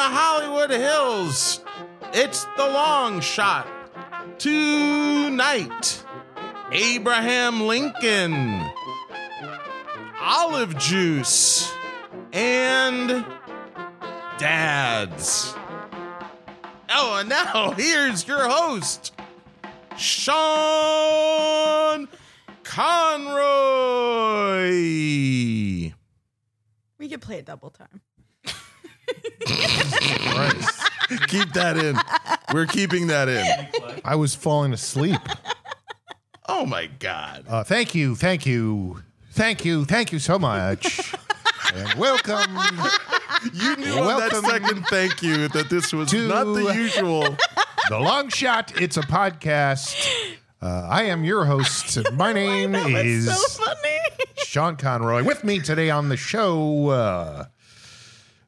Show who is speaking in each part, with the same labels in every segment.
Speaker 1: Hollywood Hills. It's the long shot. Tonight, Abraham Lincoln, Olive Juice, and Dads. Oh, and now here's your host, Sean Conroy.
Speaker 2: We could play it double time.
Speaker 3: Christ. Keep that in. We're keeping that in.
Speaker 4: I was falling asleep.
Speaker 1: Oh my God.
Speaker 4: Uh, thank you, thank you, thank you, thank you so much. and welcome
Speaker 1: You knew on that
Speaker 4: Welcome
Speaker 1: second thank you that this was
Speaker 4: to-
Speaker 1: not the usual.
Speaker 4: the long shot. It's a podcast. Uh, I am your host. My name is
Speaker 2: funny.
Speaker 4: Sean Conroy. With me today on the show, uh,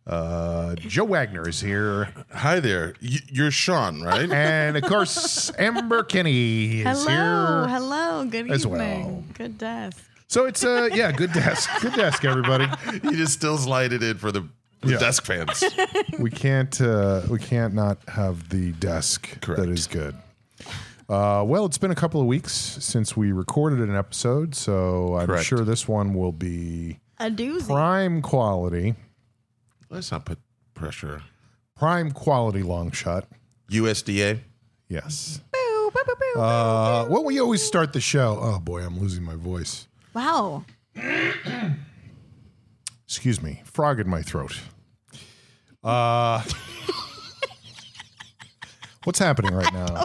Speaker 4: uh, Joe Wagner is here,
Speaker 3: Hi there. Y- You're Sean, right?
Speaker 4: and of course Amber Kinney
Speaker 2: Hello,
Speaker 4: is here.
Speaker 2: hello. Good
Speaker 4: as
Speaker 2: evening.
Speaker 4: well.
Speaker 2: Good desk.
Speaker 4: So it's uh, yeah, good desk, good desk, everybody.
Speaker 3: He just still slide it in for the, the
Speaker 4: Yeah.
Speaker 3: desk fans.
Speaker 4: we can't uh, we can't not have the desk
Speaker 3: Correct.
Speaker 4: that is good. Uh, well, it's been a couple of weeks since we recorded an episode, so I'm
Speaker 3: Correct.
Speaker 4: sure this one will be
Speaker 2: A doozy.
Speaker 4: prime quality,
Speaker 3: Let's not put pressure.
Speaker 4: prime quality long shot.
Speaker 3: USDA.
Speaker 4: Yes.
Speaker 2: Boo, boo, boo, boo.
Speaker 4: Uh, what we always start the show. Oh boy, I'm losing my voice.
Speaker 2: wow.
Speaker 4: Excuse me, frog in my throat. Uh, what's happening right now?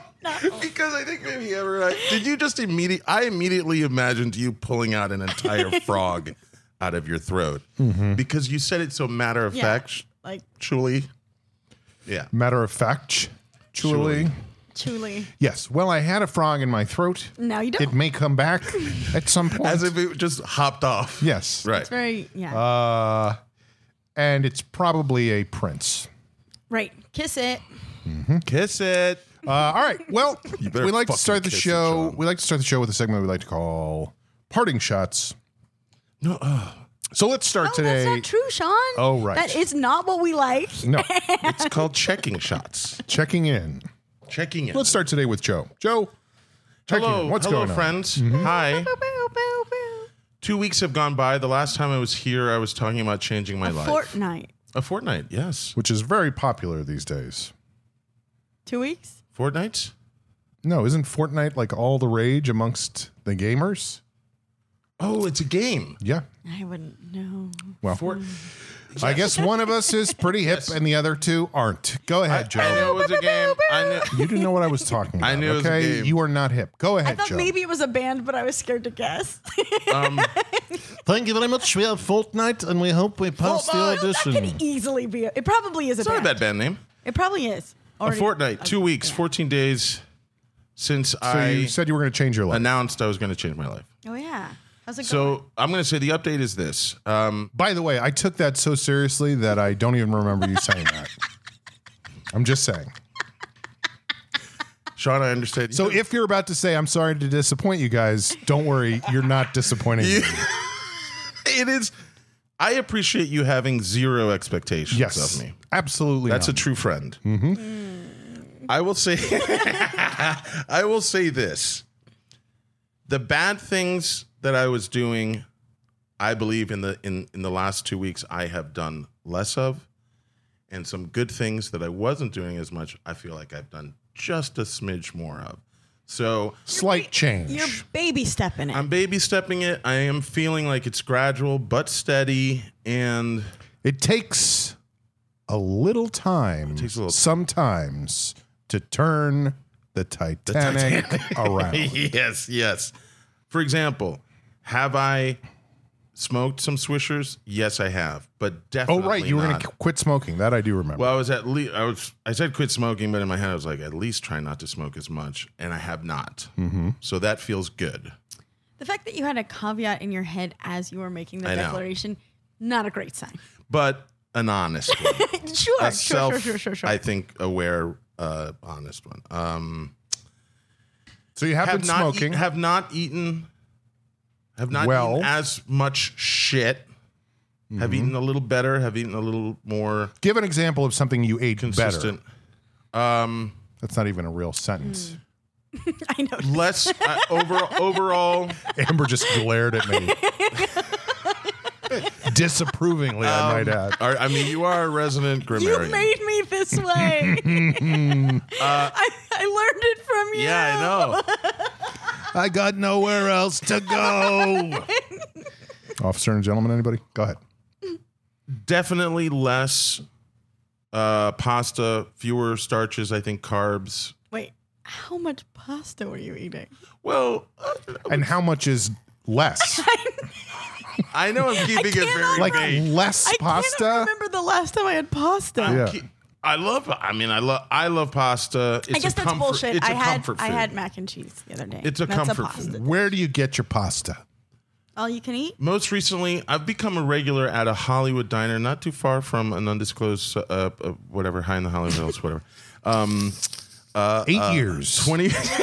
Speaker 3: Because I think maybe Amber and I, did you just immediately, I immediately imagined you pulling out an entire frog out of your throat
Speaker 4: Mm-hmm.
Speaker 3: because you said it so matter of
Speaker 2: Yeah.
Speaker 3: fact,
Speaker 2: Like
Speaker 3: truly. Yeah.
Speaker 4: Matter of fact,
Speaker 3: Surely.
Speaker 4: truly.
Speaker 2: truly.
Speaker 4: Yes. Well, I had a frog in my throat.
Speaker 2: Now you don't.
Speaker 4: It may come back at some point.
Speaker 3: As if it just hopped off.
Speaker 4: yes.
Speaker 3: Right.
Speaker 2: it's very yeah.
Speaker 4: Uh, and it's probably a prince.
Speaker 2: right. Kiss it. Oh,
Speaker 3: Kiss it.
Speaker 4: Uh, all right. Well,
Speaker 3: You better
Speaker 4: we like to
Speaker 3: fucking
Speaker 4: start the
Speaker 3: kiss it,
Speaker 4: show.
Speaker 3: Sean.
Speaker 4: we like to start the show with a segment we like to call parting shots.
Speaker 3: No, uh,
Speaker 4: So let's start
Speaker 2: Oh, that's
Speaker 4: today.
Speaker 2: not true, Sean.
Speaker 4: Oh, right.
Speaker 2: That is not what we like.
Speaker 4: No,
Speaker 3: it's called checking shots.
Speaker 4: checking in.
Speaker 3: Checking in.
Speaker 4: Let's start today with Joe. Joe, checking
Speaker 3: hello,
Speaker 4: in. What's
Speaker 3: hello,
Speaker 4: going on?
Speaker 3: friends. Hi.
Speaker 2: Boo, boo, boo, boo.
Speaker 3: Mm-hmm. Two weeks have gone by. The last time I was here, I was talking about changing my life.
Speaker 2: Fortnite.
Speaker 3: a fortnight, yes.
Speaker 4: Which is very popular these days.
Speaker 2: Two weeks.
Speaker 3: Fortnights?
Speaker 4: No, isn't Fortnite like all the rage amongst the gamers?
Speaker 3: Oh, it's a game.
Speaker 4: Yeah.
Speaker 2: I wouldn't know.
Speaker 4: Well, I guess one of us is pretty hip and the other two aren't. Go ahead, Joe.
Speaker 3: I knew it was a game. I knew.
Speaker 4: You didn't know what I was talking about.
Speaker 3: I knew it was a
Speaker 4: okay,
Speaker 3: game.
Speaker 4: you are not hip. Go
Speaker 2: I
Speaker 4: ahead,
Speaker 2: thought
Speaker 4: Joe.
Speaker 2: maybe it was a band, but I was scared to guess.
Speaker 3: Um,
Speaker 5: Thank you very much. We have Fortnite, and we hope we pass
Speaker 3: Fortnite.
Speaker 5: the
Speaker 2: that
Speaker 5: audition.
Speaker 2: could easily be. A, it probably is a
Speaker 3: It's not a bad
Speaker 2: band.
Speaker 3: band name.
Speaker 2: It probably is.
Speaker 3: A
Speaker 2: Already-
Speaker 3: fortnight, two weeks,
Speaker 2: yeah.
Speaker 3: 14 days since
Speaker 4: so
Speaker 3: I
Speaker 4: you said you were going to change your life.
Speaker 3: announced I was going to change my life.
Speaker 2: Oh yeah. How's it going?
Speaker 3: So I'm going to say the update is this. Um,
Speaker 4: By the way, I took that so seriously that I don't even remember you saying that. I'm just saying.
Speaker 3: Sean, I understand.
Speaker 4: So if you're about to say I'm sorry to disappoint you guys, don't worry, you're not disappointing me.
Speaker 3: it is, I appreciate you having zero expectations
Speaker 4: Yes.
Speaker 3: of me.
Speaker 4: Absolutely.
Speaker 3: That's a
Speaker 4: not.
Speaker 3: true friend. I will say, I will say this: the bad things that I was doing, I believe in the in in the last two weeks, I have done less of, and some good things that I wasn't doing as much, I feel like I've done just a smidge more of. So
Speaker 4: slight change.
Speaker 2: You're baby stepping it.
Speaker 3: I'm baby stepping it. I am feeling like it's gradual but steady, and
Speaker 4: It takes a little time
Speaker 3: takes a little-
Speaker 4: sometimes to turn the Titanic, around.
Speaker 3: yes, yes. For example, have I smoked some swishers? Yes, I have, but
Speaker 4: Oh
Speaker 3: definitely.
Speaker 4: right, you were going
Speaker 3: not.
Speaker 4: to quit smoking. That I do remember.
Speaker 3: Well, I was at least I was I said quit smoking, but in my head I was like at least try not to smoke as much, and I have not. Mm-hmm. So that feels good.
Speaker 2: the fact that you had a caveat in your head as you were making the
Speaker 3: I know.
Speaker 2: declaration, not a great sign.
Speaker 3: But an honest one,
Speaker 2: Sure,
Speaker 3: a
Speaker 2: sure,
Speaker 3: self,
Speaker 2: sure, sure, sure, sure.
Speaker 3: I think aware, uh, honest one. Um,
Speaker 4: so you have,
Speaker 3: have
Speaker 4: been
Speaker 3: not eat-
Speaker 4: smoking.
Speaker 3: have not eaten. Have not
Speaker 4: Well. Mm-hmm.
Speaker 3: eaten as much shit. have eaten a little better, have eaten a little more
Speaker 4: Give an example of something you ate
Speaker 3: consistent. Um,
Speaker 4: better. That's not even a real sentence.
Speaker 2: I know.
Speaker 3: Less uh, over overall.
Speaker 4: Amber just glared at me. Disapprovingly, I might add.
Speaker 3: um, Are- I mean, you are a resident grammarian.
Speaker 2: You made me this way. I, I learned it from you.
Speaker 3: Uh, yeah, I know.
Speaker 6: I got nowhere else to go.
Speaker 4: Officer and gentleman, anybody? Go ahead.
Speaker 3: Definitely less uh, pasta, fewer starches. I think carbs.
Speaker 2: Wait, how much pasta were you eating?
Speaker 3: Well, uh,
Speaker 4: And how much is less?
Speaker 3: I know I'm keeping it
Speaker 2: cannot
Speaker 3: very
Speaker 4: like
Speaker 3: vague.
Speaker 4: less
Speaker 2: I cannot
Speaker 4: pasta?
Speaker 2: remember the last time I had pasta.
Speaker 4: Yeah.
Speaker 3: Ke- I love. I mean, I love. I love pasta. It's
Speaker 2: I guess
Speaker 3: a
Speaker 2: that's
Speaker 3: comfort,
Speaker 2: bullshit.
Speaker 3: It's a
Speaker 2: I had
Speaker 3: comfort
Speaker 2: I
Speaker 3: food.
Speaker 2: had mac and cheese the other day.
Speaker 3: It's a
Speaker 2: that's
Speaker 3: comfort
Speaker 2: a pasta.
Speaker 3: food. Mm-hmm.
Speaker 4: Where do you get your pasta?
Speaker 2: All you can eat.
Speaker 3: Most recently, I've become a regular at a Hollywood diner not too far from an undisclosed, uh, uh, whatever, high in the Hollywood Hills, whatever. Um,
Speaker 4: Eight
Speaker 3: uh,
Speaker 4: years.
Speaker 3: 20, 20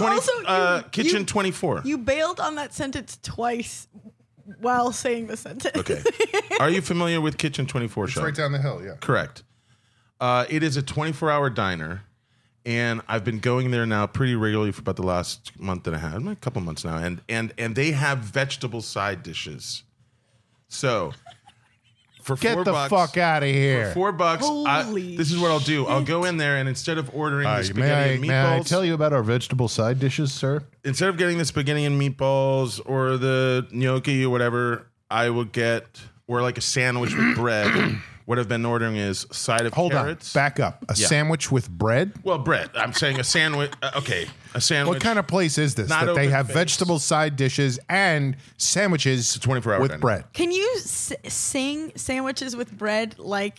Speaker 2: also-
Speaker 3: uh,
Speaker 2: you-
Speaker 3: kitchen
Speaker 2: you-
Speaker 3: 24.
Speaker 2: You bailed on that sentence twice while saying the sentence.
Speaker 3: okay. Are you familiar with Kitchen 24 show?
Speaker 4: down the hill, yeah.
Speaker 3: Correct. Uh, it is a 24 hour diner, and I've been going there now pretty regularly for about the last month and a half, a couple months now, and and and they have vegetable side dishes. So for
Speaker 4: Get
Speaker 3: four
Speaker 4: the
Speaker 3: bucks,
Speaker 4: fuck out of here.
Speaker 3: Four bucks. I-
Speaker 2: Holy
Speaker 3: this is what I'll do. I'll go in there and instead of ordering
Speaker 4: Uh,
Speaker 3: the
Speaker 4: may, I,
Speaker 3: spaghetti and
Speaker 4: may I
Speaker 3: meatballs,
Speaker 4: tell you about our vegetable side dishes, sir?
Speaker 3: instead of getting the spaghetti and meatballs or the gnocchi or whatever, I will get or like a sandwich with bread. What I've been ordering is side of
Speaker 4: Hold
Speaker 3: carrots.
Speaker 4: on. Back up. A
Speaker 3: Yeah.
Speaker 4: sandwich with bread?
Speaker 3: Well, bread. I'm saying a sandwich. uh, okay, a sandwich.
Speaker 4: What kind of place is this
Speaker 3: Not
Speaker 4: that they
Speaker 3: open
Speaker 4: have
Speaker 3: face.
Speaker 4: vegetable side dishes and sandwiches
Speaker 3: 24 hour
Speaker 4: with
Speaker 3: diner.
Speaker 4: bread?
Speaker 2: Can you s- sing sandwiches with bread like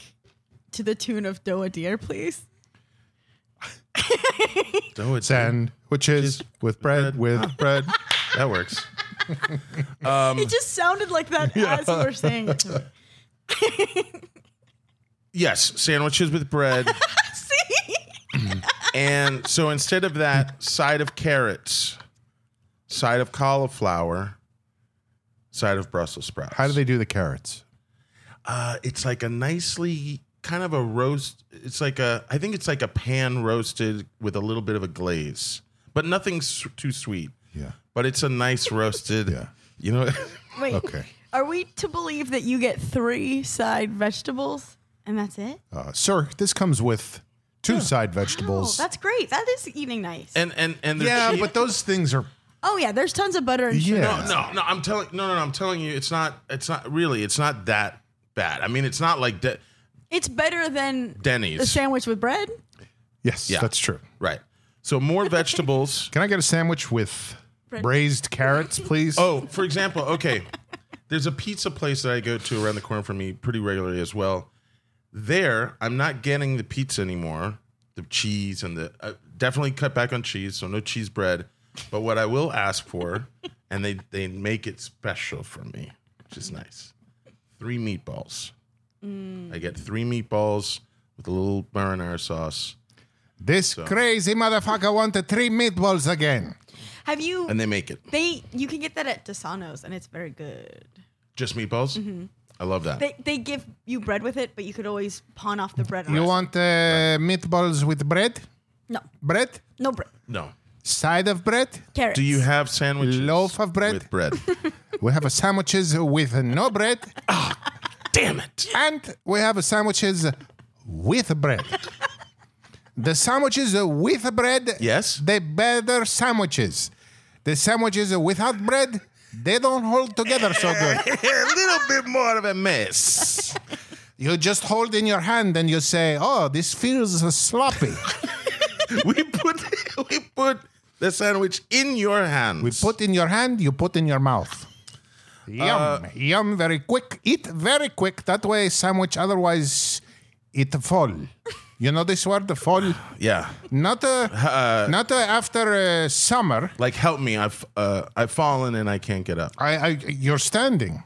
Speaker 2: to the tune of Do a Deer, please?
Speaker 3: Oh, it's
Speaker 4: Sandwiches with bread,
Speaker 3: Ah.
Speaker 4: with bread.
Speaker 3: that works. Um,
Speaker 2: it just sounded like that as you were saying it to me.
Speaker 3: Yes, sandwiches with bread.
Speaker 2: See?
Speaker 3: and so instead of that, side of carrots, side of cauliflower, side of Brussels sprouts.
Speaker 4: How do they do the carrots?
Speaker 3: Uh, it's like a nicely kind of a roast. It's like a. I think it's like a pan roasted with a little bit of a glaze, but nothing s- too sweet.
Speaker 4: Yeah.
Speaker 3: But it's a nice roasted.
Speaker 4: Yeah.
Speaker 3: You know.
Speaker 2: Wait.
Speaker 4: Okay.
Speaker 2: Are we to believe that you get three side vegetables and that's it?
Speaker 4: Uh, sir, this comes with two side
Speaker 2: Oh,
Speaker 4: vegetables.
Speaker 2: that's great. That is eating nice.
Speaker 3: And and and they're
Speaker 4: yeah,
Speaker 3: cheap.
Speaker 4: but those things are.
Speaker 2: oh yeah, there's tons of butter and sugar.
Speaker 4: Yeah.
Speaker 3: No, no, no. I'm telling no, no, no. I'm telling you, it's not. It's not really. It's not that bad. I mean, it's not like De-
Speaker 2: It's better than a
Speaker 3: Denny's,
Speaker 2: sandwich with bread.
Speaker 4: Yes, that's true.
Speaker 3: right? So more vegetables.
Speaker 4: Can I get a sandwich with
Speaker 2: Bread.
Speaker 4: braised carrots, please?
Speaker 3: oh, for example, okay. There's a pizza place that I go to around the corner from me pretty regularly as well. There, I'm not getting the pizza anymore. The cheese and the uh, definitely cut back on cheese, so no cheese bread. But what I will ask for, and they they make it special for me, which is nice. Three meatballs. I get three meatballs with a little marinara sauce,
Speaker 4: This crazy motherfucker wanted three meatballs again.
Speaker 2: Have you
Speaker 3: and they make it
Speaker 2: they you can get that at Desano's and it's very good.
Speaker 3: just meatballs. I love that.
Speaker 2: They they give you bread with it, but you could always pawn off the bread.
Speaker 4: You want uh, meatballs with bread?
Speaker 2: no
Speaker 4: Bread?
Speaker 2: no bread
Speaker 3: no.
Speaker 4: Side of bread?
Speaker 2: carrots?
Speaker 3: Do you have sandwiches?
Speaker 4: Loaf of bread?
Speaker 3: with bread.
Speaker 4: We have a sandwiches with no bread,
Speaker 3: Damn it.
Speaker 4: and we have a sandwiches with bread. The sandwiches with bread,
Speaker 3: Yes.
Speaker 4: they better sandwiches. The sandwiches without bread, they don't hold together so good.
Speaker 3: a little bit more of a mess.
Speaker 4: You just hold in your hand and you say, "Oh, this feels sloppy."
Speaker 3: we put we put the sandwich in your hands.
Speaker 4: We put in your hand, you put in your mouth.
Speaker 3: Uh,
Speaker 4: Yum, yum, very quick. Eat very quick. That way, sandwich. Otherwise, it fall. You know this word, fall.
Speaker 3: yeah,
Speaker 4: Not uh, not uh, after uh, summer.
Speaker 3: like help me. I've uh, I've fallen and I can't get up.
Speaker 4: I, I, you're standing.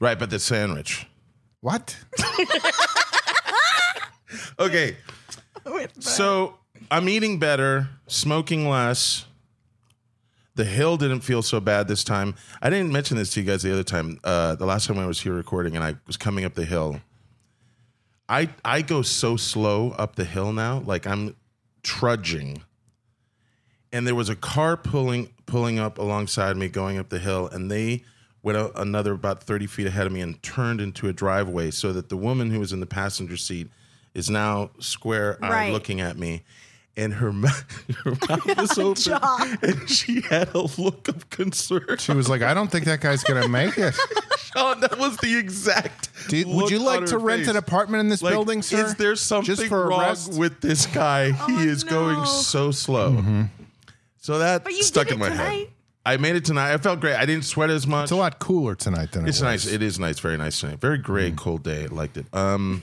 Speaker 3: Right, but the sandwich.
Speaker 4: What?
Speaker 3: Okay,
Speaker 2: with bread.
Speaker 3: so I'm eating better, smoking less. The hill didn't feel so bad this time. I didn't mention this to you guys the other time. Uh, the last time I was here recording and I was coming up the hill. I I go so slow up the hill now, like I'm trudging. And there was a car pulling pulling up alongside me going up the hill, and they went a, another about 30 feet ahead of me and turned into a driveway so that the woman who was in the passenger seat is now square eyed
Speaker 2: Right.
Speaker 3: looking at me. And her, mou- her mouth was open,
Speaker 2: Jaw.
Speaker 3: and she had a look of concern.
Speaker 4: She was like, I don't think that guy's going to make it.
Speaker 3: Oh, that was the exact.
Speaker 4: Do you- would
Speaker 3: look
Speaker 4: you
Speaker 3: on
Speaker 4: like to
Speaker 3: her
Speaker 4: rent
Speaker 3: face.
Speaker 4: an apartment in this
Speaker 3: Like,
Speaker 4: building, sir?
Speaker 3: Is there something
Speaker 4: Just for
Speaker 3: wrong
Speaker 4: arrest?
Speaker 3: with this guy?
Speaker 2: Oh,
Speaker 3: he is
Speaker 2: no.
Speaker 3: going so slow.
Speaker 4: Mm-hmm.
Speaker 3: So that
Speaker 2: But you
Speaker 3: stuck
Speaker 2: did
Speaker 3: in
Speaker 2: it
Speaker 3: my head.
Speaker 2: tonight.
Speaker 3: I made it tonight. I felt great. I didn't sweat as much.
Speaker 4: It's a lot cooler tonight than
Speaker 3: It's
Speaker 4: it was.
Speaker 3: nice. It is nice. Very nice tonight. Very
Speaker 4: Mm.
Speaker 3: gray, cold day. I liked it. Um.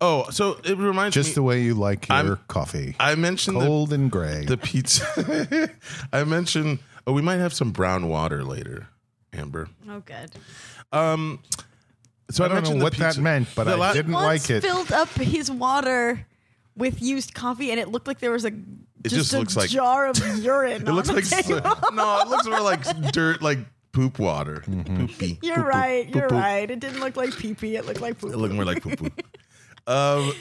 Speaker 3: Oh, so it reminds
Speaker 4: Just
Speaker 3: me.
Speaker 4: the way you like your
Speaker 3: I'm-
Speaker 4: coffee.
Speaker 3: I mentioned the,
Speaker 4: Cold and gray.
Speaker 3: the pizza. I mentioned. Oh, we might have some brown water later, Amber.
Speaker 2: Oh, good.
Speaker 3: Um. So
Speaker 4: I
Speaker 3: I,
Speaker 4: don't
Speaker 3: mentioned
Speaker 4: know
Speaker 3: the
Speaker 4: what that
Speaker 3: pizza.
Speaker 4: meant, but
Speaker 3: The
Speaker 4: I
Speaker 3: la-
Speaker 4: didn't
Speaker 2: Once
Speaker 4: like it.
Speaker 2: filled up his water with used coffee, and it looked like there was a just,
Speaker 3: just
Speaker 2: a
Speaker 3: looks like-
Speaker 2: jar of urine.
Speaker 3: It looks
Speaker 2: on
Speaker 3: like
Speaker 2: the table.
Speaker 3: no, it looks more like dirt, like poop water.
Speaker 4: Mm-hmm.
Speaker 3: Poopy.
Speaker 2: You're
Speaker 3: Poop, poop,
Speaker 2: right.
Speaker 3: poop,
Speaker 2: You're
Speaker 3: poop.
Speaker 2: right. It didn't look like pee pee. It looked like
Speaker 3: It
Speaker 2: poop.
Speaker 3: looked more like poo poo. um,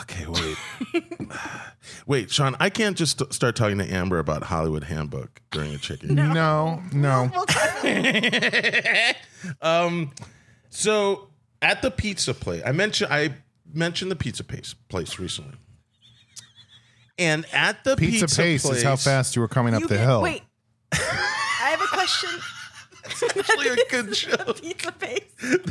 Speaker 3: okay, wait, wait, Sean. I can't just st- start talking to Amber about Hollywood Handbook during a chicken.
Speaker 4: No, no.
Speaker 3: Um, So at the pizza place, I mentioned I mentioned the pizza place place recently, and at the
Speaker 4: Pizza,
Speaker 3: pizza,
Speaker 4: pace
Speaker 3: place,
Speaker 4: is how fast you were coming up
Speaker 2: You
Speaker 4: the
Speaker 2: can-
Speaker 4: hill.
Speaker 2: Wait. I have a question.
Speaker 3: Actually, a good joke.
Speaker 2: Pizza paste.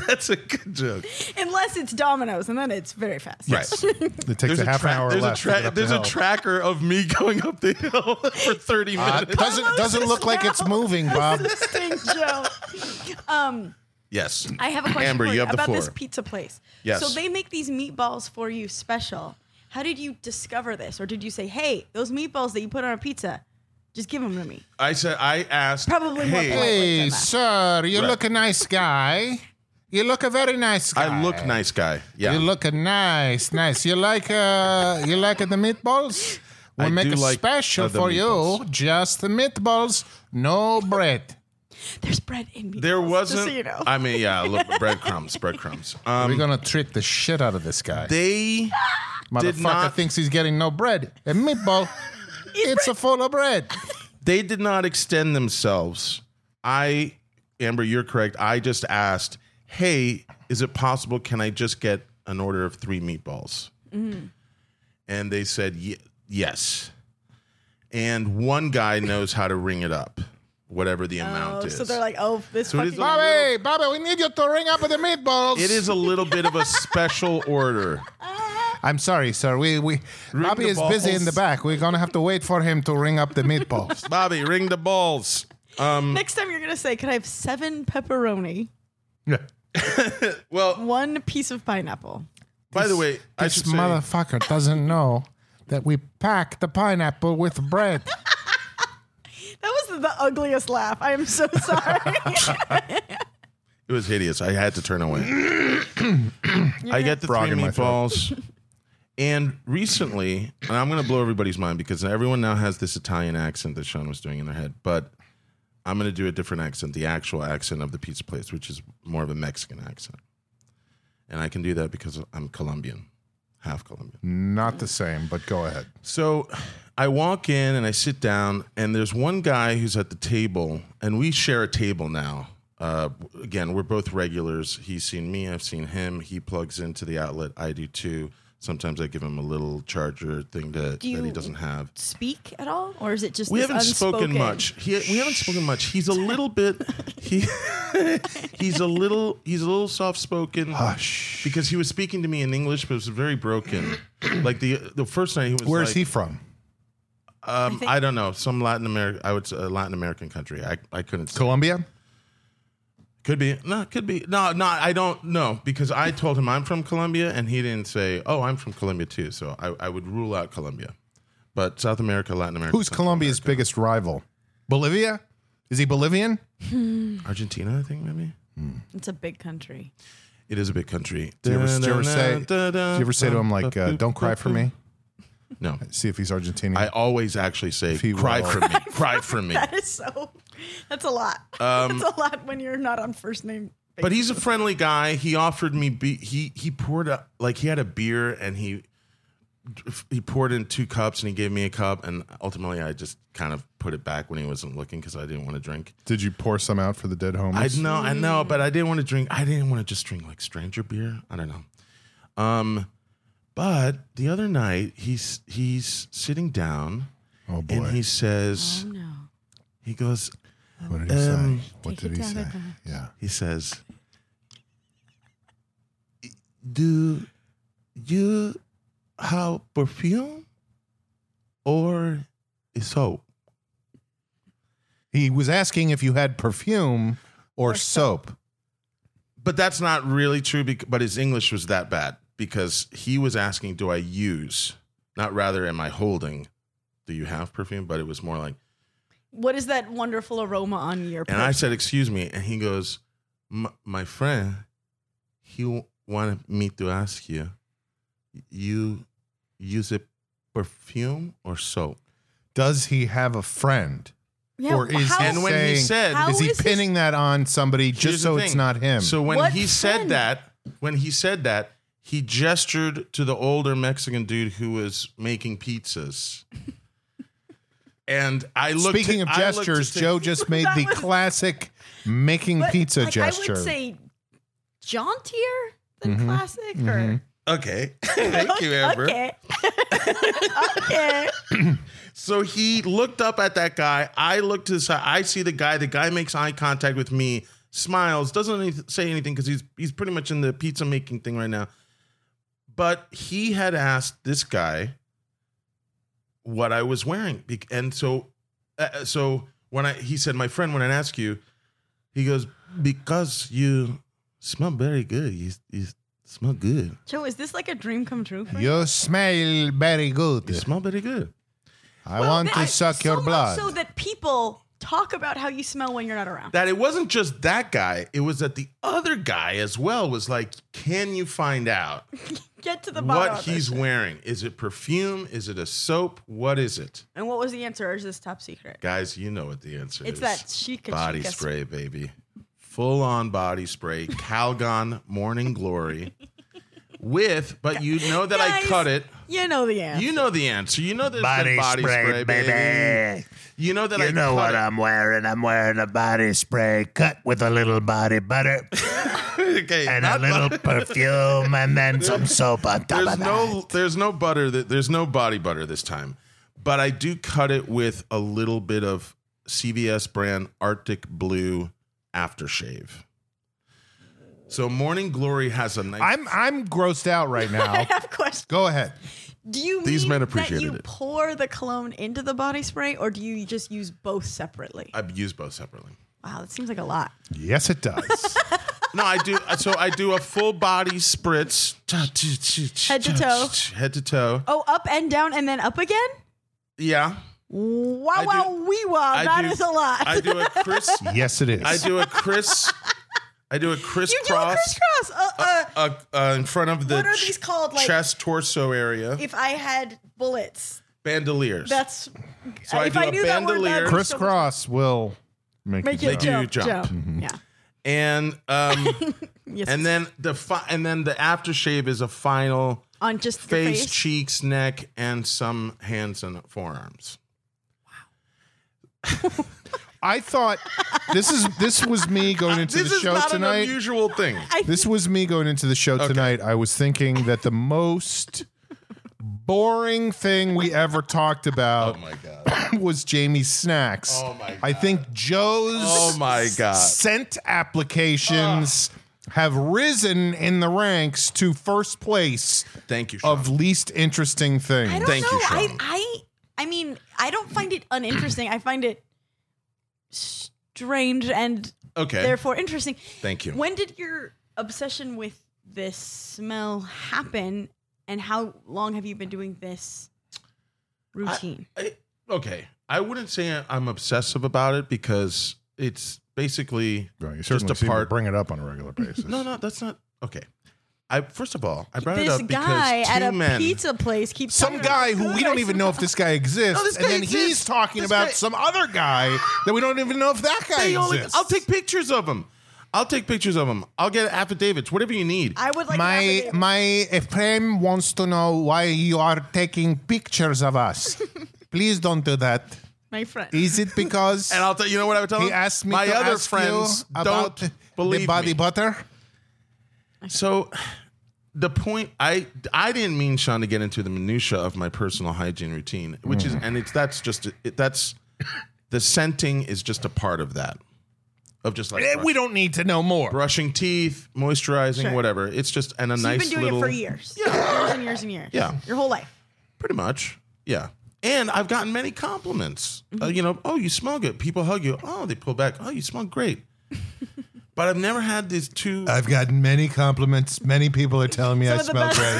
Speaker 3: That's a good joke.
Speaker 2: Unless it's Domino's, and then it's very fast.
Speaker 3: Right.
Speaker 4: It takes a, half
Speaker 3: tra-
Speaker 4: an hour
Speaker 3: there's
Speaker 4: left.
Speaker 3: A
Speaker 4: to get
Speaker 3: tra-
Speaker 4: up the
Speaker 3: there's a
Speaker 4: hill.
Speaker 3: tracker of me going up the hill for 30
Speaker 4: Uh,
Speaker 3: minutes.
Speaker 4: doesn't doesn't look like it's moving, Bob.
Speaker 2: Stink Joe. Um,
Speaker 3: yes.
Speaker 2: I have a question
Speaker 3: Amber,
Speaker 2: for
Speaker 3: you have the
Speaker 2: about this
Speaker 3: floor.
Speaker 2: pizza place.
Speaker 3: Yes.
Speaker 2: So they make these meatballs for you special. How did you discover this, or did you say, "Hey, those meatballs that you put on a pizza, just give them to me"?
Speaker 3: I said I asked.
Speaker 2: Probably
Speaker 3: Hey,
Speaker 2: more polite.
Speaker 4: Hey,
Speaker 2: Right.
Speaker 4: sir, you
Speaker 3: Right.
Speaker 4: look a nice guy. You look a very nice guy.
Speaker 3: I look nice, guy. Yeah.
Speaker 4: You look a nice, nice. You like uh, you like the meatballs? We
Speaker 3: I
Speaker 4: make
Speaker 3: do
Speaker 4: a
Speaker 3: like uh,
Speaker 4: special
Speaker 3: the
Speaker 4: for you,
Speaker 3: meatballs.
Speaker 4: just the meatballs, no bread.
Speaker 2: There's bread in meatballs.
Speaker 3: there wasn't.
Speaker 2: Just so you know.
Speaker 3: I mean, yeah, look, breadcrumbs, breadcrumbs. Um,
Speaker 4: We're gonna trick the shit out of this guy.
Speaker 3: they did
Speaker 4: Motherfucker
Speaker 3: not.
Speaker 4: thinks he's getting no bread. A meatball, it's a full of bread.
Speaker 3: they did not extend themselves. I, Amber, you're correct. I just asked, hey, is it possible? Can I just get an order of three meatballs?
Speaker 2: Mm-hmm.
Speaker 3: And they said, "Ye- yes. And one guy knows how to ring it up, whatever the amount
Speaker 2: Oh,
Speaker 3: is.
Speaker 2: so they're like, "Oh, this
Speaker 3: So it is
Speaker 2: fucking."
Speaker 3: a little-
Speaker 4: Bobby, Bobby, we need you to ring up the meatballs.
Speaker 3: it is a little bit of a special order.
Speaker 4: I'm sorry, sir. We we Bobby
Speaker 3: the
Speaker 4: is busy in the
Speaker 3: balls.
Speaker 4: back. We're gonna have to wait for him to ring up the meatballs.
Speaker 3: Bobby, ring the balls.
Speaker 2: Next time you're gonna say, "Can I have seven pepperoni,
Speaker 3: Well,
Speaker 2: one piece of pineapple?"
Speaker 3: by the way, I
Speaker 4: this
Speaker 3: should say,
Speaker 4: motherfucker doesn't know that we pack the pineapple with bread.
Speaker 2: That was the ugliest laugh. I am so sorry.
Speaker 3: it was hideous. I had to turn away. I get the
Speaker 4: Frog
Speaker 3: three
Speaker 4: in my throat.
Speaker 3: meatballs. And recently, and I'm going to blow everybody's mind because everyone now has this Italian accent that Sean was doing in their head, but I'm going to do a different accent, the actual accent of the pizza place, which is more of a Mexican accent. And I can do that because I'm Colombian, half Colombian.
Speaker 4: Not the same, but go ahead.
Speaker 3: So I walk in and I sit down, and there's one guy who's at the table, and we share a table now. Uh, again, we're both regulars. He's seen me, I've seen him. He plugs into the outlet, I do too. Sometimes I give him a little charger thing to, that
Speaker 2: Do
Speaker 3: he
Speaker 2: you-
Speaker 3: doesn't have.
Speaker 2: Speak at all, or is it just
Speaker 3: We
Speaker 2: this
Speaker 3: haven't spoken
Speaker 2: unspoken-
Speaker 3: much. He, we haven't spoken much. He's a little bit. He, he's a little. He's a little soft spoken. Hush. Because he was speaking to me in English, but it was very broken. like the the first night he was.
Speaker 4: Where's
Speaker 3: like,
Speaker 4: he from?
Speaker 3: um, I,
Speaker 2: think-
Speaker 3: don't know. Some Latin America. I would say a Latin American country. I, I couldn't. Say.
Speaker 4: Colombia?
Speaker 3: Could be. No. Could be. No. No. I don't know because I told him I'm from Colombia and he didn't say, "Oh, I'm from Colombia too." So I, I would rule out Colombia, but South America, Latin America.
Speaker 4: Who's
Speaker 3: Central
Speaker 4: Colombia's biggest rival? Bolivia? Is he Bolivian?
Speaker 3: America. Argentina, I think maybe.
Speaker 2: It's a big country.
Speaker 3: It is a big country.
Speaker 4: Did you ever, did you ever say, did you ever say to him like, uh, "Don't cry uh, for me"?
Speaker 3: No.
Speaker 4: See if he's Argentinian.
Speaker 3: I always actually say,
Speaker 4: he
Speaker 3: cry
Speaker 4: will.
Speaker 3: for me, cry for me.
Speaker 2: That is so. That's a lot. that's a lot when you're not on first name.
Speaker 3: Um, But he's a friendly guy. He offered me be- he he poured a like he had a beer and he he poured in two cups and he gave me a cup and ultimately I just kind of put it back when he wasn't looking because I didn't want to drink.
Speaker 4: Did you pour some out for the dead homies?
Speaker 3: I know, I know, but I didn't want to drink. I didn't want to just drink like stranger beer. I don't know. Um, but the other night he's he's sitting down
Speaker 4: oh boy.
Speaker 3: and he says
Speaker 2: Oh, no.
Speaker 3: he goes
Speaker 4: what did he
Speaker 3: um,
Speaker 4: say? What did he say? Yeah.
Speaker 3: he says do you have perfume or soap
Speaker 4: He was asking if you had perfume or, soap.
Speaker 3: but that's not really true bec- but his english was that bad because he was asking do i use not rather am i holding do you have perfume but it was more like
Speaker 2: What is that wonderful aroma on your?
Speaker 3: and i said excuse me and he goes "M- my friend he w- wanted me to ask you you use a perfume or soap
Speaker 4: Does he have a friend?
Speaker 2: yeah,
Speaker 4: or is
Speaker 2: how-
Speaker 4: he
Speaker 3: And when he
Speaker 4: saying-
Speaker 3: said-
Speaker 2: How
Speaker 4: is he
Speaker 2: is his-
Speaker 4: pinning that on somebody
Speaker 3: Here's
Speaker 4: just
Speaker 3: the
Speaker 4: so it's
Speaker 3: thing.
Speaker 4: not him?
Speaker 3: So when
Speaker 2: What
Speaker 3: he said
Speaker 2: friend?
Speaker 3: that, when he said that, he gestured to the older Mexican dude who was making pizzas. and I looked.
Speaker 4: Speaking of
Speaker 3: I looked
Speaker 4: gestures,
Speaker 3: to-
Speaker 4: Joe just made
Speaker 2: That
Speaker 4: the
Speaker 2: was-
Speaker 4: classic making
Speaker 2: but,
Speaker 4: pizza
Speaker 2: like,
Speaker 4: gesture.
Speaker 2: I would say jauntier than
Speaker 4: Mhm.
Speaker 2: classic. Or
Speaker 4: Mhm.
Speaker 3: Okay, thank you, Amber.
Speaker 2: okay, okay.
Speaker 3: So he looked up at that guy. I looked to the side. I see the guy. The guy makes eye contact with me, smiles, doesn't any- say anything because he's he's pretty much in the pizza making thing right now. But he had asked this guy what I was wearing, Bec- and so uh, so when I he said, "My friend, when I ask you," he goes, "Because you smell very good. You you smell good."
Speaker 2: Joe, is this like a dream come true? For
Speaker 4: you smell very good.
Speaker 3: You smell very good.
Speaker 4: I
Speaker 2: Well,
Speaker 4: want
Speaker 2: that-
Speaker 4: to suck
Speaker 2: so
Speaker 4: your
Speaker 2: much
Speaker 4: blood.
Speaker 2: So that people talk about how you smell when you're not around.
Speaker 3: that it wasn't just that guy, it was that the other guy as well was like, can you find out
Speaker 2: Get to the bottom.
Speaker 3: what
Speaker 2: of it.
Speaker 3: he's wearing? Is it perfume? Is it a soap? What is it?
Speaker 2: And what was the answer? Or is this top secret?
Speaker 3: Guys, you know what the answer
Speaker 2: It's
Speaker 3: is.
Speaker 2: that chica
Speaker 3: body
Speaker 2: chica
Speaker 3: spray, baby. Full on body spray, Calgon Morning Glory. With, but you know that I
Speaker 2: Guys.
Speaker 3: cut it.
Speaker 2: You know the answer.
Speaker 3: You know the answer. You know there's been body spray, baby. You know that I
Speaker 7: You know
Speaker 3: cut
Speaker 7: what
Speaker 3: it.
Speaker 7: I'm wearing. I'm wearing a body spray cut with a little body butter
Speaker 3: okay,
Speaker 7: and a
Speaker 3: not
Speaker 7: little perfume and then some soap on top
Speaker 3: There's
Speaker 7: of
Speaker 3: no there's no butter that there's no body butter this time, but I do cut it with a little bit of CVS brand Arctic Blue aftershave. So Morning Glory has a nice.
Speaker 4: I'm I'm grossed out right now.
Speaker 2: I have questions.
Speaker 4: Go ahead.
Speaker 2: Do you
Speaker 3: These
Speaker 2: mean
Speaker 3: men
Speaker 2: that
Speaker 3: appreciated
Speaker 2: you
Speaker 3: it.
Speaker 2: pour the cologne into the body spray, or do you just use both separately?
Speaker 3: I use both separately.
Speaker 2: Wow, that seems like a lot.
Speaker 4: Yes, it does.
Speaker 3: No, I do. So I do a full body spritz,
Speaker 2: Head to toe.
Speaker 3: head to toe.
Speaker 2: Oh, up and down, and then up again.
Speaker 3: Yeah,
Speaker 2: Wow,
Speaker 3: do-
Speaker 2: wow, wee wow.
Speaker 3: I
Speaker 2: That
Speaker 3: do-
Speaker 2: is a lot.
Speaker 3: I do a Chris.
Speaker 4: yes, it is.
Speaker 3: I do a Chris. I do a crisscross.
Speaker 2: you do a crisscross. Uh, uh,
Speaker 3: uh, uh, in front of the
Speaker 2: What are
Speaker 3: ch-
Speaker 2: these called, like-
Speaker 3: chest torso area
Speaker 2: if I had bullets,
Speaker 3: bandoliers
Speaker 2: that's.
Speaker 3: So I
Speaker 2: if
Speaker 3: do
Speaker 2: I
Speaker 3: a
Speaker 2: knew that word, that
Speaker 3: bandolier.
Speaker 2: would be so much-
Speaker 4: Crisscross will make,
Speaker 2: Make
Speaker 4: you
Speaker 2: it
Speaker 4: jump.
Speaker 2: jump,
Speaker 3: do jump.
Speaker 2: Yeah.
Speaker 3: and um
Speaker 2: Yes.
Speaker 3: and then the fi- and then the aftershave is a final
Speaker 2: on just your
Speaker 3: face,
Speaker 2: face.
Speaker 3: cheeks neck and some hands and forearms
Speaker 4: I thought this is this was me going into
Speaker 3: this
Speaker 4: the
Speaker 3: is
Speaker 4: show
Speaker 3: not an
Speaker 4: tonight.
Speaker 3: unusual thing
Speaker 4: This was me going into the show tonight. I was thinking that the most boring thing we ever talked about
Speaker 3: Oh my god
Speaker 4: was Jamie's snacks.
Speaker 3: Oh my
Speaker 4: I think Joe's
Speaker 3: oh my god Ah.
Speaker 4: scent applications have risen in the ranks to first place
Speaker 3: thank you Sean.
Speaker 4: of least interesting thing.
Speaker 2: I don't
Speaker 3: Thank
Speaker 2: know.
Speaker 3: you,
Speaker 2: I,
Speaker 3: Sean.
Speaker 2: I I mean, I don't find it uninteresting. I find it strange and
Speaker 3: okay
Speaker 2: therefore interesting.
Speaker 3: thank you
Speaker 2: When did your obsession with this smell happen and how long have you been doing this routine?
Speaker 3: I, okay i wouldn't say i'm obsessive about it because it's basically
Speaker 4: Well, you
Speaker 3: Just a
Speaker 4: certainly seem to
Speaker 3: part-
Speaker 4: bring it up on a regular basis.
Speaker 3: no no that's not okay I first of all, I brought it
Speaker 2: This
Speaker 3: up
Speaker 2: guy
Speaker 3: because two
Speaker 2: at a
Speaker 3: men.
Speaker 2: pizza place keeps
Speaker 4: Some
Speaker 2: talking
Speaker 4: guy
Speaker 2: about
Speaker 4: who we
Speaker 2: good.
Speaker 4: don't even know if this guy exists,
Speaker 3: No, this
Speaker 4: and
Speaker 3: guy
Speaker 4: then he's
Speaker 3: exists.
Speaker 4: talking
Speaker 3: This
Speaker 4: about
Speaker 3: guy-
Speaker 4: some other guy that we don't even know if that guy
Speaker 3: They
Speaker 4: exists.
Speaker 3: only- I'll take pictures of them. I'll take pictures of them. I'll get affidavits, whatever you need.
Speaker 2: I would like
Speaker 4: my
Speaker 2: my,
Speaker 4: my Ephraim wants to know why you are taking pictures of us. Please don't do that.
Speaker 2: my friend.
Speaker 4: Is it because
Speaker 3: and I'll tell you know what I would tell
Speaker 4: he
Speaker 3: them?
Speaker 4: asked me
Speaker 3: My
Speaker 4: to
Speaker 3: other
Speaker 4: ask
Speaker 3: friends
Speaker 4: you about
Speaker 3: don't believe
Speaker 4: the body
Speaker 3: me.
Speaker 4: butter?
Speaker 3: So the point I I didn't mean Sean to get into the minutia of my personal hygiene routine, which
Speaker 4: Mm.
Speaker 3: is and it's that's just it, that's the scenting is just a part of that. Of just like
Speaker 4: Eh,
Speaker 3: brush-
Speaker 4: We don't need to know more.
Speaker 3: brushing teeth, moisturizing, whatever. It's just and a
Speaker 2: So
Speaker 3: nice
Speaker 2: you've been doing
Speaker 3: little
Speaker 2: it for years. Yeah. Years and years and years.
Speaker 3: Yeah.
Speaker 2: Your whole life.
Speaker 3: pretty much. Yeah. And I've gotten many compliments. Uh,
Speaker 2: Mm-hmm.
Speaker 3: you know, oh, you smell good. People hug you. Oh, they pull back. Oh, you smell great. but I've never had these two
Speaker 4: I've gotten many compliments. Many people are telling me
Speaker 2: Some of
Speaker 4: I
Speaker 2: the
Speaker 4: smell
Speaker 2: best
Speaker 4: great.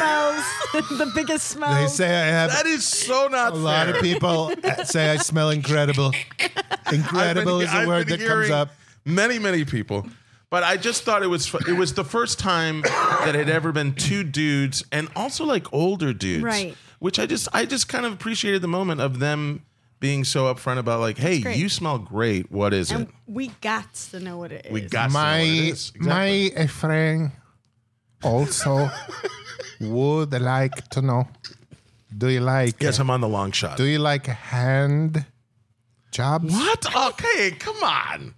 Speaker 2: smells, the biggest
Speaker 4: They
Speaker 2: smells.
Speaker 4: say I have
Speaker 3: That is so not
Speaker 4: A lot
Speaker 3: fair.
Speaker 4: of people uh, say I smell incredible.
Speaker 3: I've been-
Speaker 4: Incredible is
Speaker 3: I've
Speaker 4: a word
Speaker 3: been
Speaker 4: that comes
Speaker 3: hearing
Speaker 4: up.
Speaker 3: Many, many people. But I just thought it was fu- it was the first time that had ever been two dudes and also like older dudes,
Speaker 2: Right.
Speaker 3: Which I just I just kind of appreciated the moment of them being so upfront about like, hey,
Speaker 2: great.
Speaker 3: you smell great. What is
Speaker 2: and
Speaker 3: it?
Speaker 2: we got to know what it is.
Speaker 3: We got
Speaker 4: My
Speaker 3: to know what it is. Exactly.
Speaker 4: my friend also would like to know. Do you like
Speaker 3: yes, I'm on the long shot.
Speaker 4: do you like hand jobs?
Speaker 3: what? Okay, come on.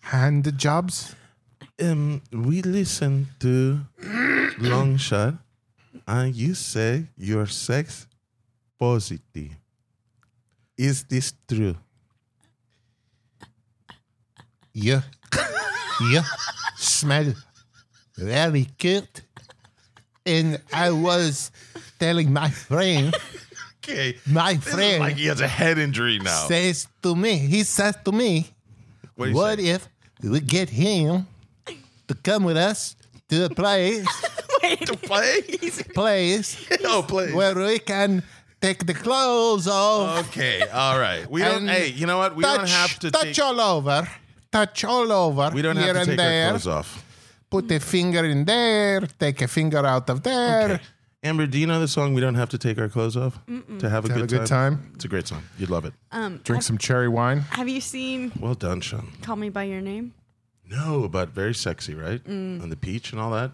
Speaker 4: Hand jobs?
Speaker 3: Um, we listen to long shot, and you say your sex positive. Is this true?
Speaker 4: Yeah. Yeah. Smell very good. And I was telling my friend,
Speaker 3: Okay,
Speaker 4: my
Speaker 3: This is
Speaker 4: friend
Speaker 3: like he has a head injury now.
Speaker 4: says to me, he says to me,
Speaker 3: What do you
Speaker 4: What
Speaker 3: say?
Speaker 4: if we get him to come with us to a place,
Speaker 3: play?
Speaker 4: place
Speaker 3: Oh, play.
Speaker 4: where we can take the clothes off,
Speaker 3: okay, all right. We don't.
Speaker 4: And
Speaker 3: Hey, you know what? Uh, We
Speaker 4: touch,
Speaker 3: don't have to
Speaker 4: touch
Speaker 3: take.
Speaker 4: all over, touch all over,
Speaker 3: we don't have
Speaker 4: here
Speaker 3: to
Speaker 4: and
Speaker 3: take
Speaker 4: there.
Speaker 3: our clothes off.
Speaker 4: Put a finger in there, take a finger out of there.
Speaker 3: Okay. Amber, do you know the song? We don't have to take our clothes off to have a,
Speaker 4: To
Speaker 3: good,
Speaker 4: have a good time.
Speaker 3: It's a great song. You'd love it.
Speaker 4: Drink some cherry wine.
Speaker 2: Have you seen
Speaker 3: well done, Sean.
Speaker 2: Call Me By Your Name?
Speaker 3: No, but very sexy, right? On the peach and all that.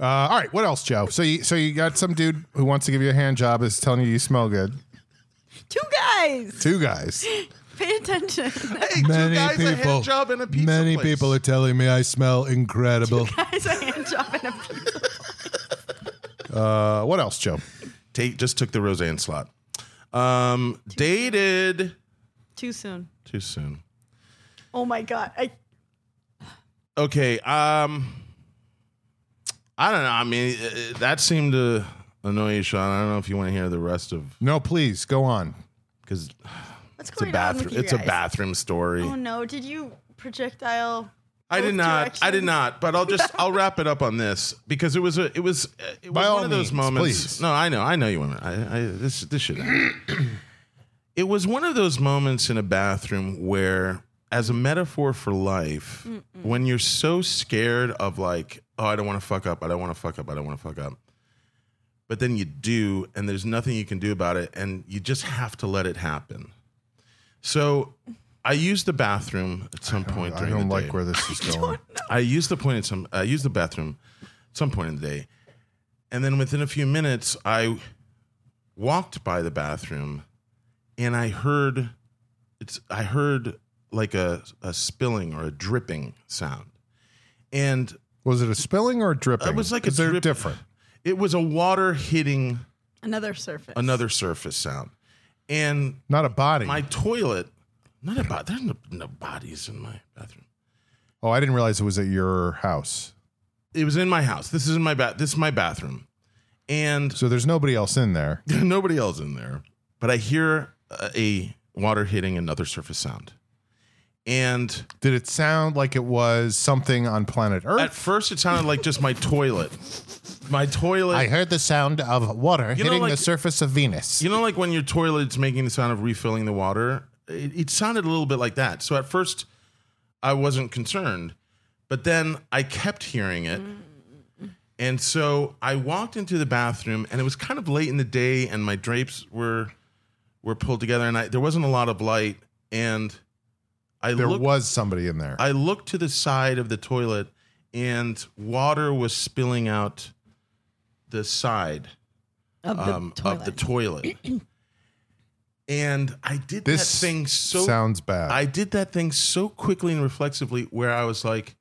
Speaker 4: Uh, all right, what else, Joe? So you so you got some dude who wants to give you a hand job is telling you you smell good.
Speaker 2: Two guys.
Speaker 4: Two guys.
Speaker 2: Pay attention.
Speaker 3: Hey, two guys a hand job and a pizza
Speaker 4: many
Speaker 3: place.
Speaker 4: people are telling me I smell incredible.
Speaker 2: Guys, a hand job and a pizza.
Speaker 4: Uh, what else, Joe?
Speaker 3: Tate just took the Roseanne slot. Um, dated
Speaker 2: Too soon.
Speaker 3: too soon.
Speaker 2: Oh my god. I
Speaker 3: Okay. Um, I don't know. I mean, uh, that seemed to annoy you, Sean. I don't know if you want to hear the rest of
Speaker 4: No, please go on.
Speaker 3: because it's
Speaker 2: what's
Speaker 3: a
Speaker 2: going on with
Speaker 3: bathroom.
Speaker 2: you
Speaker 3: It's a
Speaker 2: guys?
Speaker 3: bathroom story.
Speaker 2: Oh no, did you projectile
Speaker 3: I did
Speaker 2: both
Speaker 3: not. I did
Speaker 2: directions?
Speaker 3: not. But I'll just I'll wrap it up on this because it was a it was uh, it was
Speaker 4: By
Speaker 3: one
Speaker 4: all
Speaker 3: of those
Speaker 4: means,
Speaker 3: moments.
Speaker 4: please.
Speaker 3: No, I know. I know you women. I, I this this should. happen. it was one of those moments in a bathroom where, as a metaphor for life, when you're so scared of like, oh, I don't want to fuck up. I don't want to fuck up. I don't want to fuck up. But then you do, and there's nothing you can do about it, and you just have to let it happen. So. I used the bathroom at some point.
Speaker 4: I
Speaker 3: during
Speaker 4: don't
Speaker 3: the
Speaker 4: like
Speaker 3: day.
Speaker 4: where this is going.
Speaker 3: I used the point at some. I used the bathroom, at some point in the day, and then within a few minutes, I walked by the bathroom, and I heard it's. I heard like a a spilling or a dripping sound, and
Speaker 4: Was it a spilling or a dripping?
Speaker 3: it was like a
Speaker 4: 'Cause they're
Speaker 3: drip-
Speaker 4: different.
Speaker 3: It was a water hitting
Speaker 2: another surface?
Speaker 3: another surface sound, and
Speaker 4: Not a body.
Speaker 3: my toilet. Not about there's no, no bodies in my bathroom.
Speaker 4: oh, I didn't realize it was at your house.
Speaker 3: It was in my house. This is in my ba- This is my bathroom, and
Speaker 4: So there's nobody else in there.
Speaker 3: There's nobody else in there, but I hear uh, a water hitting another surface sound. And
Speaker 4: Did it sound like it was something on planet Earth?
Speaker 3: at first, it sounded like just my toilet. My toilet.
Speaker 4: I heard the sound of water
Speaker 3: You know,
Speaker 4: hitting the
Speaker 3: like-
Speaker 4: surface of Venus.
Speaker 3: you know, like when your toilet's making the sound of refilling the water? It, it sounded a little bit like that. So at first, I wasn't concerned, but then I kept hearing it. And so I walked into the bathroom, and it was kind of late in the day, and my drapes were were pulled together, and I, there wasn't a lot of light, and I
Speaker 4: There
Speaker 3: looked,
Speaker 4: was somebody in there.
Speaker 3: I looked to the side of the toilet, and water was spilling out the side
Speaker 2: Of the
Speaker 3: um,
Speaker 2: toilet.
Speaker 3: of the toilet. and I did
Speaker 4: This
Speaker 3: that thing so
Speaker 4: sounds bad.
Speaker 3: I did that thing so quickly and reflexively where I was like,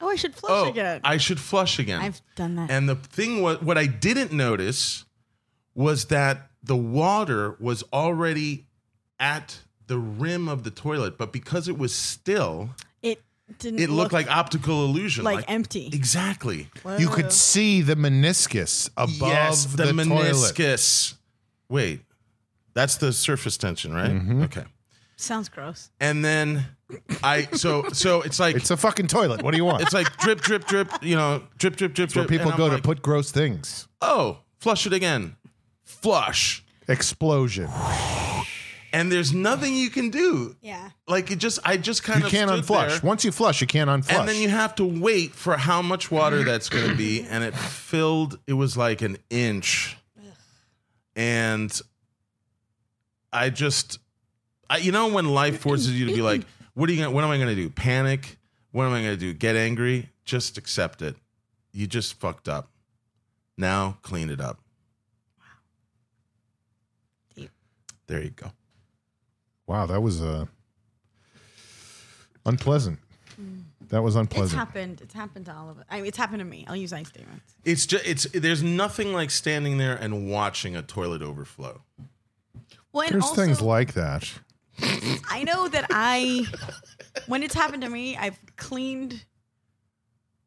Speaker 2: oh, I should flush
Speaker 3: "Oh,
Speaker 2: again. I,
Speaker 3: I should flush again."
Speaker 2: have done that.
Speaker 3: and the thing was, what I didn't notice was that the water was already at the rim of the toilet, but because it was still,
Speaker 2: it didn't.
Speaker 3: it
Speaker 2: look
Speaker 3: looked like optical illusion,
Speaker 2: like empty.
Speaker 3: Exactly.
Speaker 4: you could see the meniscus above
Speaker 3: yes,
Speaker 4: the,
Speaker 3: the,
Speaker 4: toilet.
Speaker 3: meniscus. Wait, that's the surface tension, right?
Speaker 4: Mm-hmm.
Speaker 3: Okay.
Speaker 2: Sounds gross.
Speaker 3: And then I so so it's like
Speaker 4: It's
Speaker 3: it's,
Speaker 4: a fucking toilet. What do you want?
Speaker 3: like drip drip drip, you know, drip drip drip.
Speaker 4: where
Speaker 3: drip,
Speaker 4: people
Speaker 3: and
Speaker 4: go
Speaker 3: I'm
Speaker 4: to
Speaker 3: like,
Speaker 4: put gross things.
Speaker 3: Oh, flush it again, flush,
Speaker 4: Explosion.
Speaker 3: and there's nothing you can do.
Speaker 2: Yeah.
Speaker 3: Like it just, I just kind
Speaker 4: You
Speaker 3: of
Speaker 4: can't
Speaker 3: stood
Speaker 4: unflush.
Speaker 3: there,
Speaker 4: Once you flush, you can't unflush.
Speaker 3: and then you have to wait for how much water that's going to be, and it filled. It was like an inch, and I just, I, you know, when life forces you to be like, what are you? Gonna, what am I going to do? Panic? What am I going to do? Get angry? Just accept it. You just fucked up. Now clean it up.
Speaker 2: Deep.
Speaker 3: There you go.
Speaker 4: wow, that was uh, unpleasant. That was
Speaker 2: Mm. It's
Speaker 4: unpleasant.
Speaker 2: happened. It's happened to all of us. I mean, it's happened to me. I'll use I statements.
Speaker 3: It's just it's there's nothing like standing there and watching a toilet overflow.
Speaker 2: Well, and
Speaker 4: There's
Speaker 2: also,
Speaker 4: things like that.
Speaker 2: I know that I, when it's happened to me, I've cleaned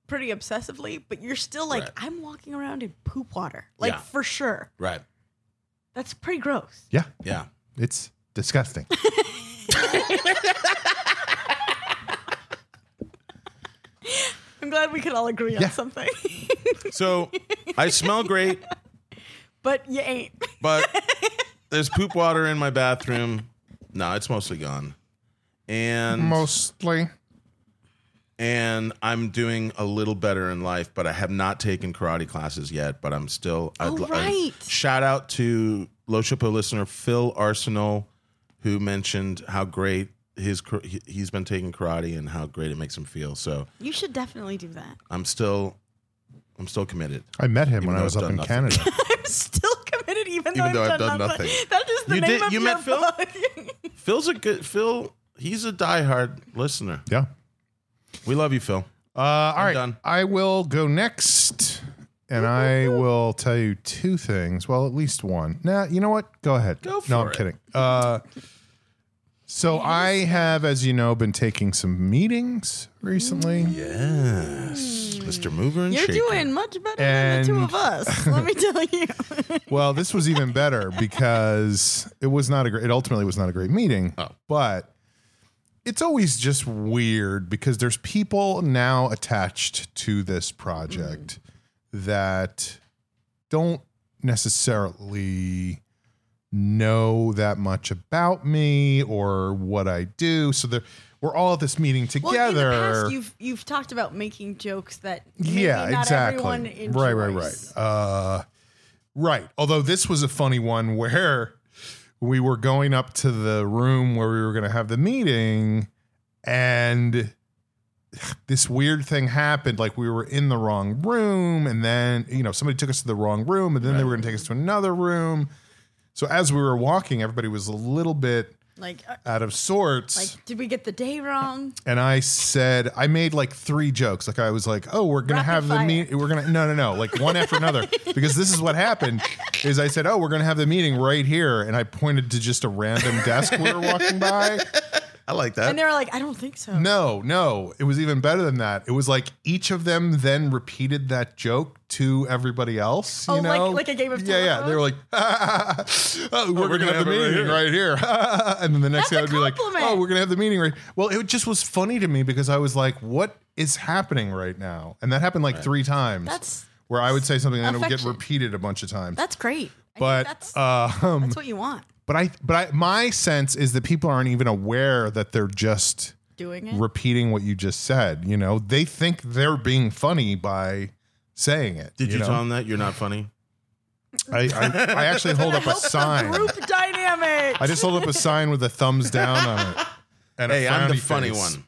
Speaker 2: pretty obsessively, but you're still like,
Speaker 3: Right.
Speaker 2: I'm walking around in poop water. Like,
Speaker 3: Yeah.
Speaker 2: for sure.
Speaker 3: Right.
Speaker 2: That's pretty gross.
Speaker 4: Yeah,
Speaker 3: Yeah.
Speaker 4: it's disgusting.
Speaker 2: I'm glad we could all agree
Speaker 4: Yeah.
Speaker 2: on something.
Speaker 3: So I smell great,
Speaker 2: but you ain't.
Speaker 3: but there's poop water in my bathroom. No, it's mostly gone. And
Speaker 4: Mostly.
Speaker 3: and I'm doing a little better in life, but I have not taken karate classes yet. But I'm still. I'd,
Speaker 2: Oh,
Speaker 3: li-
Speaker 2: right.
Speaker 3: shout out to Lo Chapo listener Phil Arsenal, who mentioned how great his kar- he- he's been taking karate and how great it makes him feel. So
Speaker 2: You should definitely do that.
Speaker 3: I'm still, I'm still committed.
Speaker 4: I met him
Speaker 3: Even
Speaker 4: when
Speaker 3: though
Speaker 4: I was
Speaker 3: I've
Speaker 4: up
Speaker 3: done
Speaker 4: in
Speaker 3: nothing.
Speaker 4: Canada.
Speaker 2: I'm still committed, even, though, I've, done, nothing. That is the
Speaker 3: You
Speaker 2: name
Speaker 3: did-
Speaker 2: of
Speaker 3: you
Speaker 2: your
Speaker 3: met Phil?
Speaker 2: book.
Speaker 3: Phil's a good Phil. He's a diehard listener.
Speaker 4: yeah.
Speaker 3: We love you, Phil.
Speaker 4: Uh, all right.
Speaker 3: done.
Speaker 4: I will go next, and I will tell you two things. Well, at least one. Nah, you know what? Go ahead.
Speaker 3: Go for
Speaker 4: no, I'm
Speaker 3: it.
Speaker 4: kidding. Uh, so I have, as you know, been taking some meetings recently.
Speaker 3: Yes, Mm. Mr. Mover and
Speaker 2: You're
Speaker 3: Shaker.
Speaker 2: doing much better than the two
Speaker 4: And-
Speaker 2: of us. Let me tell you.
Speaker 4: Well, this was even better because it was not a great. It ultimately was not a great meeting.
Speaker 3: Oh.
Speaker 4: But it's always just weird because there's people now attached to this project that don't necessarily know that much about me or what I do. So they're, we're all at this meeting
Speaker 2: Well,
Speaker 4: together.
Speaker 2: in the past, you've you've talked about making jokes that maybe
Speaker 4: yeah,
Speaker 2: not
Speaker 4: exactly.
Speaker 2: everyone enjoys.
Speaker 4: Right, right, right. Uh, right. Although this was a funny one where we were going up to the room where we were going to have the meeting, and this weird thing happened. Like we were in the wrong room, and then you know somebody took us to the wrong room, and then they were going to take us to another room. So as we were walking, everybody was a little bit
Speaker 2: Like, uh,
Speaker 4: out of sorts
Speaker 2: like, did we get the day wrong?
Speaker 4: and I said I made like three jokes. Like I was like, "Oh, we're gonna
Speaker 2: Rapid
Speaker 4: have the
Speaker 2: fire.
Speaker 4: meeting. We're gonna no, no, no. Like one after another." Because this is what happened: is I said, "Oh, we're gonna have the meeting right here," and I pointed to just a random desk we were walking by.
Speaker 3: I like
Speaker 2: And
Speaker 3: that.
Speaker 2: they were like, I don't think so.
Speaker 4: Uh, No, no. It was even better than that. It was like each of them then repeated that joke to everybody else. You
Speaker 2: Oh, like-
Speaker 4: know?
Speaker 2: like a game of
Speaker 4: yeah, yeah. They were like, "Oh, we're, gonna, have the meeting right here," and then the next
Speaker 2: That's a
Speaker 4: thing I'd be like,
Speaker 2: compliment.
Speaker 4: "Oh, we're gonna have the meeting right." Well, it just was funny to me because I was like, "What is happening right now?" And that happened like three times.
Speaker 2: That's-
Speaker 4: where I would say something and then it would get
Speaker 2: affection.
Speaker 4: repeated a bunch of times.
Speaker 2: That's great. I
Speaker 4: but
Speaker 2: think that's,
Speaker 4: um,
Speaker 2: that's what you want.
Speaker 4: but I but I, my sense is that people aren't even aware that they're just
Speaker 2: Doing it.
Speaker 4: repeating what you just said. You know, they think they're being funny by saying it.
Speaker 3: Did you,
Speaker 4: know?
Speaker 3: tell him that you're not funny?
Speaker 4: I, I, I actually hold up a sign.
Speaker 2: Group dynamic.
Speaker 4: I just hold up a sign with a thumbs down on it. And a
Speaker 3: Hey, I'm the
Speaker 4: frowny
Speaker 3: funny
Speaker 4: face.
Speaker 3: one.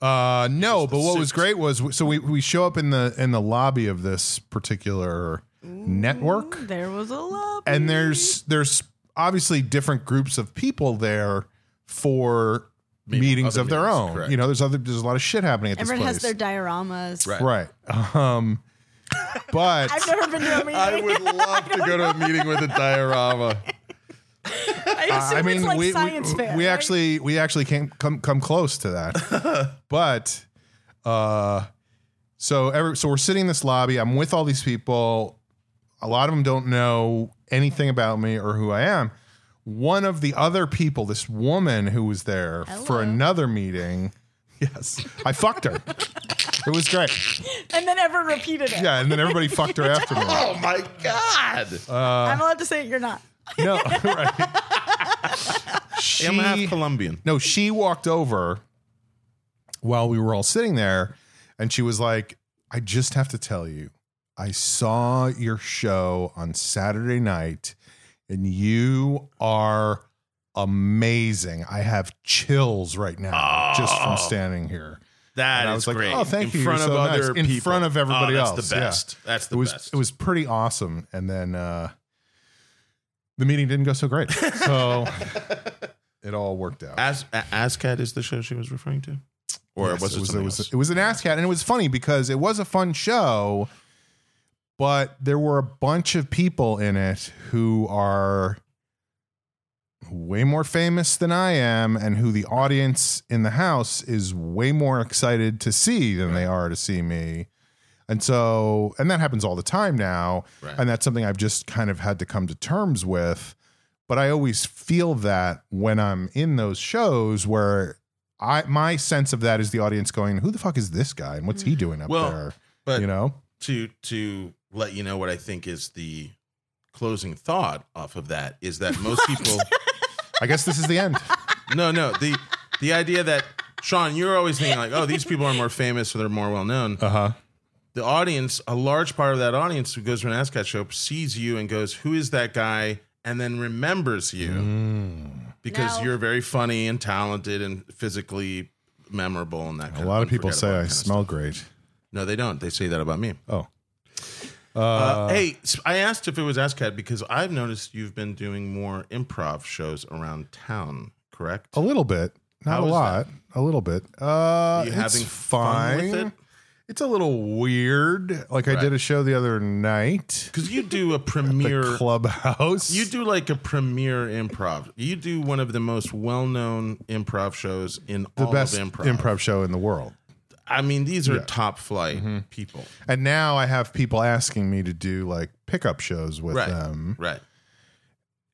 Speaker 4: Uh, no, but what was
Speaker 3: suit.
Speaker 4: great was so we, we show up in the in the lobby of this particular network,
Speaker 2: There was a love.
Speaker 4: and there's there's obviously different groups of people there for
Speaker 3: Meeting-
Speaker 4: meetings
Speaker 3: other
Speaker 4: of their
Speaker 3: meetings,
Speaker 4: own.
Speaker 3: correct.
Speaker 4: You know, there's other there's a lot of shit happening at
Speaker 2: Everyone has
Speaker 4: this
Speaker 2: their
Speaker 4: place.
Speaker 2: dioramas.
Speaker 3: Right.
Speaker 4: right. Um, but
Speaker 2: I've never been to a meeting.
Speaker 3: I would love to go to a meeting with a diorama.
Speaker 2: I assume it's like science fair.
Speaker 4: we
Speaker 2: right?
Speaker 4: actually we actually came come come close to that, but uh, so every so we're sitting in this lobby. I'm with all these people. A lot of them don't know anything about me or who I am. One of the other people, this woman who was there for
Speaker 2: Hello.
Speaker 4: another meeting, yes, I fucked her. It was great.
Speaker 2: and then ever repeated it.
Speaker 4: Yeah, and then everybody fucked her after me.
Speaker 3: Oh my god!
Speaker 2: I'm allowed to say it. You're not.
Speaker 4: No, right.
Speaker 3: I'm half
Speaker 4: She-
Speaker 3: Colombian.
Speaker 4: No, she walked over while we were all sitting there and she was like, I just have to tell you, I saw your show on Saturday night and you are amazing. I have chills right now just
Speaker 3: Oh.
Speaker 4: from standing here.
Speaker 3: That
Speaker 4: And I
Speaker 3: is
Speaker 4: was like,
Speaker 3: great.
Speaker 4: "Oh, thank
Speaker 3: in
Speaker 4: you,
Speaker 3: Front
Speaker 4: you're
Speaker 3: of
Speaker 4: so
Speaker 3: other
Speaker 4: nice." In
Speaker 3: people.
Speaker 4: front of everybody
Speaker 3: oh, that's
Speaker 4: else,
Speaker 3: The
Speaker 4: yeah.
Speaker 3: best. That's the
Speaker 4: it was
Speaker 3: best.
Speaker 4: it was pretty awesome. And then uh the meeting didn't go so great. So it all worked out.
Speaker 3: As A- Ascat is the show she was referring to, or
Speaker 4: Yes,
Speaker 3: was it,
Speaker 4: was,
Speaker 3: something
Speaker 4: was,
Speaker 3: else?
Speaker 4: it was an ass cat, and it was funny because it was a fun show, but there were a bunch of people in it who are way more famous than I am, and who the audience in the house is way more excited to see than they are to see me. And so, and that happens all the time now.
Speaker 3: Right.
Speaker 4: And that's something I've just kind of had to come to terms with. But I always feel that when I'm in those shows where I my sense of that is the audience going, "Who the fuck is this guy and what's he doing up
Speaker 3: Well,
Speaker 4: there?"
Speaker 3: but
Speaker 4: you know,
Speaker 3: to to let you know what I think is the closing thought off of that is that most people
Speaker 4: I guess this is the end.
Speaker 3: no no the the idea that Sean you're always thinking like oh these people are more famous or they're more well known
Speaker 4: Uh huh.
Speaker 3: the audience a large part of that audience who goes to an ASCAT show sees you and goes who is that guy and then remembers you
Speaker 4: Mm.
Speaker 3: because
Speaker 2: No.
Speaker 3: you're very funny and talented and physically memorable and that kind
Speaker 4: A lot of people say
Speaker 3: unforgettable
Speaker 4: I
Speaker 3: kind of
Speaker 4: smell
Speaker 3: stuff.
Speaker 4: great.
Speaker 3: no they don't they say that about me
Speaker 4: Oh,
Speaker 3: Uh, hey, s- I asked if it was ASCAD because I've noticed you've been doing more improv shows around town, correct?
Speaker 4: a little bit, not
Speaker 3: How
Speaker 4: a
Speaker 3: is
Speaker 4: lot, a little bit. Uh,
Speaker 3: Are you
Speaker 4: it's
Speaker 3: having fun
Speaker 4: fine.
Speaker 3: with it?
Speaker 4: It's a little weird. Like I
Speaker 3: Right.
Speaker 4: did a show the other night,
Speaker 3: Because you do a
Speaker 4: the
Speaker 3: premiere.
Speaker 4: clubhouse.
Speaker 3: You do like a premiere improv. You do one of the most well-known improv shows in
Speaker 4: the
Speaker 3: all
Speaker 4: best
Speaker 3: of improv.
Speaker 4: improv show in the world.
Speaker 3: I mean, these are top flight
Speaker 4: Mm-hmm.
Speaker 3: people,
Speaker 4: And now I have people asking me to do like pickup shows with
Speaker 3: right?
Speaker 4: them.
Speaker 3: Right.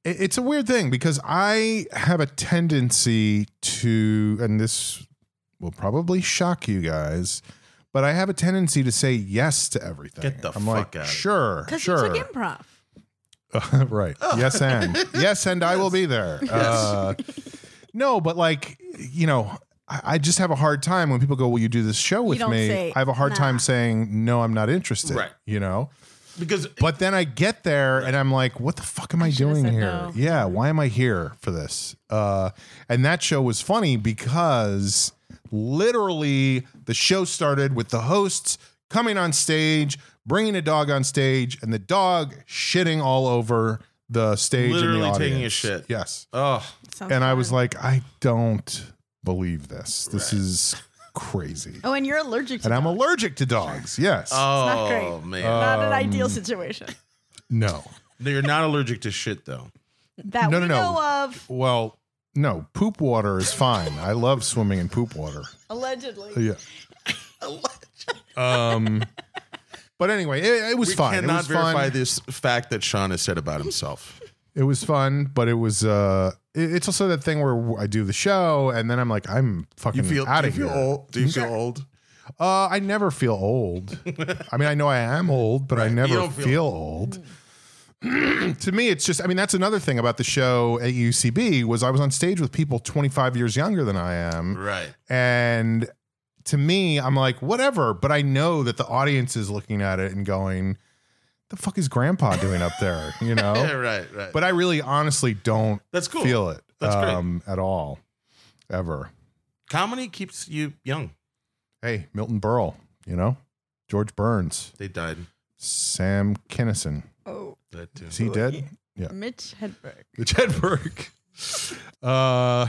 Speaker 4: It- It's a weird thing because I have a tendency to, and this will probably shock you guys, but I have a tendency to say yes to everything.
Speaker 3: Get the
Speaker 4: I'm
Speaker 3: fuck
Speaker 4: like,
Speaker 3: out of here.
Speaker 4: sure,
Speaker 2: Because
Speaker 4: sure,
Speaker 2: you took improv.
Speaker 4: right? Yes, and yes, and I will be there. Uh, no, but like you know, I, I just have a hard time when people go, "Will you do this show with
Speaker 2: don't
Speaker 4: me?"
Speaker 2: say,
Speaker 4: I have a hard
Speaker 2: "Nah."
Speaker 4: time saying, "No, I'm not interested."
Speaker 3: Right.
Speaker 4: You know.
Speaker 3: Because
Speaker 4: But then I get there and I'm like, what the fuck am I,
Speaker 2: should've
Speaker 4: doing
Speaker 2: said
Speaker 4: here?
Speaker 2: no.
Speaker 4: Yeah, why am I here for this? Uh, and that show was funny because literally the show started with the hosts coming on stage, bringing a dog on stage, and the dog shitting all over the stage and
Speaker 3: Literally
Speaker 4: the audience.
Speaker 3: taking a shit.
Speaker 4: Yes.
Speaker 3: oh,
Speaker 2: Sounds
Speaker 4: and I
Speaker 2: fun.
Speaker 4: was like, I don't believe this. This is crazy.
Speaker 2: oh, and you're allergic to
Speaker 4: And I'm
Speaker 2: dogs.
Speaker 4: allergic to dogs. Yes.
Speaker 2: not great.
Speaker 3: oh man,
Speaker 4: Uh,
Speaker 2: Not an
Speaker 4: Um,
Speaker 2: ideal situation.
Speaker 4: no.
Speaker 3: no, you're not allergic to shit though.
Speaker 2: That
Speaker 4: no,
Speaker 2: we
Speaker 4: no, no.
Speaker 2: know of,
Speaker 4: Well, no, poop water is fine. I love swimming in poop water.
Speaker 2: allegedly.
Speaker 4: Yeah. um, but anyway, it, it was
Speaker 3: We
Speaker 4: fun. It
Speaker 3: cannot
Speaker 4: was
Speaker 3: verify
Speaker 4: fun.
Speaker 3: this fact that Sean has said about himself.
Speaker 4: It was fun, but it was uh, it- it's also that thing where I do the show and then I'm like, I'm fucking out
Speaker 3: do
Speaker 4: of
Speaker 3: you
Speaker 4: Mm-hmm. here. Mm-hmm.
Speaker 3: feel old? Do you feel old?
Speaker 4: Uh, I never feel old. I mean, I know I am old, but I never
Speaker 3: don't
Speaker 4: feel,
Speaker 3: feel-
Speaker 4: old. to me, it's just, I mean, that's another thing about the show at UCB was I was on stage with people 25 years younger than I am.
Speaker 3: Right.
Speaker 4: and to me, I'm like, whatever. But I know that the audience is looking at it and going, the fuck is grandpa doing up there? You
Speaker 3: Yeah,
Speaker 4: know?
Speaker 3: right, right.
Speaker 4: Oh, But I really honestly don't
Speaker 3: that's cool.
Speaker 4: feel it um,
Speaker 3: That's great.
Speaker 4: at all, ever.
Speaker 3: Comedy keeps you young.
Speaker 4: Hey, Milton Berle, you know, George Burns,
Speaker 3: They died.
Speaker 4: Sam Kinison.
Speaker 2: Oh,
Speaker 3: That uh, too.
Speaker 4: Is he dead?
Speaker 2: Mitch Hedberg.
Speaker 4: The Jedberg. Uh,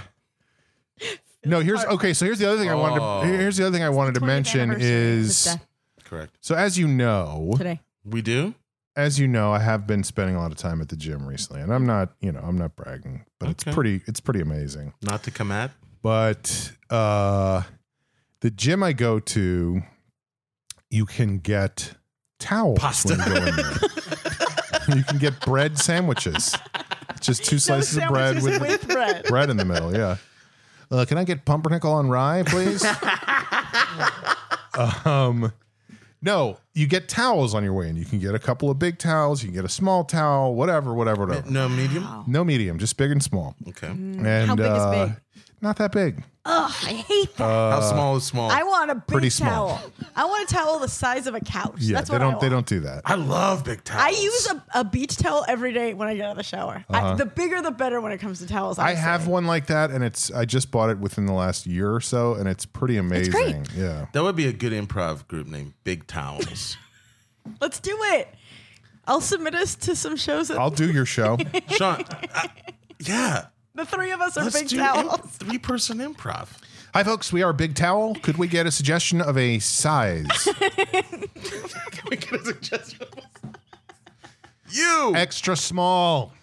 Speaker 4: no, here's okay. So here's the other thing I wanted.
Speaker 3: Oh.
Speaker 4: To, here's the other thing I wanted to
Speaker 2: 20th
Speaker 4: mention
Speaker 2: anniversary of his
Speaker 4: is
Speaker 2: death
Speaker 3: Correct.
Speaker 4: so as you know,
Speaker 2: today.
Speaker 3: We do.
Speaker 4: as you know, I have been spending a lot of time at the gym recently, and I'm not, you know, I'm not bragging, but
Speaker 3: Okay.
Speaker 4: it's pretty, it's pretty amazing.
Speaker 3: Not to come at.
Speaker 4: but uh the gym I go to, you can get towels
Speaker 3: Pasta.
Speaker 4: when you go in there. you can get bread sandwiches. It's just two slices of bread with,
Speaker 2: bread.
Speaker 4: bread in the middle. Yeah. Uh, can I get pumpernickel and rye, please? um, no, you get towels on your way in. You can get a couple of big towels. You can get a small towel, whatever, whatever, whatever.
Speaker 3: Uh, No medium.
Speaker 4: No medium, just big and small.
Speaker 3: Okay.
Speaker 2: Mm.
Speaker 4: And
Speaker 2: How big is
Speaker 4: uh,
Speaker 2: big?
Speaker 4: Not that big.
Speaker 2: Ugh, I hate that.
Speaker 3: How small is small?
Speaker 2: I want a big
Speaker 4: Uh, pretty small.
Speaker 2: towel. I want a towel the size of a couch.
Speaker 4: Yeah,
Speaker 2: That's
Speaker 4: they
Speaker 2: what
Speaker 4: don't.
Speaker 2: I
Speaker 4: They
Speaker 2: want.
Speaker 4: don't do that.
Speaker 3: I love big towels.
Speaker 2: I use a, a beach towel every day when I get out of the shower. I, the bigger the better when it comes to towels.
Speaker 4: Uh-huh. I
Speaker 2: honestly.
Speaker 4: have one like that, and it's I just bought it within the last year or so, and it's pretty amazing.
Speaker 2: great.
Speaker 4: Yeah,
Speaker 3: That would be a good improv group named Big Towels.
Speaker 2: Let's do it. I'll submit us to some shows. That
Speaker 4: I'll do your show.
Speaker 3: Sean. I- yeah.
Speaker 2: the three of us are
Speaker 3: Let's
Speaker 2: big
Speaker 3: do
Speaker 2: towels.
Speaker 3: three person improv.
Speaker 4: Hi, folks. We are Big Towel. Could we get a suggestion of a size?
Speaker 3: Can we get a suggestion? you.
Speaker 4: Extra small.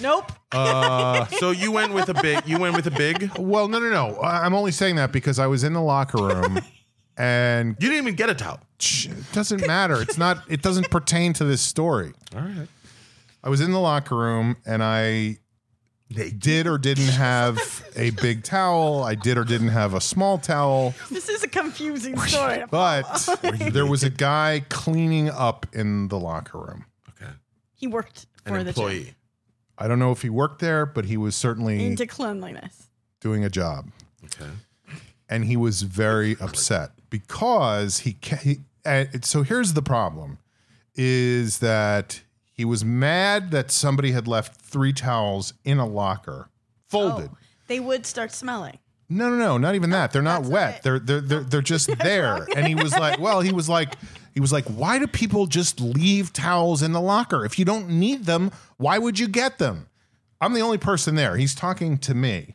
Speaker 2: nope.
Speaker 4: Uh,
Speaker 3: So you went with a big. You went with a big. You
Speaker 4: Well, no, no, no. I- I'm only saying that because I was in the locker room, and
Speaker 3: didn't even get a towel.
Speaker 4: Shh, it doesn't matter. It's not. It doesn't pertain to this story. All right. I was in the locker room and I did or didn't have a big towel. I did or didn't have a small towel.
Speaker 2: This is a confusing story.
Speaker 4: But there was a guy cleaning up in the locker room.
Speaker 3: Okay.
Speaker 2: he worked
Speaker 3: An
Speaker 2: for the gym.
Speaker 3: employee.
Speaker 4: I don't know if he worked there, but he was certainly
Speaker 2: into cleanliness.
Speaker 4: doing a job.
Speaker 3: Okay.
Speaker 4: and he was very upset because he, ca- he and so here's the problem is that he was mad that somebody had left three towels in a locker folded
Speaker 2: Oh, They would start smelling.
Speaker 4: no no no not even that they're not
Speaker 2: Oh, that's Oh.
Speaker 4: wet
Speaker 2: okay.
Speaker 4: they're they're they're, they're just there and he was like well he was like he was like why do people just leave towels in the locker if you don't need them why would you get them i'm the only person there he's talking to me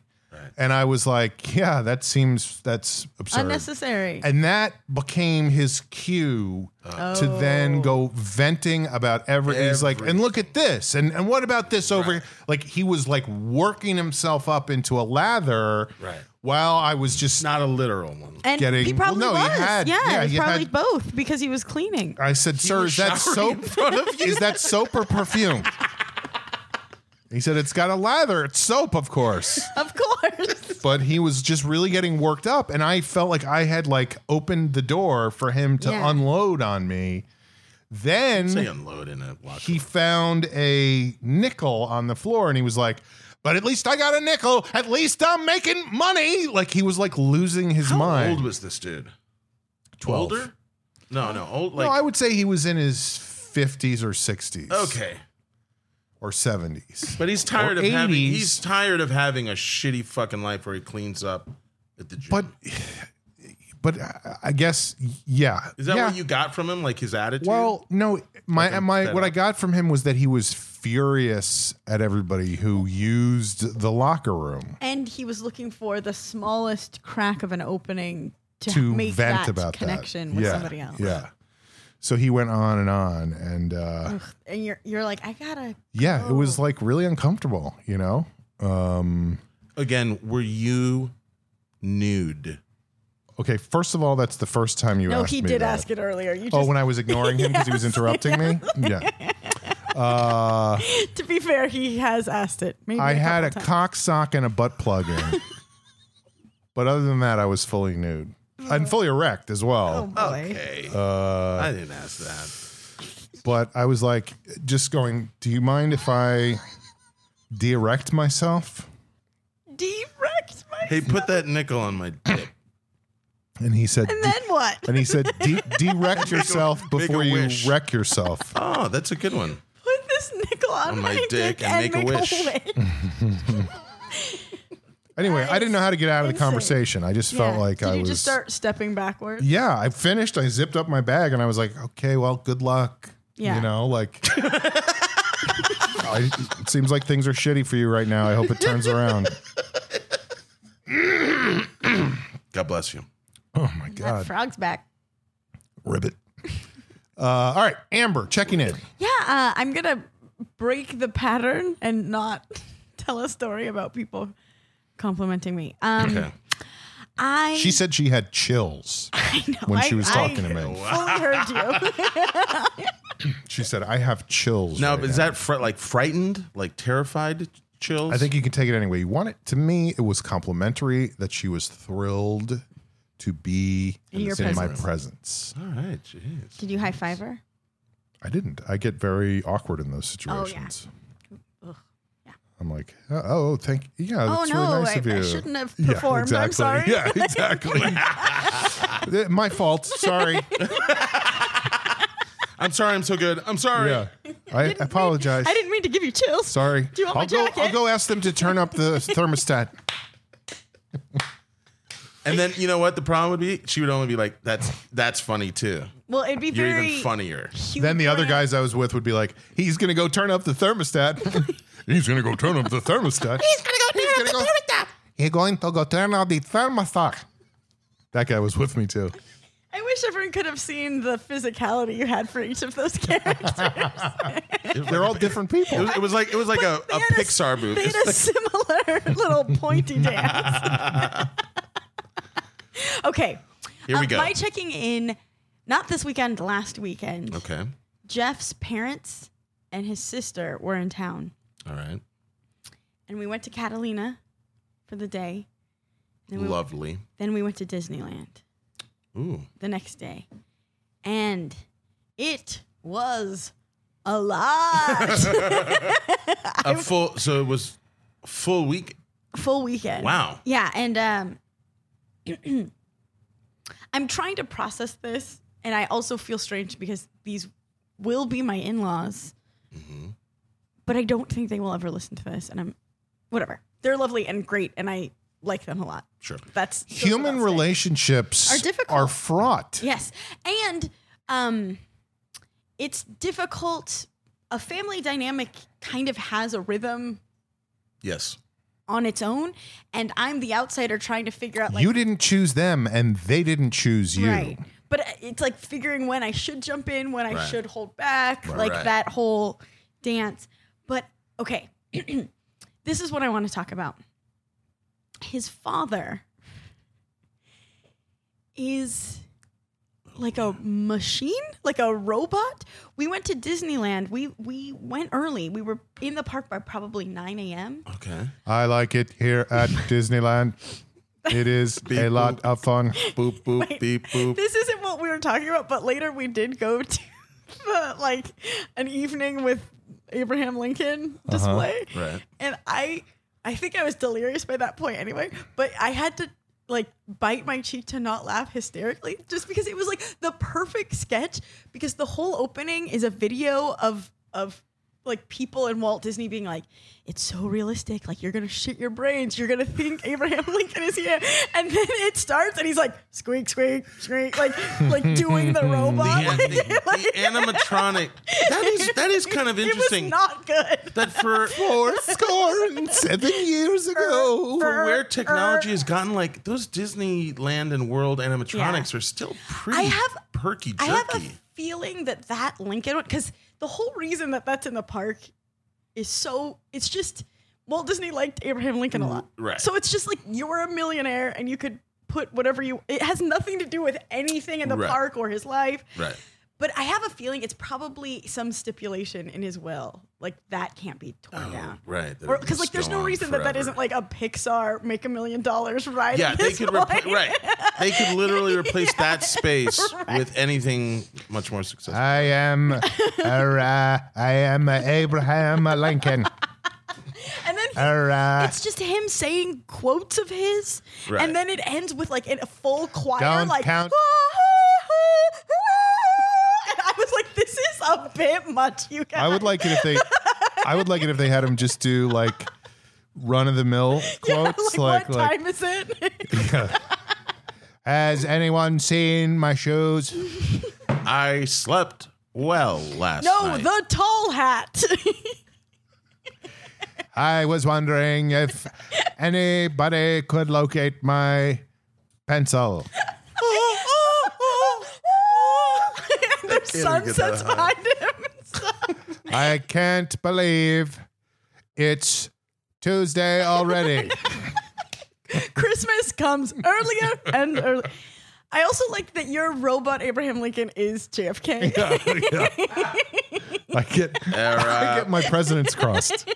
Speaker 4: and i was like yeah that seems that's absurd
Speaker 2: Unnecessary.
Speaker 4: and that became his cue to
Speaker 3: Oh.
Speaker 4: then go venting about every. He's like, and look at this, and and what about this over? here? Like he was like working himself up into a lather,
Speaker 3: Right.
Speaker 4: While I was just
Speaker 3: Not a literal one.
Speaker 2: And
Speaker 4: getting-
Speaker 2: he probably
Speaker 4: well, no, he
Speaker 2: was.
Speaker 4: had-
Speaker 2: yeah,
Speaker 4: yeah,
Speaker 2: it was
Speaker 4: he
Speaker 2: probably
Speaker 4: had-
Speaker 2: both because he was cleaning.
Speaker 4: I said, sir,
Speaker 3: was
Speaker 4: is that
Speaker 3: showering
Speaker 4: soap? Is that soap or perfume? He said, it's got a lather. It's soap, of course.
Speaker 2: Of course.
Speaker 4: But he was just really getting worked up. And I felt like I had like opened the door for him to
Speaker 2: Yeah.
Speaker 4: unload on me. Then
Speaker 3: Say unload in a locker.
Speaker 4: he found a nickel on the floor and he was like, but at least I got a nickel. At least I'm making money. Like he was like losing his
Speaker 3: How
Speaker 4: mind.
Speaker 3: old was this dude?
Speaker 4: 12.
Speaker 3: Older? No, no. Old like
Speaker 4: no, I would say he was in his 50s or 60s.
Speaker 3: okay.
Speaker 4: Or 70s.
Speaker 3: But he's tired of having
Speaker 4: 80s.
Speaker 3: he's tired of having a shitty fucking life where he cleans up at the gym.
Speaker 4: But but I- I guess yeah.
Speaker 3: is that
Speaker 4: yeah.
Speaker 3: what you got from him? Like his attitude?
Speaker 4: Well, no, my
Speaker 3: Like I'm
Speaker 4: my
Speaker 3: fed
Speaker 4: what I
Speaker 3: up.
Speaker 4: got from him was that he was furious at everybody who used the locker room.
Speaker 2: And he was looking for the smallest crack of an opening to,
Speaker 4: to
Speaker 2: make
Speaker 4: vent
Speaker 2: that
Speaker 4: about that.
Speaker 2: connection with
Speaker 4: Yeah,
Speaker 2: somebody else.
Speaker 4: Yeah. So he went on and on, and uh,
Speaker 2: And you're you're like, I gotta
Speaker 4: yeah, it
Speaker 2: Oh.
Speaker 4: was like really uncomfortable, you know. Um,
Speaker 3: again, were you nude?
Speaker 4: okay, first of all, that's the first time you
Speaker 2: No,
Speaker 4: asked
Speaker 2: he
Speaker 4: me
Speaker 2: did
Speaker 4: that.
Speaker 2: ask it earlier. You just
Speaker 4: Oh, when I was ignoring him because he was interrupting me. Yeah, uh,
Speaker 2: to be fair, he has asked it. Maybe
Speaker 4: I had a
Speaker 2: couple times.
Speaker 4: cock sock and a butt plug in, but other than that, I was fully nude and fully erect as well.
Speaker 2: Oh boy.
Speaker 3: Hey.
Speaker 4: Uh,
Speaker 3: I didn't ask that.
Speaker 4: But I was like, just going. Do you mind if I de-erect myself?
Speaker 2: Direct my
Speaker 3: Hey, put that nickel on my dick.
Speaker 4: And he said,
Speaker 2: And
Speaker 4: "De-
Speaker 2: then what?
Speaker 4: and he said, De- direct yourself
Speaker 3: make a
Speaker 4: before you
Speaker 3: wish."
Speaker 4: wreck yourself.
Speaker 3: Oh, that's a good one.
Speaker 2: Put this nickel on, my, dick, and, make, a wish.
Speaker 4: Anyway, I didn't know how to get out of the
Speaker 2: Insane.
Speaker 4: conversation. I just felt
Speaker 2: Yeah.
Speaker 4: like
Speaker 2: Did
Speaker 4: I
Speaker 2: you
Speaker 4: was.
Speaker 2: just start stepping backwards?
Speaker 4: yeah, I finished. I zipped up my bag and I was like, okay, well, good luck.
Speaker 2: Yeah.
Speaker 4: You know, like. I, it seems like things are shitty for you right now. I hope it turns around.
Speaker 3: God bless you.
Speaker 4: Oh my
Speaker 2: That
Speaker 4: God.
Speaker 2: frog's back.
Speaker 4: Ribbit. Uh, all right, Amber, checking in.
Speaker 2: Yeah, uh, I'm gonna break the pattern and not tell a story about people complimenting me. Um,
Speaker 3: Okay.
Speaker 2: I
Speaker 4: She said she had chills
Speaker 2: I know,
Speaker 4: when
Speaker 2: I,
Speaker 4: she was talking
Speaker 2: I
Speaker 4: to me.
Speaker 2: fully heard you.
Speaker 4: She said, I have chills.
Speaker 3: Now,
Speaker 4: right
Speaker 3: is that fr- like frightened, like terrified chills?
Speaker 4: I think you can take it any way you want it. To me, it was complimentary that she was thrilled to be
Speaker 2: In your
Speaker 4: my
Speaker 2: presence.
Speaker 4: presence.
Speaker 3: All right. Jeez.
Speaker 2: Did you high five her?
Speaker 4: I didn't. I get very awkward in those
Speaker 2: yeah.
Speaker 4: situations.
Speaker 2: Oh, Ugh.
Speaker 4: I'm like, oh, oh, thank you. Yeah,
Speaker 2: Oh
Speaker 4: that's
Speaker 2: no,
Speaker 4: really nice
Speaker 2: I,
Speaker 4: of you.
Speaker 2: I shouldn't have performed.
Speaker 4: Yeah,
Speaker 2: I'm sorry.
Speaker 4: exactly. Yeah, exactly. my fault. Sorry.
Speaker 3: I'm sorry. I'm so good. I'm sorry.
Speaker 4: Yeah. I apologize.
Speaker 2: I didn't mean to give you chills.
Speaker 4: Sorry.
Speaker 2: Do you want my
Speaker 4: I'll go
Speaker 2: jacket?
Speaker 4: I'll go ask them to turn up the thermostat.
Speaker 3: And then you know what the problem would be? She would only be like, "That's that's funny too.
Speaker 2: Well, it'd be
Speaker 3: You're
Speaker 2: very
Speaker 3: even funnier."
Speaker 2: Hugh
Speaker 4: Then the other
Speaker 2: Grant.
Speaker 4: guys I was with would be like, he's going to go turn up the thermostat. he's going to go turn up the thermostat. he's going to go turn up the thermostat. He's going to go turn up the thermostat. That guy was with me too.
Speaker 2: I wish everyone could have seen the physicality you had for each of those characters.
Speaker 4: They're all different
Speaker 3: It
Speaker 4: people.
Speaker 3: was, it was like it was like a,
Speaker 2: They
Speaker 3: a
Speaker 2: had s-
Speaker 3: Pixar movie.
Speaker 2: They had a similar little pointy dance. okay.
Speaker 3: Here we
Speaker 2: Uh,
Speaker 3: go.
Speaker 2: My checking in, not this weekend, last weekend.
Speaker 3: okay.
Speaker 2: Jeff's parents and his sister were in town,
Speaker 3: All right.
Speaker 2: and we went to Catalina for the day. Then we,
Speaker 3: Lovely.
Speaker 2: then we went to Disneyland
Speaker 3: Ooh.
Speaker 2: the next day, and it was a lot.
Speaker 3: A full. So it was full week.
Speaker 2: full weekend.
Speaker 3: Wow.
Speaker 2: Yeah, and um, I'm trying to process this, and I also feel strange because these will be my in-laws, but I don't think they will ever listen to this, and I'm whatever. They're lovely and great, and I like them a lot.
Speaker 3: Sure.
Speaker 2: That's those are
Speaker 4: Human
Speaker 2: outstanding.
Speaker 4: relationships
Speaker 2: Are difficult.
Speaker 4: are fraught.
Speaker 2: Yes, and um, it's difficult. A family dynamic kind of has a rhythm
Speaker 3: Yes.
Speaker 2: on its own, and I'm the outsider trying to figure out like
Speaker 4: you didn't choose them and they didn't choose you.
Speaker 2: Right. But uh, it's like figuring when I should jump in, when I
Speaker 3: Right.
Speaker 2: should hold back, like
Speaker 3: Right.
Speaker 2: that whole dance. But okay, this is what I want to talk about. His father is like a machine, like a robot. We went to Disneyland. We we went early. We were in the park by probably 9 a.m.
Speaker 3: Okay.
Speaker 4: I like it here at Disneyland. It is a lot of fun.
Speaker 3: Boop boop
Speaker 2: Wait.
Speaker 3: beep boop.
Speaker 2: this isn't what we were talking about, but later we did go to the, like an evening with Abraham Lincoln display.
Speaker 3: Uh-huh. Right.
Speaker 2: And I I think I was delirious by that point anyway, but I had to like bite my cheek to not laugh hysterically just because it was like the perfect sketch because the whole opening is a video of of like people in Walt Disney being like, it's so realistic. Like you're gonna shit your brains. You're gonna think Abraham Lincoln is here, and then it starts, and he's like, squeak, squeak, squeak, like like doing the
Speaker 3: The,
Speaker 2: robot.
Speaker 3: an-
Speaker 2: Like,
Speaker 3: the- the animatronic. That is that is kind of
Speaker 2: it was
Speaker 3: interesting.
Speaker 2: not good.
Speaker 3: that for
Speaker 4: Four score and seven years ago.
Speaker 3: for where technology has gotten, like those Disneyland and World animatronics are still pretty
Speaker 2: I have-
Speaker 3: perky
Speaker 2: I
Speaker 3: jerky.
Speaker 2: have a feeling that that Lincoln, because the whole reason that that's in the park is so, it's just Walt Disney liked Abraham Lincoln a lot.
Speaker 3: Mm, Right.
Speaker 2: So it's just like you're a millionaire and you could put whatever you, it has nothing to do with anything in the
Speaker 3: Right.
Speaker 2: park or his life.
Speaker 3: right.
Speaker 2: But I have a feeling it's probably some stipulation in his will. Like that can't be torn down.
Speaker 3: Right. Oh, that it
Speaker 2: Because
Speaker 3: just
Speaker 2: like there's
Speaker 3: go
Speaker 2: no
Speaker 3: on
Speaker 2: reason that that
Speaker 3: forever.
Speaker 2: isn't like a Pixar make a million dollars ride.
Speaker 3: Yeah,
Speaker 2: at
Speaker 3: they
Speaker 2: this
Speaker 3: could repla-
Speaker 2: point.
Speaker 3: right. They could literally replace that space with anything much more successful.
Speaker 4: I am, a ra- I am a Abraham Lincoln.
Speaker 2: And then
Speaker 8: All right.
Speaker 2: It's just him saying quotes of his,
Speaker 3: Right.
Speaker 2: and then it ends with like in a full choir,
Speaker 8: Don't
Speaker 2: like. "Ah,
Speaker 8: count.
Speaker 2: and I was like, "This is a bit much, you guys."
Speaker 4: I would like it if they. I would like it if they had him just do like run of the mill
Speaker 2: Yeah,
Speaker 4: quotes,
Speaker 2: like,
Speaker 4: like
Speaker 2: what
Speaker 4: like,
Speaker 2: time is it?
Speaker 8: Has anyone seen my shoes?
Speaker 4: Ah.
Speaker 3: I slept well last
Speaker 2: no,
Speaker 3: night.
Speaker 2: the tall hat.
Speaker 8: I was wondering if anybody could locate my pencil.
Speaker 2: and there's sunsets behind him.
Speaker 8: I can't believe it's Tuesday already.
Speaker 2: Christmas comes earlier and earlier. I also like that your robot Abraham Lincoln is JFK.
Speaker 4: I get
Speaker 3: All
Speaker 4: I
Speaker 3: right.
Speaker 4: get my presidents crossed.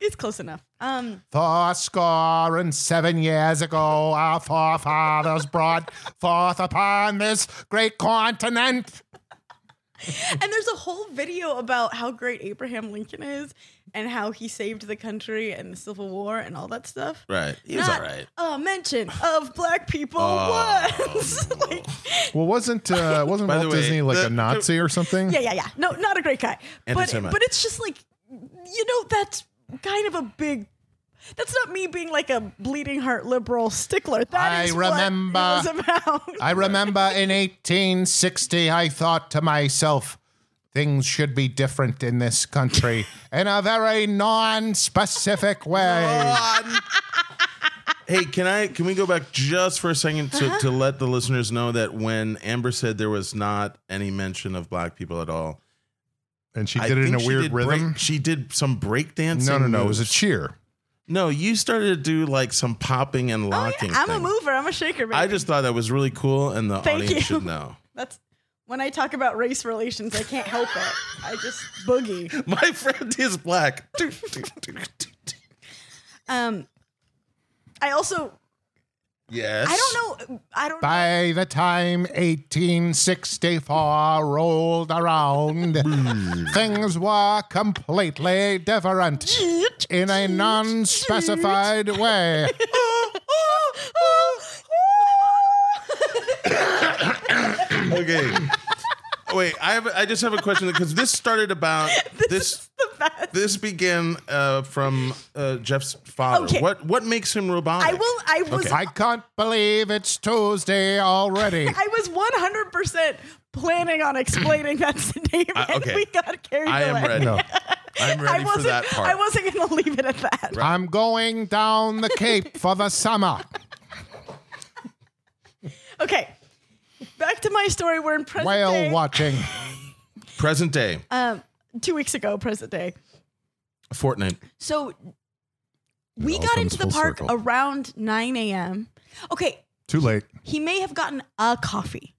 Speaker 2: it's close enough. Um,
Speaker 8: Four score and seven years ago, our forefathers brought forth upon this great continent.
Speaker 2: and there's a whole video about how great Abraham Lincoln is and how he saved the country and the Civil War and all that stuff.
Speaker 3: Right. He was
Speaker 2: Not
Speaker 3: all right.
Speaker 2: A mention of black people once. like,
Speaker 4: Well, wasn't uh, wasn't
Speaker 3: By the
Speaker 4: Walt
Speaker 3: way,
Speaker 4: Disney like
Speaker 3: the-
Speaker 4: a Nazi or something?
Speaker 2: yeah, yeah, yeah. No, not a great guy. But
Speaker 3: Anti-Semite.
Speaker 2: but it's just like you know that's kind of a big. That's not me being like a bleeding heart liberal stickler.
Speaker 8: I
Speaker 2: That is
Speaker 8: remember-
Speaker 2: what it was about.
Speaker 8: I remember in 1860, I thought to myself, things should be different in this country in a very non specific way.
Speaker 3: Hey, can I can we go back just for a second to, to let the listeners know that when Amber said there was not any mention of black people at all,
Speaker 4: And she
Speaker 3: I
Speaker 4: did it in
Speaker 3: think
Speaker 4: a
Speaker 3: she
Speaker 4: weird
Speaker 3: did
Speaker 4: rhythm.
Speaker 3: break- she did some breakdancing.
Speaker 4: no, no, no. It
Speaker 3: moves.
Speaker 4: was a cheer.
Speaker 3: no. You started to do like some popping and
Speaker 2: Oh, yeah.
Speaker 3: locking.
Speaker 2: I'm a
Speaker 3: thing.
Speaker 2: mover. I'm a shaker. Baby.
Speaker 3: I just thought that was really cool, and the
Speaker 2: Thank
Speaker 3: audience
Speaker 2: you.
Speaker 3: should know.
Speaker 2: that's when I talk about race relations. I can't help it. I just boogie.
Speaker 3: My friend is black.
Speaker 2: Um, I also
Speaker 3: yes.
Speaker 2: I don't know. I don't.
Speaker 8: By the time 1864 rolled around, things were completely different in a non specified way.
Speaker 3: Okay. Wait, I have. I just have a question because this started about this. This began uh, from uh, Jeff's father.
Speaker 2: Okay.
Speaker 3: What what makes him robotic?
Speaker 2: I will. I was.
Speaker 8: I can't believe it's Tuesday already.
Speaker 2: I was 100 percent planning on explaining that to David.
Speaker 3: Uh, okay.
Speaker 2: We got carried
Speaker 3: I
Speaker 2: away.
Speaker 3: am ready. I'm ready
Speaker 2: I
Speaker 3: for
Speaker 2: wasn't.
Speaker 3: that part.
Speaker 2: I wasn't going to leave it at that.
Speaker 8: I'm going down the Cape for the summer.
Speaker 2: Okay. Back to my story. We're in present day.
Speaker 8: Whale watching.
Speaker 3: Present day,
Speaker 2: Um, two weeks ago, present day.
Speaker 3: a fortnight.
Speaker 2: So we
Speaker 4: all
Speaker 2: got
Speaker 4: comes
Speaker 2: into the
Speaker 4: full
Speaker 2: park
Speaker 4: circle.
Speaker 2: around 9 a.m. Okay,
Speaker 4: Too late.
Speaker 2: he may have gotten a coffee.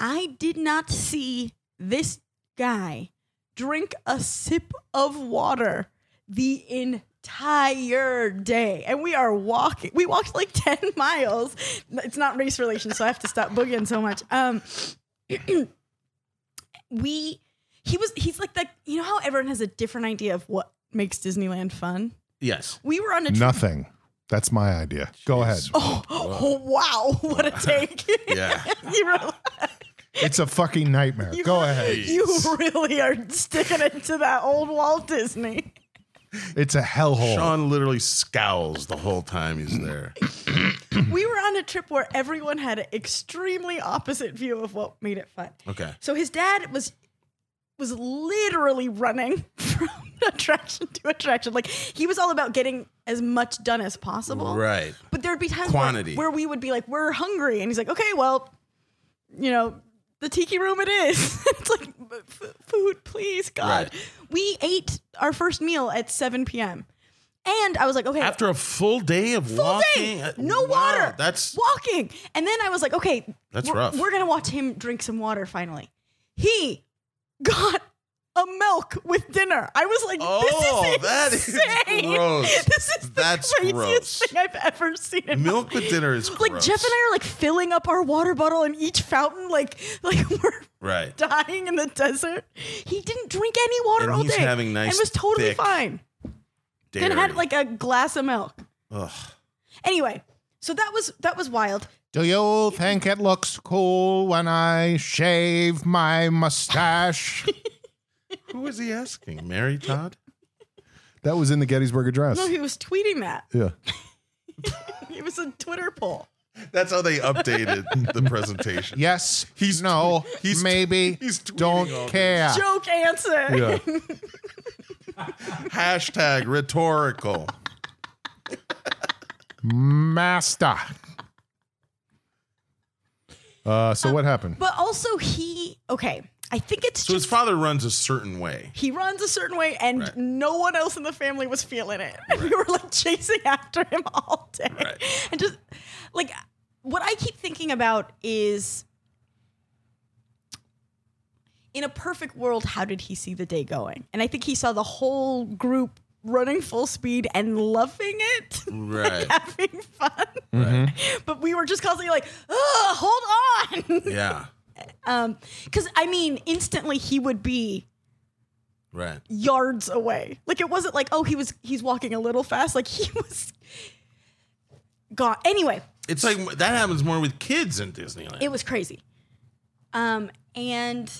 Speaker 2: I did not see this guy drink a sip of water the entire day. And we are walking. We walked like 10 miles. It's not race relations, so I have to stop boogieing so much. Um we he was he's like the you know how everyone has a different idea of what makes Disneyland fun?
Speaker 3: Yes.
Speaker 2: We were on a trip.
Speaker 4: Nothing. That's my idea. Go ahead.
Speaker 2: Oh, oh, wow, what a take.
Speaker 3: Yeah.
Speaker 2: you really,
Speaker 4: It's a fucking nightmare.
Speaker 2: You-
Speaker 4: Go ahead.
Speaker 2: you really are sticking it to that old Walt Disney.
Speaker 4: It's a hellhole.
Speaker 3: Sean literally scowls the whole time he's there.
Speaker 2: We were on a trip where everyone had an extremely opposite view of what made it fun.
Speaker 3: Okay.
Speaker 2: So his dad was was literally running from attraction to attraction. Like he was all about getting as much done as possible.
Speaker 3: Right.
Speaker 2: But there'd be times
Speaker 3: Quantity.
Speaker 2: Where, where we would be like, we're hungry. And he's like, okay, well, you know, the tiki room it is. it's like, f- food, please, God.
Speaker 3: Right.
Speaker 2: We ate our first meal at 7 p.m. And I was like, okay.
Speaker 3: After a full day of
Speaker 2: full
Speaker 3: walking, Uh,
Speaker 2: day, no
Speaker 3: Wow,
Speaker 2: water.
Speaker 3: That's
Speaker 2: walking. And then I was like, okay,
Speaker 3: That's
Speaker 2: we're,
Speaker 3: rough.
Speaker 2: We're gonna watch him drink some water finally. He got a milk with dinner. I was like,
Speaker 3: Oh, that
Speaker 2: this
Speaker 3: is
Speaker 2: is insane.
Speaker 3: gross.
Speaker 2: This is the
Speaker 3: That's
Speaker 2: craziest
Speaker 3: gross.
Speaker 2: thing I've ever seen. In my
Speaker 3: milk with dinner is
Speaker 2: like
Speaker 3: gross.
Speaker 2: Jeff and I are like filling up our water bottle in each fountain, like like we're
Speaker 3: Right.
Speaker 2: dying in the desert. He didn't drink any water
Speaker 3: And
Speaker 2: all
Speaker 3: he's
Speaker 2: day,
Speaker 3: having nice,
Speaker 2: and was totally
Speaker 3: thick-
Speaker 2: fine.
Speaker 3: dare.
Speaker 2: Then had
Speaker 3: you.
Speaker 2: like a glass of milk.
Speaker 3: Ugh.
Speaker 2: Anyway, so that was that was wild.
Speaker 8: Do you think it looks cool when I shave my mustache?
Speaker 3: Who was he asking? Mary Todd?
Speaker 4: That was in the Gettysburg Address.
Speaker 2: No, he was tweeting that.
Speaker 4: yeah.
Speaker 2: It was a Twitter poll.
Speaker 3: That's how they updated the presentation.
Speaker 8: yes.
Speaker 3: He's
Speaker 8: no.
Speaker 3: tw- he's tw-
Speaker 8: maybe.
Speaker 3: he's tweeting
Speaker 8: don't
Speaker 3: all this.
Speaker 8: care.
Speaker 2: Joke answer.
Speaker 4: Yeah.
Speaker 3: Hashtag rhetorical.
Speaker 8: Master.
Speaker 4: Uh, so what happened?
Speaker 2: But also he okay. I think it's
Speaker 3: So
Speaker 2: just
Speaker 3: his father runs a certain way.
Speaker 2: he runs a certain way and
Speaker 3: Right.
Speaker 2: no one else in the family was feeling it. And we were like chasing after him all day. And just like what I keep thinking about is in a perfect world, how did he see the day going? And I think he saw the whole group running full speed and loving it.
Speaker 3: Right. Mm-hmm.
Speaker 2: Having fun, but we were just constantly like, "Ugh, hold on,"
Speaker 3: Yeah.
Speaker 2: because I mean, instantly he would be
Speaker 3: Right.
Speaker 2: yards away. Like it wasn't like, oh, he was he's walking a little fast. Like he was gone. Anyway,
Speaker 3: It's like that happens more with kids in Disneyland.
Speaker 2: it was crazy. Um, and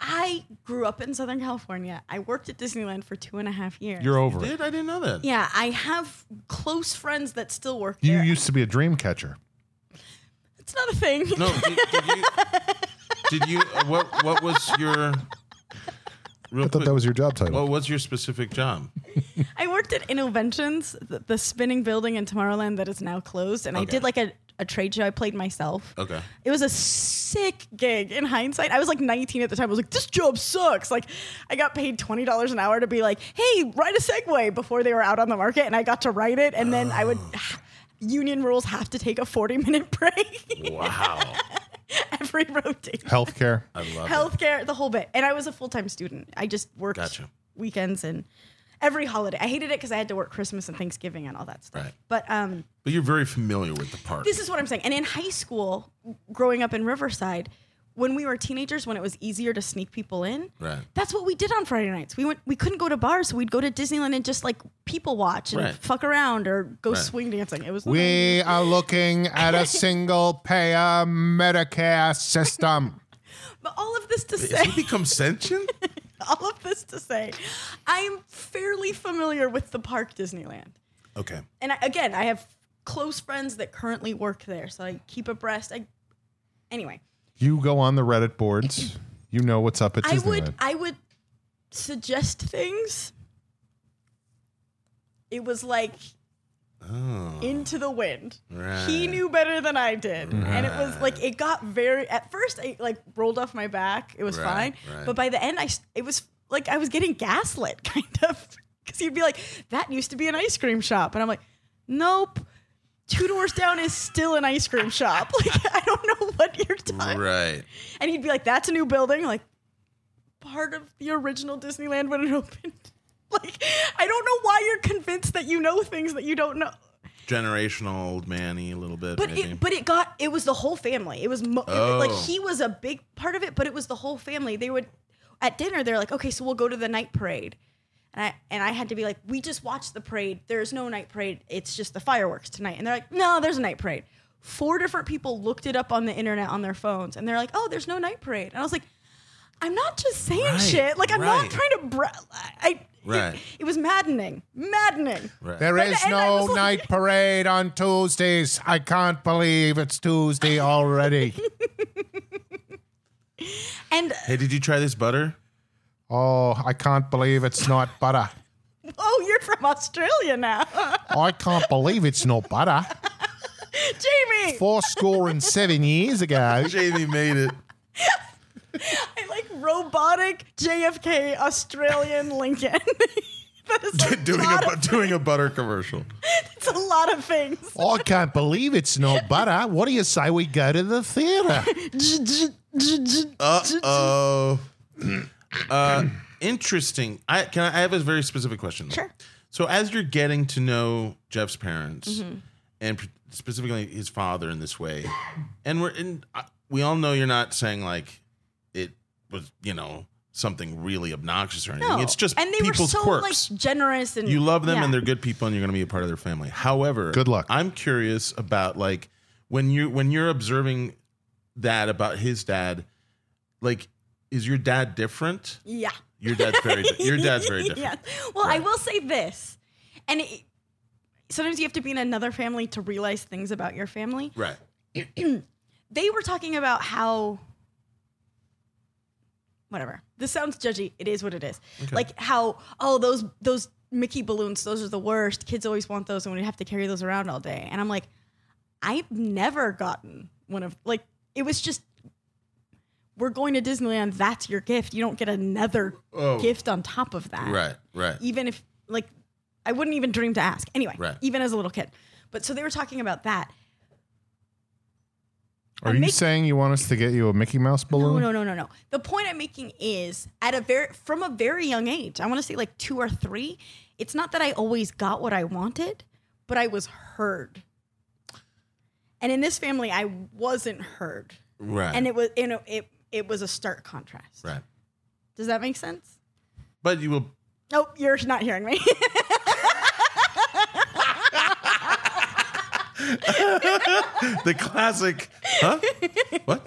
Speaker 2: I grew up in Southern California. I worked at Disneyland for two and a half years.
Speaker 4: You're over it.
Speaker 3: Did I didn't know that.
Speaker 2: yeah, I have close friends that still work
Speaker 4: You
Speaker 2: there.
Speaker 4: used to be a dream catcher.
Speaker 2: it's not a thing.
Speaker 3: No. Did, did you? Did you? uh, What? What was your? Real
Speaker 4: I thought
Speaker 3: quick,
Speaker 4: that was your job title.
Speaker 3: What was your specific job?
Speaker 2: I worked at Innoventions, the, the spinning building in Tomorrowland that is now closed, and I
Speaker 3: Okay.
Speaker 2: did like a, a trade show. I played myself.
Speaker 3: Okay.
Speaker 2: It was a sick gig in hindsight. I was like 19 at the time. I was like, this job sucks. Like, I got paid $20 an hour to be like, hey, write a segue before they were out on the market. And I got to write it. And then I would, union rules have to take a 40 minute break
Speaker 3: Wow.
Speaker 2: every rotation.
Speaker 4: Healthcare.
Speaker 3: I love it.
Speaker 2: Healthcare, the whole bit. And I was a full time student. I just worked
Speaker 3: Gotcha.
Speaker 2: weekends and every holiday. I hated it because I had to work Christmas and Thanksgiving and all that stuff.
Speaker 3: Right.
Speaker 2: But, um,
Speaker 3: But you're very familiar with the park.
Speaker 2: this is what I'm saying. And in high school, growing up in Riverside, when we were teenagers, when it was easier to sneak people in,
Speaker 3: Right.
Speaker 2: that's what we did on Friday nights. We went, we couldn't go to bars, so we'd go to Disneyland and just like people watch and
Speaker 3: Right.
Speaker 2: fuck around or go
Speaker 3: Right.
Speaker 2: swing dancing. It was
Speaker 8: We are looking at a single payer Medicare system.
Speaker 2: but all of this to
Speaker 3: Has he
Speaker 2: say,
Speaker 3: become sentient?
Speaker 2: all of this to say, I'm fairly familiar with the park Disneyland.
Speaker 3: Okay.
Speaker 2: and I, again, I have close friends that currently work there, so I keep abreast. I, anyway,
Speaker 4: You go on the Reddit boards. You know what's up at
Speaker 2: I
Speaker 4: Disneyland.
Speaker 2: would I would suggest things. It was like
Speaker 3: Oh.
Speaker 2: into the wind.
Speaker 3: Right.
Speaker 2: He knew better than I did, and it was like it got very. At first, I like rolled off my back. It was
Speaker 3: Right,
Speaker 2: fine,
Speaker 3: right.
Speaker 2: but by the end, I s- it was like I was getting gaslit, kind of, because he'd be like, "That used to be an ice cream shop," and I'm like, "Nope." Two doors down is still an ice cream shop. Like I don't know what you're talking.
Speaker 3: Right.
Speaker 2: And he'd be like, "That's a new building." Like part of the original Disneyland when it opened. Like I don't know why you're convinced that you know things that you don't know.
Speaker 3: Generational old manny a little bit.
Speaker 2: But
Speaker 3: maybe.
Speaker 2: it, but it got it was the whole family. It was mo- it-
Speaker 3: Oh.
Speaker 2: like he was a big part of it, but it was the whole family. They would at dinner. They're like, okay, so we'll go to the night parade, and I and I had to be like, we just watched the parade. There's no night parade. It's just the fireworks tonight. And they're like, no, there's a night parade. Four different people looked it up on the internet on their phones, and they're like, oh, there's no night parade. And I was like, I'm not just saying
Speaker 3: Right,
Speaker 2: shit. Like I'm
Speaker 3: right.
Speaker 2: not trying to. Bra- I it-
Speaker 3: Right.
Speaker 2: It, was maddening, maddening.
Speaker 3: right.
Speaker 8: There
Speaker 2: But
Speaker 8: is
Speaker 2: then I
Speaker 8: no
Speaker 2: was like-
Speaker 8: night parade on Tuesdays. I can't believe it's Tuesday already.
Speaker 2: And
Speaker 3: hey, did you try this butter?
Speaker 8: oh, I can't believe it's not butter.
Speaker 2: oh, you're from Australia now,
Speaker 8: I can't believe it's not butter.
Speaker 2: Jamie.
Speaker 8: Four score and seven years ago.
Speaker 3: Jamie made it.
Speaker 2: I like robotic JFK Australian Lincoln. that is a
Speaker 3: doing a
Speaker 2: lot
Speaker 3: bu-
Speaker 2: of,
Speaker 3: doing a butter commercial.
Speaker 2: it's a lot of things.
Speaker 8: I can't believe it's not butter. What do you say we go to the theater?
Speaker 3: Uh oh. Uh, interesting. I can I, I have a very specific question. Sure. So as you're getting to know Jeff's parents,
Speaker 2: Mm-hmm.
Speaker 3: and p- specifically his father in this way, and we're in, we all know you're not saying like it was you know something really obnoxious or anything.
Speaker 2: No.
Speaker 3: It's just
Speaker 2: and they
Speaker 3: people's
Speaker 2: were so
Speaker 3: quirks.
Speaker 2: like generous and
Speaker 3: you love them
Speaker 2: yeah.
Speaker 3: and they're good people and you're going to be a part of their family. However,
Speaker 4: Good luck.
Speaker 3: I'm curious about like when you when you're observing that about his dad, like is your dad different?
Speaker 2: yeah.
Speaker 3: Your dad's very di- your dad's very different.
Speaker 2: Yes. Well, I will say this, and it, sometimes you have to be in another family to realize things about your family.
Speaker 3: Right.
Speaker 2: They were talking about how, whatever. This sounds judgy. It is what it is. Like how oh those those Mickey balloons, those are the worst. Kids always want those, and we have to carry those around all day. And I'm like, I've never gotten one of like it was just. We're going to Disneyland. That's your gift. You don't get another gift on top of that
Speaker 3: Oh. Right. Right.
Speaker 2: even if like I wouldn't even dream to ask. Anyway,
Speaker 3: Right.
Speaker 2: even as a little kid. But so they were talking about that.
Speaker 4: Are
Speaker 2: I'm
Speaker 4: you
Speaker 2: making-
Speaker 4: saying you want us to get you a Mickey Mouse balloon?
Speaker 2: No, no, no, no, no. The point I'm making is at a very from a very young age, I want to say like 2 or 3, it's not that I always got what I wanted, but I was heard. And in this family I wasn't heard.
Speaker 3: Right.
Speaker 2: And it was you know it it was a stark contrast.
Speaker 3: right.
Speaker 2: Does that make sense?
Speaker 3: But you will
Speaker 2: Nope, you're not hearing me.
Speaker 3: the classic huh? What?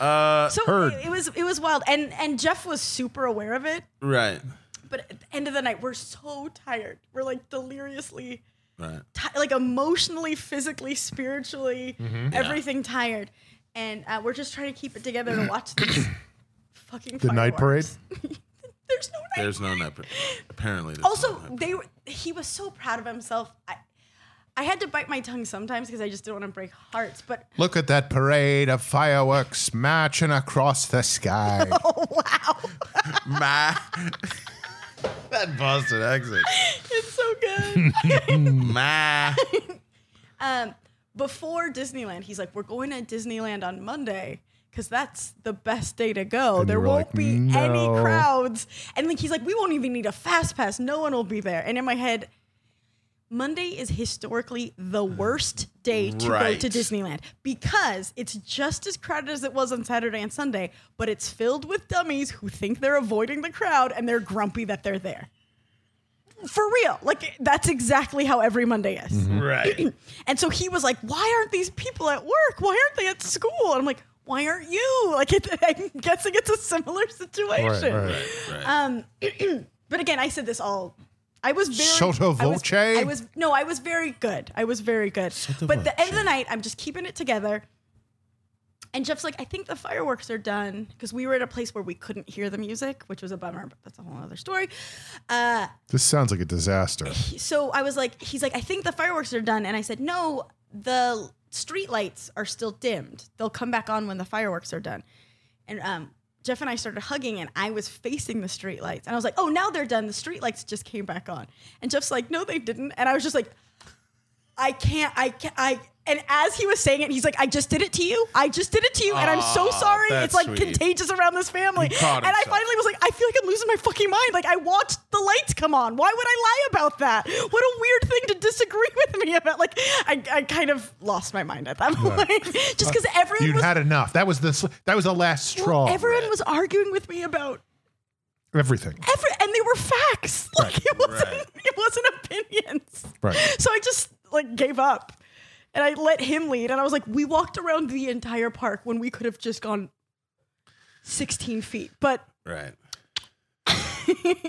Speaker 3: Uh
Speaker 2: So
Speaker 4: Heard.
Speaker 2: It, it was it was wild. And and Jeff was super aware of it.
Speaker 3: right.
Speaker 2: But at the end of the night, we're so tired. We're like deliriously,
Speaker 3: Right.
Speaker 2: ti like emotionally, physically, spiritually, everything tired, and uh, we're just trying to keep it together to watch this fucking
Speaker 4: The night parade?
Speaker 2: fireworks. There's no night.
Speaker 3: There's no nap. Apparently there's
Speaker 2: also,
Speaker 3: no nap.
Speaker 2: they were, he was so proud of himself. I, I had to bite my tongue sometimes because I just didn't want to break hearts. But
Speaker 4: Look at that parade of fireworks marching across the sky.
Speaker 2: oh wow,
Speaker 3: my that Boston accent.
Speaker 2: it's so good.
Speaker 3: My
Speaker 2: Um, before Disneyland, he's like, "We're going to Disneyland on Monday because that's the best day to go. there
Speaker 4: were
Speaker 2: won't
Speaker 4: like,
Speaker 2: be
Speaker 4: "No."
Speaker 2: any crowds." And like, he's like, "We won't even need a fast pass. No one will be there." And in my head, Monday is historically the worst day to
Speaker 3: Right.
Speaker 2: go to Disneyland because it's just as crowded as it was on Saturday and Sunday, but it's filled with dummies who think they're avoiding the crowd and they're grumpy that they're there. For real. Like that's exactly how every Monday is.
Speaker 4: Mm-hmm.
Speaker 3: right.
Speaker 2: And so he was like, "Why aren't these people at work? Why aren't they at school?" And I'm like, "Why aren't you?" Like, it, I'm guessing it's a similar situation. Um, but again, I said this all. I was very
Speaker 4: Sotto
Speaker 2: I was-
Speaker 4: voce?
Speaker 2: I was, no, I was very good. I was very good. but the end of the night, I'm just keeping it together. And Jeff's like, I think the fireworks are done because we were at a place where we couldn't hear the music, which was a bummer, but that's a whole other story. Uh,
Speaker 4: this sounds like a disaster.
Speaker 2: so I was like, he's like, I think the fireworks are done. And I said, no, the street lights are still dimmed. They'll come back on when the fireworks are done. And um, Jeff and I started hugging, and I was facing the street lights. And I was like, oh, now they're done. The street lights just came back on. And Jeff's like, no, they didn't. And I was just like, I can't, I can't, I. And as he was saying it, he's like, I just did it to you. I just did it to you. And I'm so
Speaker 3: Aw,
Speaker 2: sorry.
Speaker 3: that's
Speaker 2: It's like
Speaker 3: sweet.
Speaker 2: contagious around this family. And
Speaker 3: caught
Speaker 2: I
Speaker 3: himself.
Speaker 2: finally was like, I feel like I'm losing my fucking mind. Like, I watched the lights come on. Why would I lie about that? What a weird thing to disagree with me about. Like, I, I kind of lost my mind at that point. Just because everyone
Speaker 4: You'd
Speaker 2: was
Speaker 4: had enough. That was the s- that was the last straw.
Speaker 2: well, everyone was arguing with me about
Speaker 4: Everything.
Speaker 2: every, and they were facts. Like it wasn't,
Speaker 3: Right.
Speaker 2: it wasn't opinions.
Speaker 4: Right.
Speaker 2: So I just like gave up, and I let him lead. And I was like, we walked around the entire park when we could have just gone sixteen feet. But
Speaker 3: Right.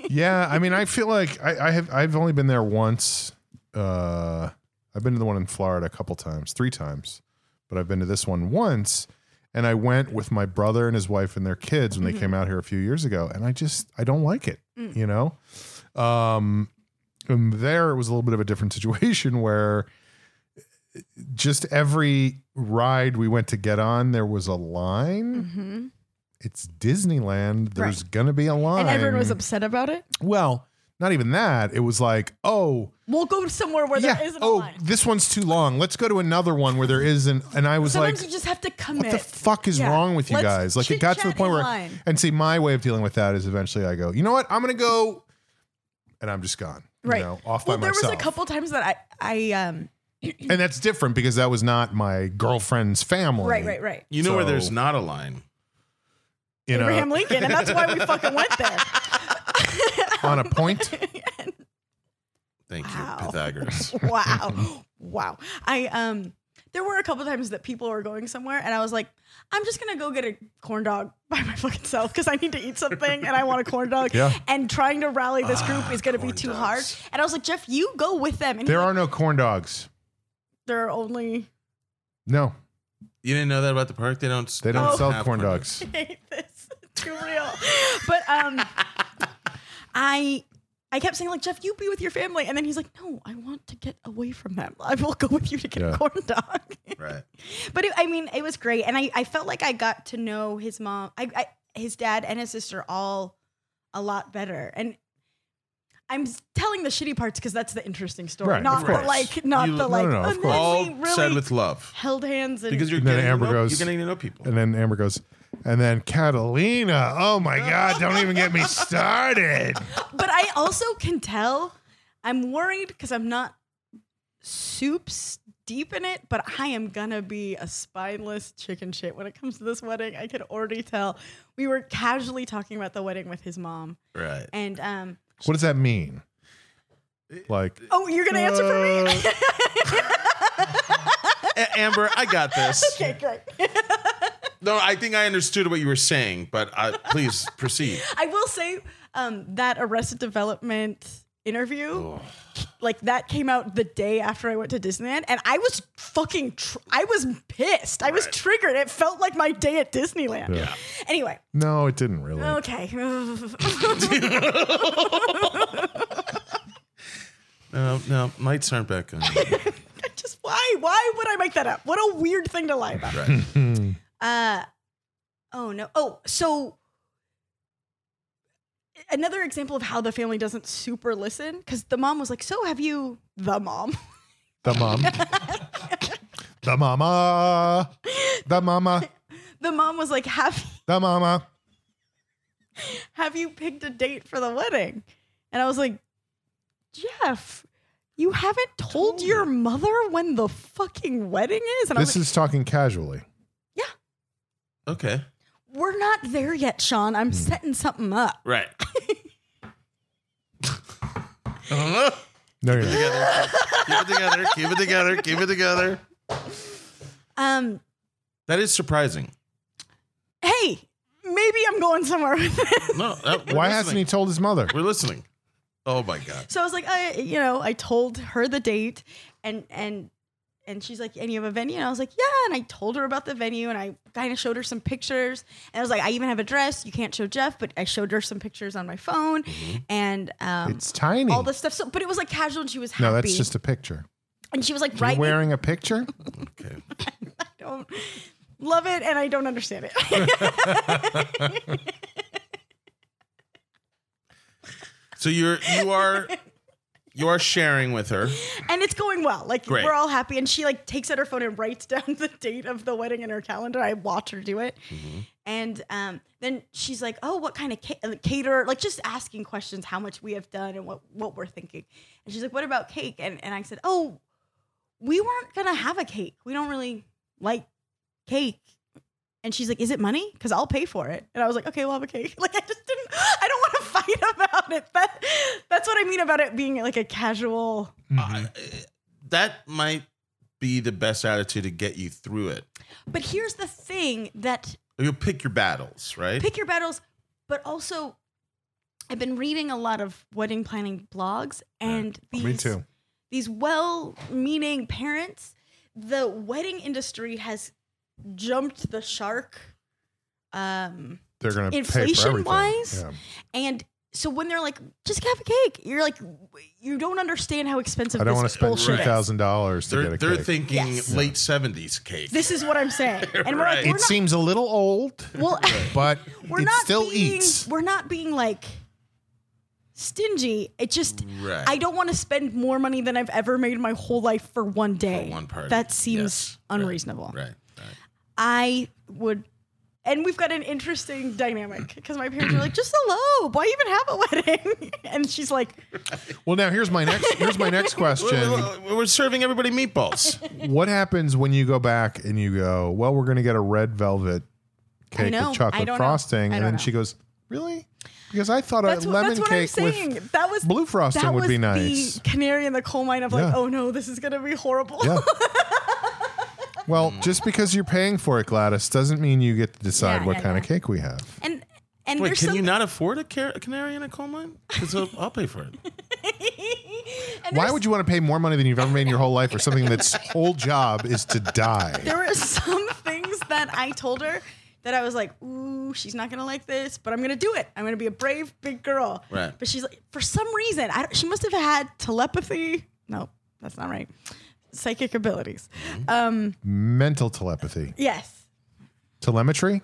Speaker 4: yeah, I mean, I feel like I, I have I've only been there once. Uh, I've been to the one in Florida a couple times, three times, but I've been to this one once, and I went with my brother and his wife and their kids
Speaker 2: Mm-hmm.
Speaker 4: when they came out here a few years ago, and I just I don't like it,
Speaker 2: Mm.
Speaker 4: you know. Um, and there it was a little bit of a different situation where just every ride we went to get on, there was a line.
Speaker 2: Mm-hmm.
Speaker 4: It's Disneyland. There's gonna be a line.
Speaker 2: and everyone was upset about it.
Speaker 4: Well, not even that. It was like, oh,
Speaker 2: We'll go somewhere where
Speaker 4: yeah,
Speaker 2: there isn't a
Speaker 4: oh,
Speaker 2: line.
Speaker 4: this one's too long. Let's go to another one where there isn't. And I was
Speaker 2: Sometimes
Speaker 4: like,
Speaker 2: you just have to commit.
Speaker 4: what the fuck is
Speaker 2: Yeah.
Speaker 4: wrong with you
Speaker 2: Let's
Speaker 4: guys? Like, it got to the
Speaker 2: chit-chat
Speaker 4: point
Speaker 2: in
Speaker 4: where,
Speaker 2: line.
Speaker 4: and see, my way of dealing with that is eventually I go, you know what? I'm going to go, and I'm just gone.
Speaker 2: right.
Speaker 4: You know, off
Speaker 2: well,
Speaker 4: by
Speaker 2: there
Speaker 4: myself.
Speaker 2: was a couple times that I, I um,
Speaker 4: and that's different because that was not my girlfriend's family.
Speaker 2: right, right, right.
Speaker 3: You know where there's
Speaker 4: So-
Speaker 3: not a line?
Speaker 4: in
Speaker 2: Abraham
Speaker 4: a,
Speaker 2: Lincoln, and that's why we fucking went there.
Speaker 4: on a point.
Speaker 3: Thank
Speaker 2: Wow.
Speaker 3: you, Pythagoras.
Speaker 2: wow wow i um there were a couple times that people were going somewhere and i was like i'm just gonna go get a corn dog by my fucking self because i need to eat something and i want a corn dog
Speaker 4: Yeah. Ah,
Speaker 2: and trying to rally this group is gonna be too hard and i was like jeff you go with them and
Speaker 4: There
Speaker 2: there are,
Speaker 4: are no corn dogs.
Speaker 2: there are only
Speaker 4: No,
Speaker 3: You didn't know that about the park? They don't.
Speaker 4: they don't
Speaker 2: Oh.
Speaker 4: sell
Speaker 3: have
Speaker 4: corn dogs.
Speaker 2: hate this too real but um i I kept saying like Jeff, you be with your family, and then he's like, "No, I want to get away from them. I will go with you to get
Speaker 4: Yeah.
Speaker 2: a corn dog."
Speaker 3: Right.
Speaker 2: But it, I mean, it was great, and I, I felt like I got to know his mom, I, I his dad, and his sister all a lot better. And I'm s- telling the shitty parts because that's the interesting story,
Speaker 4: Right,
Speaker 2: not
Speaker 4: of
Speaker 2: the
Speaker 4: course.
Speaker 2: like, not
Speaker 3: You-
Speaker 2: the
Speaker 3: no,
Speaker 2: like.
Speaker 4: no, no, of
Speaker 2: and then
Speaker 4: course.
Speaker 3: All
Speaker 2: we really
Speaker 3: said with love.
Speaker 2: held hands and
Speaker 3: Because you're
Speaker 4: And then
Speaker 3: getting, to
Speaker 4: Amber
Speaker 3: know,
Speaker 4: goes-
Speaker 3: you're getting to know people.
Speaker 4: And then Amber goes, and then Catalina. Oh my God, don't even get me started.
Speaker 2: but I also can tell I'm worried because I'm not soups deep in it, but I am gonna be a spineless chicken shit when it comes to this wedding. I could already tell. We were casually talking about the wedding with his mom,
Speaker 3: Right.
Speaker 2: and um,
Speaker 4: What does that mean? Like,
Speaker 2: oh, you're gonna answer for
Speaker 4: Uh.
Speaker 2: me?
Speaker 3: A- Amber, I got this.
Speaker 2: okay, great.
Speaker 3: No, I think I understood what you were saying, but I, please proceed.
Speaker 2: I will say um, that Arrested Development interview,
Speaker 3: Oh.
Speaker 2: like that came out the day after I went to Disneyland, and I was fucking, tr- I was pissed. I was triggered. It felt like my day at Disneyland.
Speaker 4: Yeah.
Speaker 2: Anyway,
Speaker 4: no, it didn't really.
Speaker 2: okay.
Speaker 3: No, no, lights aren't back on.
Speaker 2: Just why? Why would I make that up? What a weird thing to lie about.
Speaker 3: Right.
Speaker 4: Hmm.
Speaker 2: Uh, oh no. Oh, so another example of how the family doesn't super listen because the mom was like, "So have you?" The mom.
Speaker 4: The mom. the mama. The mama.
Speaker 2: The mom was like, "Have."
Speaker 4: The mama.
Speaker 2: have you picked a date for the wedding? And I was like, Jeff, you haven't told your mother when the fucking wedding is? And I was
Speaker 4: This
Speaker 2: like,
Speaker 4: is talking casually.
Speaker 3: Okay.
Speaker 2: we're not there yet, Sean. I'm setting something up.
Speaker 3: Right. Uh-huh.
Speaker 4: No, you're not.
Speaker 3: keep it together. Keep it together. Keep it together.
Speaker 2: Um,
Speaker 3: That is surprising.
Speaker 2: hey, maybe I'm going somewhere with this.
Speaker 3: No. That, we're
Speaker 4: Why hasn't
Speaker 3: listening.
Speaker 4: he told his mother?
Speaker 3: We're listening. Oh my god.
Speaker 2: So I was like, I, you know, I told her the date, and and and she's like, and you have a venue, and I was like, yeah, and I told her about the venue, and I kind of showed her some pictures, and I was like, I even have a dress. You can't show Jeff, but I showed her some pictures on my phone, and um,
Speaker 4: Mm-hmm. It's tiny.
Speaker 2: all this stuff. So, but it was like casual, and she was happy.
Speaker 4: no, that's just a picture.
Speaker 2: and she was like,
Speaker 4: You're
Speaker 2: right, I
Speaker 4: wearing a picture?
Speaker 3: Okay.
Speaker 2: don't love it, and I don't understand it.
Speaker 3: So you're you are you are sharing with her.
Speaker 2: and it's going well. Like
Speaker 3: Great.
Speaker 2: we're all happy, and she like takes out her phone and writes down the date of the wedding in her calendar. I watch her do it, and um, then she's like, "Oh, what kind of ca- uh, caterer?" Like just asking questions, how much we have done and what what we're thinking. And she's like, "What about cake?" And and I said, "Oh, we weren't gonna have a cake. We don't really like cake." And she's like, "Is it money? Because I'll pay for it." And I was like, "Okay, we'll have a cake." Like I just didn't. I don't want to fight about it. That that's what I mean about it being like a casual.
Speaker 3: I- that might be the best attitude to get you through it.
Speaker 2: But here's the thing that
Speaker 3: You'll pick your battles, right?
Speaker 2: pick your battles, but also I've been reading a lot of wedding planning blogs and these
Speaker 4: Me too.
Speaker 2: these well-meaning parents, the wedding industry has jumped the shark. Um
Speaker 4: They're going to pay for
Speaker 2: Inflation
Speaker 4: everything.
Speaker 2: wise?
Speaker 4: Yeah.
Speaker 2: and so when they're like, just have a cake, you're like, you don't understand how expensive
Speaker 4: I don't want to
Speaker 2: this
Speaker 4: spend
Speaker 2: bullshit is.
Speaker 4: $2,000 to
Speaker 3: they're
Speaker 4: get a
Speaker 3: they're
Speaker 4: cake.
Speaker 3: thinking
Speaker 2: Yes.
Speaker 3: late 70s cake.
Speaker 2: This is what I'm saying. And we're like,
Speaker 3: Right.
Speaker 2: we're
Speaker 5: It seems a little old.
Speaker 2: not, well,
Speaker 5: But
Speaker 2: we're
Speaker 5: it
Speaker 2: not
Speaker 5: still
Speaker 2: being,
Speaker 5: eats.
Speaker 2: We're not being like stingy. It just
Speaker 3: Right.
Speaker 2: I don't want to spend more money than I've ever made in my whole life for one day.
Speaker 3: one party.
Speaker 2: That seems
Speaker 3: Yes. Right.
Speaker 2: unreasonable.
Speaker 3: right. right.
Speaker 2: I would and we've got an interesting dynamic because my parents are like, just elope. Why even have a wedding? And she's like,
Speaker 4: Well, now here's my next here's my next question.
Speaker 3: Well, well, We're serving everybody meatballs.
Speaker 4: what happens when you go back and you go, well, we're going to get a red velvet cake
Speaker 2: know. I
Speaker 4: with chocolate
Speaker 2: don't know.
Speaker 4: frosting,
Speaker 2: I
Speaker 4: and
Speaker 2: don't
Speaker 4: then
Speaker 2: know.
Speaker 4: she goes, "Really?" Because I thought
Speaker 2: That's
Speaker 4: a
Speaker 2: what,
Speaker 4: lemon
Speaker 2: that's what I'm
Speaker 4: cake
Speaker 2: saying.
Speaker 4: with
Speaker 2: that was
Speaker 4: blue frosting
Speaker 2: that
Speaker 4: would
Speaker 2: was
Speaker 4: be nice.
Speaker 2: The canary in the coal mine of like,
Speaker 4: Yeah.
Speaker 2: oh no, this is gonna be horrible.
Speaker 4: yeah. Well, just because you're paying for it, Gladys, doesn't mean you get to decide
Speaker 2: Yeah,
Speaker 4: what
Speaker 2: yeah,
Speaker 4: kind of
Speaker 2: yeah.
Speaker 4: cake we have.
Speaker 2: And and
Speaker 3: Wait,
Speaker 2: there's
Speaker 3: can
Speaker 2: some,
Speaker 3: you not afford a, car- a canary in a coal mine? Because I'll, I'll pay for it.
Speaker 2: and
Speaker 4: Why
Speaker 2: there's-
Speaker 4: would you want to pay more money than you've ever made in your whole life for something that's whole job is to die?
Speaker 2: there were some things that I told her that I was like, ooh, she's not gonna like this, but I'm gonna do it. I'm gonna be a brave big girl.
Speaker 3: Right.
Speaker 2: But she's like, for some reason, I don't, she must have had telepathy. No, that's not right. Psychic abilities. Um,
Speaker 4: Mental telepathy.
Speaker 2: yes,
Speaker 4: Telemetry?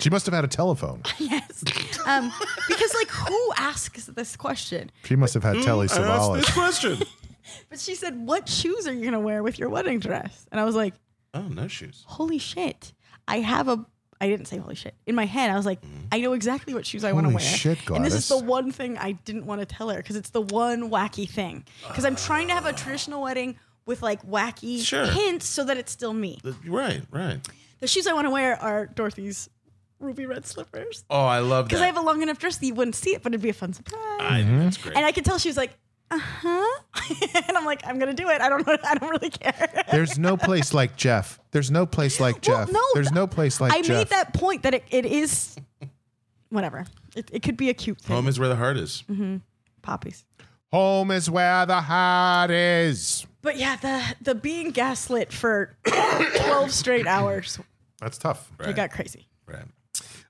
Speaker 4: She must have had a telephone.
Speaker 2: yes. Um, because like, who asks this question?
Speaker 4: She must have had
Speaker 2: Hmm,
Speaker 4: Telly
Speaker 3: I asked this
Speaker 4: Savalas.
Speaker 3: question.
Speaker 2: But she said, what shoes are you gonna wear with your wedding dress? And I was like,
Speaker 3: Oh, no shoes.
Speaker 2: holy shit, I have a. I didn't say holy shit. In my head, I was like, I know exactly what shoes I want to
Speaker 4: Holy
Speaker 2: wear.
Speaker 4: shit,
Speaker 2: and this
Speaker 4: Gladys.
Speaker 2: is the one thing I didn't want to tell her because it's the one wacky thing. Because I'm trying to have a traditional wedding with like wacky
Speaker 3: Sure.
Speaker 2: hints so that it's still me.
Speaker 3: Uh, Right, right.
Speaker 2: The shoes I want to wear are Dorothy's ruby red slippers.
Speaker 3: Oh, I love that.
Speaker 2: Because I have a long enough dress that you wouldn't see it, but it'd be a fun surprise.
Speaker 3: I think that's great.
Speaker 2: and I could tell she was like, uh huh. and I'm like, I'm going to do it. I don't know. I don't really care.
Speaker 4: There's no place like Jeff. There's no place like
Speaker 2: Well,
Speaker 4: Jeff.
Speaker 2: no,
Speaker 4: There's
Speaker 2: th-
Speaker 4: no place like
Speaker 2: I
Speaker 4: Jeff.
Speaker 2: made that point that it, it is whatever. It, it could be a cute thing.
Speaker 3: Home is where the heart is.
Speaker 2: Mm-hmm. Poppies.
Speaker 4: Home is where the heart is.
Speaker 2: But yeah, the the being gaslit for twelve straight hours.
Speaker 4: That's tough.
Speaker 2: It got crazy.
Speaker 3: Right.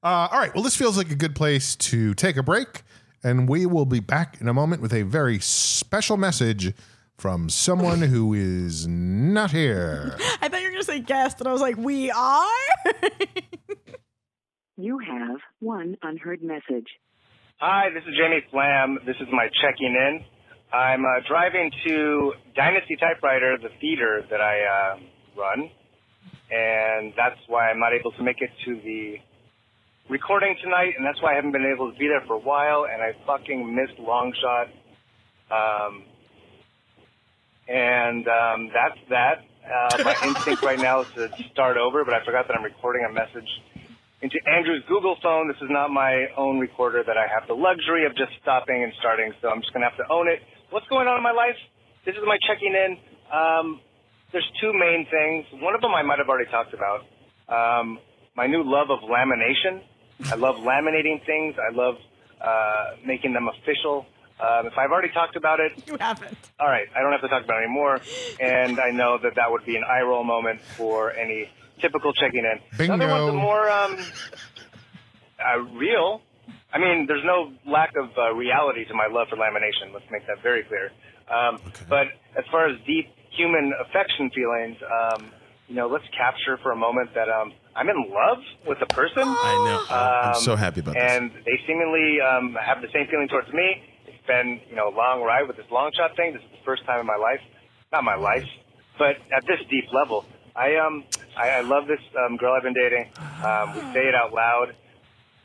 Speaker 4: Uh, all right. Well, this feels like a good place to take a break. And we will be back in a moment with a very special message from someone who is not here.
Speaker 2: I thought you were gonna say guest, and I was like, we are.
Speaker 9: You have one unheard message.
Speaker 10: Hi, this is Jamie Flam. This is my checking in. I'm uh, driving to Dynasty Typewriter, the theater that I uh, run, and that's why I'm not able to make it to the recording tonight, and that's why I haven't been able to be there for a while, and I fucking missed Longshot. Um, and um, that's that. Uh, my instinct right now is to start over, but I forgot that I'm recording a message into Andrew's Google phone. This is not my own recorder that I have the luxury of just stopping and starting, so I'm just going to have to own it. What's going on in my life? This is my checking in. Um, there's two main things. One of them I might have already talked about. Um, my new love of lamination. I love laminating things. I love uh, making them official. Um, if I've already talked about it,
Speaker 2: you haven't.
Speaker 10: all right, I don't have to talk about it anymore. And I know that that would be an eye roll moment for any typical checking in. Another
Speaker 4: Bingo.
Speaker 10: one's a more um, uh, real. I mean, there's no lack of uh, reality to my love for lamination. Let's make that very clear. Um, But as far as deep human affection feelings, um, you know, let's capture for a moment that um, I'm in love with a person.
Speaker 3: I know. I'm
Speaker 10: Um,
Speaker 3: so happy about this.
Speaker 10: and they seemingly um, have the same feeling towards me. It's been, you know, a long ride with this long shot thing. This is the first time in my life, not my life, but at this deep level. I um, I, I love this um, girl I've been dating. Um, we say it out loud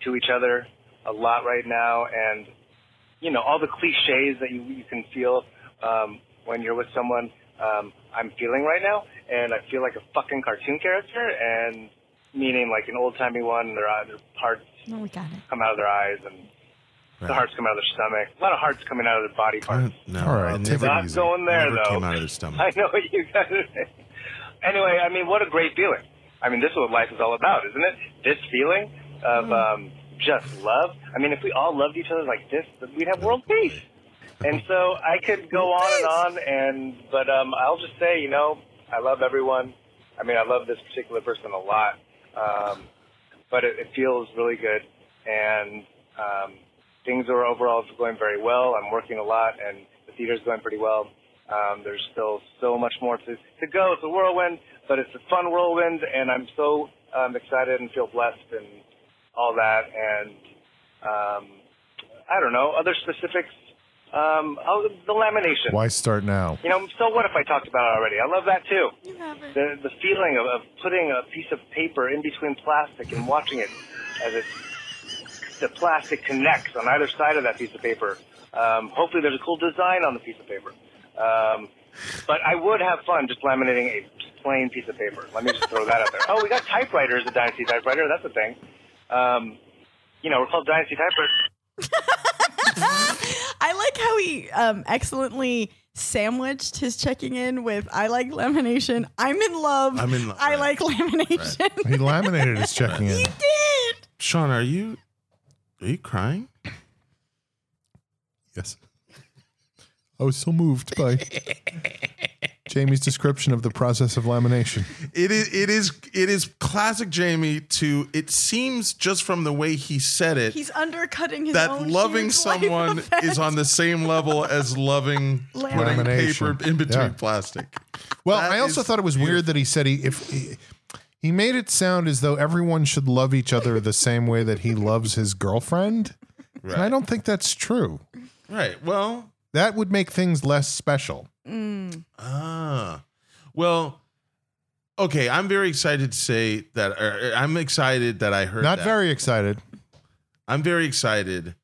Speaker 10: to each other a lot right now, and you know all the cliches that you, you can feel um, when you're with someone. Um, I'm feeling right now, and I feel like a fucking cartoon character, and meaning like an old timey one. Their eye- their parts
Speaker 2: No, we got it.
Speaker 10: come out of their eyes and the hearts come out of their stomach. A lot of hearts coming out of their body parts.
Speaker 3: No,
Speaker 4: All right,
Speaker 3: I'll
Speaker 4: take it
Speaker 3: never-
Speaker 10: Not
Speaker 4: easy.
Speaker 10: going there
Speaker 3: never
Speaker 10: though.
Speaker 3: came out of their stomach.
Speaker 10: I know you guys. anyway, I mean, what a great feeling. I mean, this is what life is all about, isn't it? This feeling of
Speaker 3: Hmm.
Speaker 10: um, just love. I mean, if we all loved each other like this, then we'd have world peace. And so I could go on and on, and but um, I'll just say, you know, I love everyone. I mean, I love this particular person a lot. Um, but it, it feels really good. And um, things are overall going very well. I'm working a lot, and the theater's going pretty well. Um, there's still so much more to, to go. It's a whirlwind, but it's a fun whirlwind, and I'm so um, excited and feel blessed and all that. And um, I don't know other specifics. Um, oh, the lamination.
Speaker 4: Why start now?
Speaker 10: You know, so what if I talked about it already? I love that too
Speaker 2: You haven't.
Speaker 10: the, the feeling of, of putting a piece of paper in between plastic and watching it as it the plastic connects on either side of that piece of paper. Um, hopefully, there's a cool design on the piece of paper. Um, but I would have fun just laminating a plain piece of paper. Let me just throw that out there. Oh, we got typewriters at Dynasty Typewriter. That's a thing. Um, you know, we're called Dynasty Typewriter.
Speaker 2: I like how he um, excellently sandwiched his checking in with "I like lamination," "I'm in love,"
Speaker 3: I'm in love,
Speaker 2: "I
Speaker 3: right.
Speaker 2: like lamination."
Speaker 4: He laminated his checking in.
Speaker 2: he did.
Speaker 3: Sean, are you are you crying?
Speaker 4: Yes. I was so moved by Jamie's description of the process of lamination.
Speaker 3: It is it is it is classic Jamie to it seems just from the way he said it
Speaker 2: He's undercutting his
Speaker 3: that
Speaker 2: own
Speaker 3: loving
Speaker 2: huge life
Speaker 3: someone
Speaker 2: event.
Speaker 3: is on the same level as loving putting paper
Speaker 4: Lamination.
Speaker 3: in between
Speaker 4: Yeah.
Speaker 3: plastic.
Speaker 4: Well,
Speaker 3: That
Speaker 4: I also
Speaker 3: is
Speaker 4: thought it was weird that he said he if he, he made it sound as though everyone should love each other the same way that he loves his girlfriend. And I
Speaker 3: Right.
Speaker 4: don't think that's true.
Speaker 3: Right. Well,
Speaker 4: That would make things less special.
Speaker 2: Mm.
Speaker 3: Ah, well, okay. I'm very excited to say that. Er, er, I'm excited that I heard.
Speaker 4: Not
Speaker 3: that.
Speaker 4: very excited.
Speaker 3: I'm very excited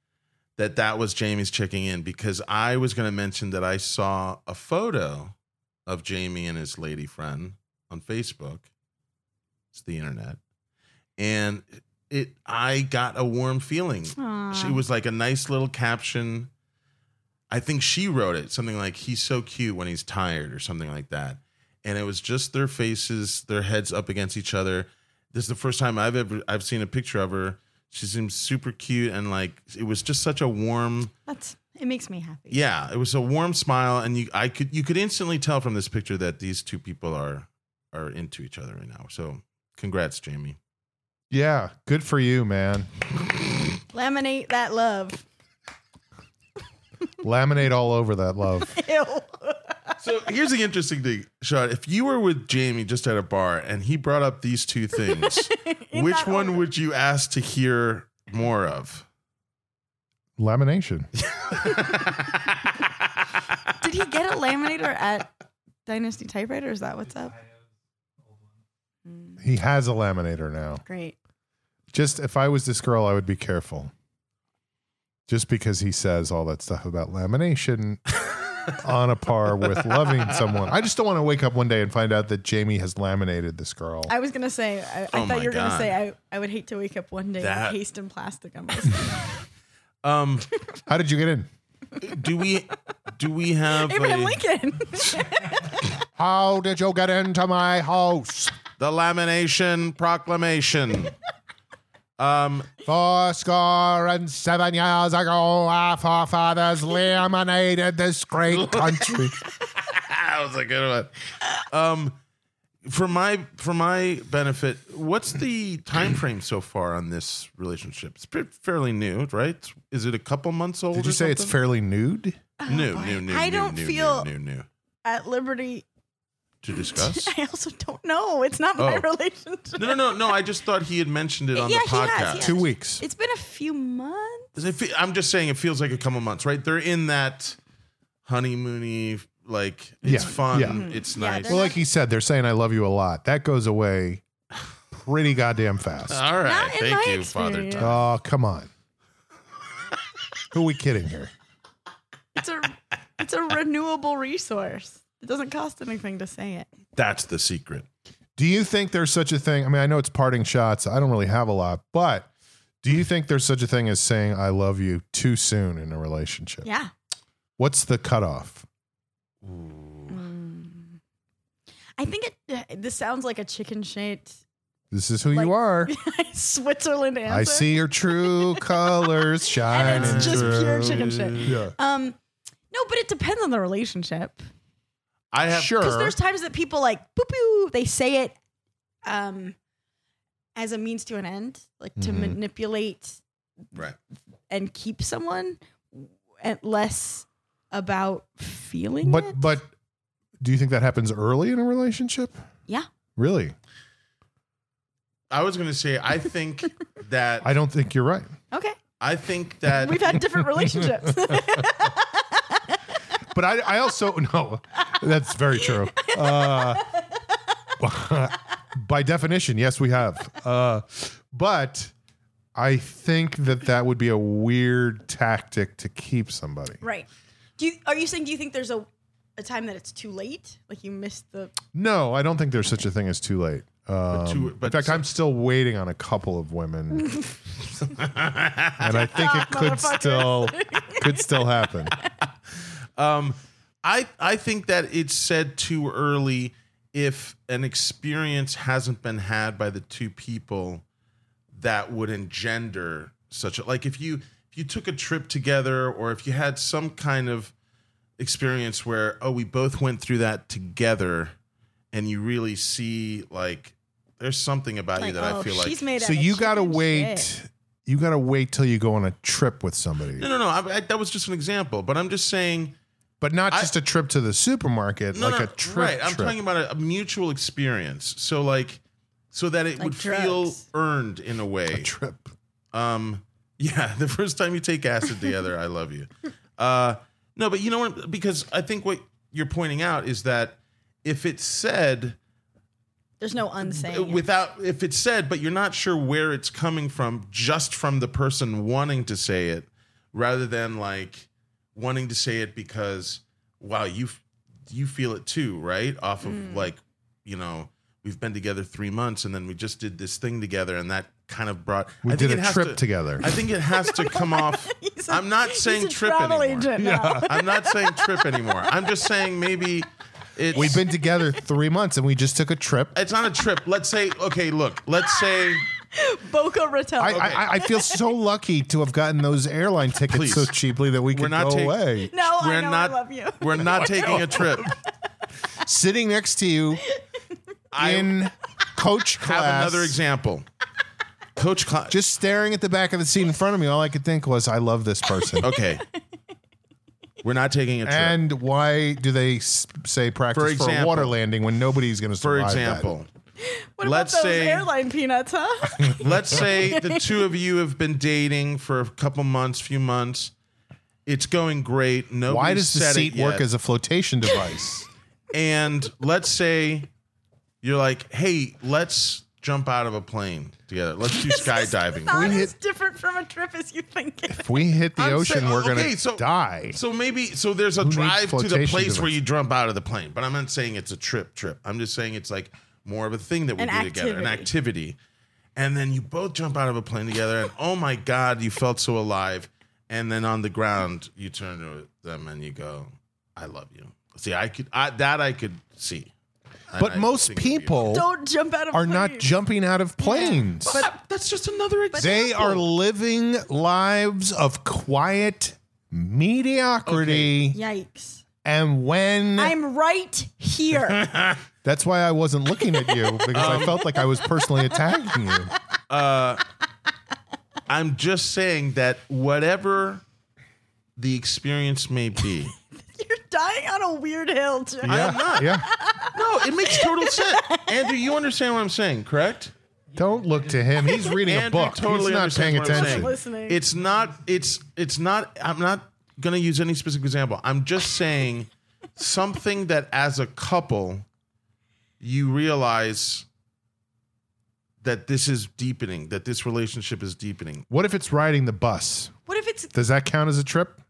Speaker 3: that that was Jamie's checking in because I was going to mention that I saw a photo of Jamie and his lady friend on Facebook. It's the internet, and it. I got a warm feeling
Speaker 2: Aw.
Speaker 3: she was like a nice little caption. I think she wrote it, something like "He's so cute when he's tired" or something like that. And it was just their faces, their heads up against each other. This is the first time I've ever I've seen a picture of her. She seems super cute and like it was just such a warm,
Speaker 11: That's it makes me happy.
Speaker 3: yeah, it was a warm smile, and you I could you could instantly tell from this picture that these two people are are into each other right now. So congrats, Jamie.
Speaker 4: Yeah, good for you, man.
Speaker 2: laminate that love.
Speaker 4: Laminate all over that love.
Speaker 2: Ew.
Speaker 3: So here's the interesting thing, Sean. If you were with Jamie just at a bar and he brought up these two things,
Speaker 2: In
Speaker 3: which
Speaker 2: that
Speaker 3: one
Speaker 2: order.
Speaker 3: would you ask to hear more of?
Speaker 4: Lamination.
Speaker 2: Did he get a laminator at Dynasty Typewriter? Is that what's up?
Speaker 4: He has a laminator now.
Speaker 2: Great.
Speaker 4: Just if I was this girl, I would be careful. Just because he says all that stuff about lamination on a par with loving someone. I just don't want to wake up one day and find out that Jamie has laminated this girl.
Speaker 2: I was gonna say. I, I
Speaker 3: Oh my
Speaker 2: thought you were
Speaker 3: God.
Speaker 2: gonna say. I, I would hate to wake up one day
Speaker 3: That-
Speaker 2: with haste and plastic on myself.
Speaker 3: Um,
Speaker 4: How did you get in?
Speaker 3: do we do we have
Speaker 2: Abraham
Speaker 3: a-
Speaker 2: Lincoln.
Speaker 4: How did you get into my house?
Speaker 3: the lamination proclamation? um,
Speaker 4: Four score and seven years ago, our forefathers laminated this great country.
Speaker 3: that was a good one. Um, for my for my benefit, what's the time frame so far on this relationship? It's pretty, fairly new, right? Is it a couple months old?
Speaker 4: Did you
Speaker 3: or
Speaker 4: say it's
Speaker 3: something?
Speaker 4: fairly nude?
Speaker 3: new, new, new.
Speaker 2: Oh, I
Speaker 3: new,
Speaker 2: don't
Speaker 3: new,
Speaker 2: feel-
Speaker 3: new, new, new.
Speaker 2: at liberty.
Speaker 3: to discuss.
Speaker 2: I also don't know. It's not my
Speaker 3: Oh.
Speaker 2: relationship.
Speaker 3: no, no, no, no. I just thought he had mentioned it on
Speaker 2: Yeah,
Speaker 3: the
Speaker 2: he has, he
Speaker 3: podcast.
Speaker 2: has.
Speaker 4: Two weeks.
Speaker 2: It's been a few months.
Speaker 3: Does it feel- I'm just saying it feels like a couple months, right? They're in that honeymoony, like it's
Speaker 4: Yeah,
Speaker 3: fun,
Speaker 4: yeah.
Speaker 3: it's
Speaker 2: Mm-hmm. Yeah,
Speaker 3: nice.
Speaker 2: they're
Speaker 4: Well, like he said, they're saying I love you a lot. That goes away pretty goddamn fast.
Speaker 3: All right,
Speaker 2: Not in
Speaker 3: thank
Speaker 2: my
Speaker 3: you, Father.
Speaker 2: experience.
Speaker 3: Time.
Speaker 4: Oh, come on. Who are we kidding here?
Speaker 2: It's a it's a renewable resource. It doesn't cost anything to say it.
Speaker 3: That's the secret.
Speaker 4: Do you think there's such a thing? I mean, I know it's parting shots. I don't really have a lot, but do you think there's such a thing as saying I love you too soon in a relationship?
Speaker 2: Yeah.
Speaker 4: What's the cutoff?
Speaker 2: Mm. I think it. uh, This sounds like a chicken shit
Speaker 4: This is who
Speaker 2: Like-
Speaker 4: you are.
Speaker 2: Switzerland answer.
Speaker 4: I see your true colors
Speaker 2: And
Speaker 4: shining.
Speaker 2: it's just
Speaker 4: through.
Speaker 2: pure chicken shit.
Speaker 4: Yeah.
Speaker 2: Um, no, but it depends on the relationship.
Speaker 3: I have
Speaker 2: Because
Speaker 4: Sure.
Speaker 2: there's times that people like boop boo, they say it um as a means to an end, like to
Speaker 4: Mhm.
Speaker 2: manipulate
Speaker 3: right.
Speaker 2: and keep someone and less about feeling
Speaker 4: But
Speaker 2: it.
Speaker 4: but do you think that happens early in a relationship?
Speaker 2: Yeah.
Speaker 4: Really?
Speaker 3: I was going to say I think that
Speaker 4: I don't think you're right.
Speaker 2: okay.
Speaker 3: I think that
Speaker 2: We've had different relationships.
Speaker 4: But I, I also no, that's very true. Uh, by definition, yes, we have. Uh, but I think that that would be a weird tactic to keep somebody.
Speaker 2: right. Do you are you saying do you think there's a a time that it's too late? Like you missed the.
Speaker 4: No, I don't think there's such a thing as too late. Um,
Speaker 3: too-
Speaker 4: in
Speaker 3: but-
Speaker 4: fact, I'm still waiting on a couple of women, and I think it could
Speaker 2: Motherfucker.
Speaker 4: still could still happen.
Speaker 3: Um, I I think that it's said too early if an experience hasn't been had by the two people that would engender such a like if you if you took a trip together or if you had some kind of experience where oh we both went through that together and you really see like there's something about you
Speaker 2: Like,
Speaker 3: that
Speaker 2: oh,
Speaker 3: I feel
Speaker 2: she's
Speaker 3: like
Speaker 2: made.
Speaker 4: So
Speaker 2: out of
Speaker 4: you gotta
Speaker 2: chicken
Speaker 4: wait.
Speaker 2: shit.
Speaker 4: You gotta wait till you go on a trip with somebody,
Speaker 3: no no no I, I, that was just an example but I'm just saying
Speaker 4: but not
Speaker 3: I-
Speaker 4: just a trip to the supermarket, like a trip.
Speaker 3: Right. I'm
Speaker 4: trip.
Speaker 3: talking about a, a mutual experience. So like, so that it
Speaker 2: Like
Speaker 3: would
Speaker 2: drugs.
Speaker 3: feel earned in a way.
Speaker 4: a trip.
Speaker 3: Um, yeah, the first time you take acid together, I love you. Uh, no, but you know what? Because I think what you're pointing out is that if it's said
Speaker 2: There's no unsaying. it.
Speaker 3: without, if it's said, but you're not sure where it's coming from, just from the person wanting to say it, rather than like wanting to say it because wow, you f- you feel it too, right? Off of
Speaker 2: Mm.
Speaker 3: like, you know, we've been together three months, and then we just did this thing together, and that kind of brought
Speaker 4: We
Speaker 3: I think
Speaker 4: did a
Speaker 3: it has
Speaker 4: trip
Speaker 3: to-
Speaker 4: together.
Speaker 3: I think it has to come off.
Speaker 2: He's a-
Speaker 3: I'm not saying
Speaker 2: he's a
Speaker 3: trip
Speaker 2: travel
Speaker 3: anymore.
Speaker 2: agent now.
Speaker 3: I'm not saying trip anymore. I'm just saying maybe it's
Speaker 4: We've been together three months, and we just took a trip.
Speaker 3: it's not a trip. Let's say okay, look. Let's say
Speaker 2: Boca Raton.
Speaker 4: I, I, I feel so lucky to have gotten those airline tickets
Speaker 3: Please.
Speaker 4: so cheaply that we
Speaker 3: We're
Speaker 4: could
Speaker 3: not
Speaker 4: go
Speaker 3: taking-
Speaker 4: away.
Speaker 2: no, I
Speaker 3: we're
Speaker 2: know
Speaker 3: not
Speaker 2: I love you.
Speaker 3: we're not taking a trip.
Speaker 4: Sitting next to you
Speaker 3: I
Speaker 4: in coach class,
Speaker 3: have another example. Coach Cla-
Speaker 4: just staring at the back of the seat in front of me. All I could think was, "I love this person."
Speaker 3: okay. We're not taking a trip.
Speaker 4: And why do they s- say practice for, a
Speaker 3: example-
Speaker 4: water landing when nobody's going to
Speaker 3: for
Speaker 4: survive? that?
Speaker 3: example,
Speaker 2: What
Speaker 3: let's
Speaker 2: about those
Speaker 3: say-
Speaker 2: airline peanuts, huh?
Speaker 3: let's say the two of you have been dating for a couple months, few months. It's going great. Nobody's
Speaker 4: why does the
Speaker 3: said it
Speaker 4: seat work
Speaker 3: yet.
Speaker 4: as a flotation device?
Speaker 3: and let's say you're like, hey, let's jump out of a plane together. Let's do skydiving.
Speaker 2: not as different from a trip as you think. it
Speaker 4: if we hit the
Speaker 3: I'm
Speaker 4: ocean,
Speaker 3: saying-
Speaker 4: we're going to
Speaker 3: okay, so-
Speaker 4: die.
Speaker 3: so maybe so there's a
Speaker 4: needs
Speaker 3: drive to the
Speaker 4: flotation
Speaker 3: place where
Speaker 4: device?
Speaker 3: you jump out of the plane, but I'm not saying it's a trip trip. I'm just saying it's like more of a thing that we
Speaker 2: An
Speaker 3: do together, an activity. And then you both jump out of a plane together, and oh my god, you felt so alive. And then on the ground, you turn to them and you go, "I love you." See, I could I, that I could see, And
Speaker 4: but
Speaker 3: I
Speaker 4: most
Speaker 3: think it would be-
Speaker 4: people
Speaker 2: Don't jump out of
Speaker 4: are not
Speaker 2: planes.
Speaker 4: jumping out of planes.
Speaker 3: Ah, that's just another example.
Speaker 4: They are living lives of quiet mediocrity.
Speaker 2: Yikes.
Speaker 4: And when
Speaker 2: I'm right here.
Speaker 4: that's why I wasn't looking at you because
Speaker 3: Um,
Speaker 4: I felt like I was personally attacking you.
Speaker 3: I'm just saying that whatever the experience may be.
Speaker 2: You're dying on a weird hill, Joe.
Speaker 4: Yeah, yeah.
Speaker 3: No, it makes total sense. Andrew, you understand what I'm saying, correct?
Speaker 4: Don't look to him. He's reading
Speaker 3: Andrew
Speaker 4: a book.
Speaker 3: totally
Speaker 4: He's not
Speaker 3: understands
Speaker 4: paying
Speaker 3: what I'm
Speaker 4: attention.
Speaker 3: saying.
Speaker 2: Listening.
Speaker 3: It's not it's it's not I'm not going to use any specific example. I'm just saying something that as a couple you realize that this is deepening, that this relationship is deepening.
Speaker 4: What if it's riding the bus?
Speaker 2: what if it's
Speaker 4: Does that count as a trip?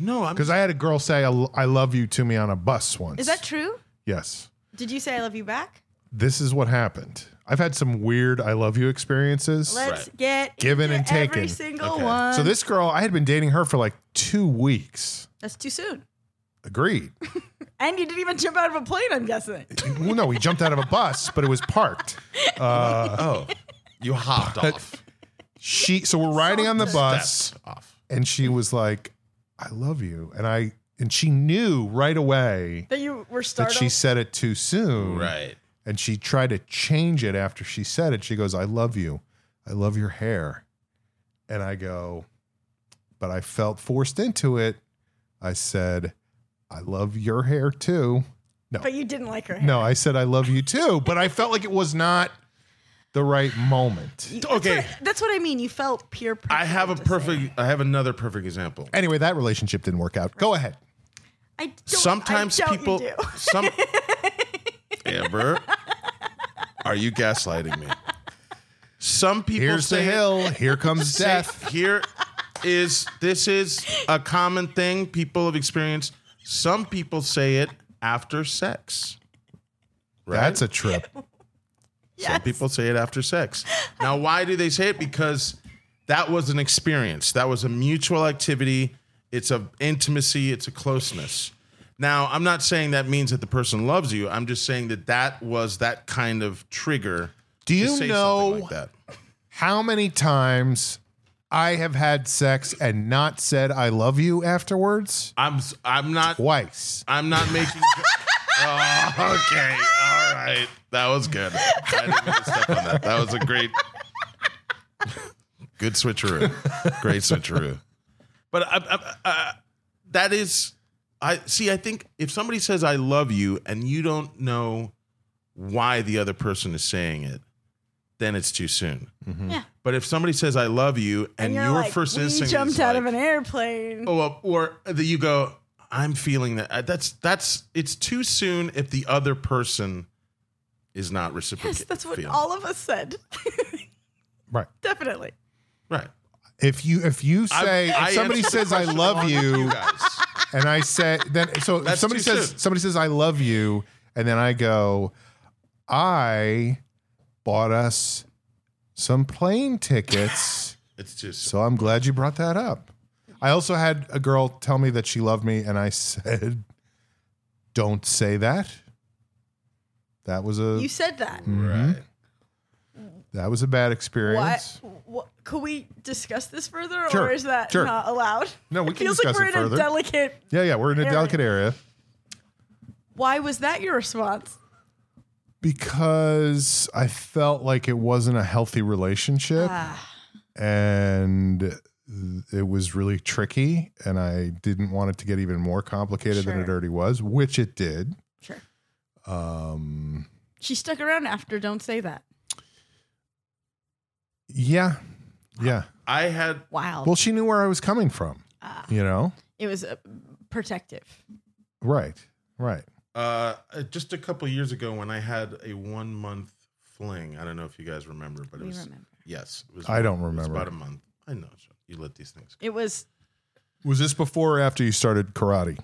Speaker 3: No, I'm
Speaker 4: Because I had a girl say "I l- "I love you" to me on a bus once.
Speaker 2: Is that true?
Speaker 4: Yes.
Speaker 2: Did you say I love you back?
Speaker 4: This is what happened. I've had some weird "I love you" experiences.
Speaker 2: Let's get
Speaker 4: Given
Speaker 2: into
Speaker 4: and
Speaker 2: every
Speaker 4: taken.
Speaker 2: single
Speaker 3: Okay.
Speaker 2: one.
Speaker 4: So this girl, I had been dating her for like two weeks.
Speaker 2: That's too soon.
Speaker 4: Agreed.
Speaker 2: And you didn't even jump out of a plane, I'm guessing.
Speaker 4: well, no, we jumped out of a bus, but it was parked. Uh,
Speaker 3: Oh, you hopped off.
Speaker 4: She, so we're riding on the bus,
Speaker 3: Stepped off.
Speaker 4: and she was like, "I love you," and I, and she knew right away
Speaker 2: That you were
Speaker 4: that
Speaker 2: startled.
Speaker 4: she said it too soon,
Speaker 3: Right.
Speaker 4: And she tried to change it after she said it. She goes, "I love you, I love your hair," and I go, but I felt forced into it. I said, "I love your hair too."
Speaker 2: but you didn't like her.
Speaker 4: No, I said I love you too, but I felt like it was not the right moment.
Speaker 3: Okay.
Speaker 2: That's what I mean. You felt peer pressure.
Speaker 3: I have a
Speaker 2: to say it.
Speaker 3: perfect I have another perfect example.
Speaker 4: Anyway, that relationship didn't work out. Go ahead.
Speaker 2: I don't,
Speaker 3: Sometimes
Speaker 2: I doubt
Speaker 3: people
Speaker 2: You do.
Speaker 3: some Amber, are you gaslighting me? Some people
Speaker 4: Here's the
Speaker 3: say-
Speaker 4: hill. Here comes
Speaker 3: say-
Speaker 4: death.
Speaker 3: Here is this is a common thing people have experienced. Some people say it after sex. Right?
Speaker 4: That's a trip.
Speaker 3: Some people say it after sex. Now, why do they say it? Because that was an experience. That was a mutual activity. It's a intimacy. It's a closeness. Now, I'm not saying that means that the person loves you. I'm just saying that that was that kind of trigger.
Speaker 4: Do
Speaker 3: to
Speaker 4: you
Speaker 3: say
Speaker 4: know-
Speaker 3: something like that?
Speaker 4: How many times I have had sex and not said I love you afterwards?
Speaker 3: I'm I'm not
Speaker 4: Twice.
Speaker 3: I'm not making. oh, okay, all right. That was good. I didn't mean to step on that. That was a great, good switcheroo. Great switcheroo. But I, I, I, that is, I see. I think if somebody says "I love you" and you don't know why the other person is saying it, then it's too soon.
Speaker 2: Yeah.
Speaker 3: But if somebody says "I love you" and,
Speaker 2: Mm-hmm. you're
Speaker 3: your
Speaker 2: like,
Speaker 3: first
Speaker 2: we
Speaker 3: instinct
Speaker 2: jumped
Speaker 3: is
Speaker 2: out
Speaker 3: like,
Speaker 2: of an airplane.
Speaker 3: Oh, or that you go. I'm feeling that. uh, That's that's. It's too soon if the other person is not reciprocating.
Speaker 2: yes, that's what
Speaker 3: feeling.
Speaker 2: all of us said.
Speaker 4: Right.
Speaker 2: Definitely.
Speaker 3: Right.
Speaker 4: If you if you
Speaker 3: I-
Speaker 4: say
Speaker 3: I
Speaker 4: if somebody
Speaker 3: answered the
Speaker 4: says I
Speaker 3: question
Speaker 4: love
Speaker 3: on
Speaker 4: you
Speaker 3: guys.
Speaker 4: and I say then so if
Speaker 3: That's
Speaker 4: somebody
Speaker 3: too
Speaker 4: says
Speaker 3: soon.
Speaker 4: somebody says I love you and then I go I bought us some plane tickets
Speaker 3: It's too soon.
Speaker 4: so I'm glad you brought that up. I also had a girl tell me that she loved me and I said don't say that. That was a
Speaker 2: You said that.
Speaker 4: mm-hmm.
Speaker 3: Right.
Speaker 4: that was a bad experience.
Speaker 2: What, what? Could we discuss this further,
Speaker 4: Sure,
Speaker 2: or is that
Speaker 4: sure.
Speaker 2: not allowed?
Speaker 4: No, we
Speaker 2: It
Speaker 4: can
Speaker 2: feels
Speaker 4: discuss
Speaker 2: like we're
Speaker 4: it
Speaker 2: in
Speaker 4: further.
Speaker 2: a delicate.
Speaker 4: Yeah, yeah, we're in a
Speaker 2: Area.
Speaker 4: delicate area.
Speaker 2: Why was that your response?
Speaker 4: because I felt like it wasn't a healthy relationship
Speaker 3: Ah.
Speaker 4: and it was really tricky and I didn't want it to get even more complicated than it
Speaker 2: Sure.
Speaker 4: already was, which it did.
Speaker 2: Sure.
Speaker 4: Um
Speaker 2: She stuck around after. Don't say that.
Speaker 4: yeah. Yeah.
Speaker 3: I had
Speaker 2: Wow.
Speaker 4: Well, she knew where I was coming from.
Speaker 3: Ah.
Speaker 4: You know?
Speaker 2: it was uh, protective.
Speaker 4: Right. Right.
Speaker 3: uh, just a couple years ago when I had a one month fling. I don't know if you guys remember, but it
Speaker 2: We
Speaker 3: was
Speaker 2: remember.
Speaker 3: yes. It was
Speaker 4: I don't
Speaker 3: it was
Speaker 4: remember.
Speaker 3: about a month. I know Sean. you let these things. go.
Speaker 2: It was.
Speaker 4: Was this before or after you started karate?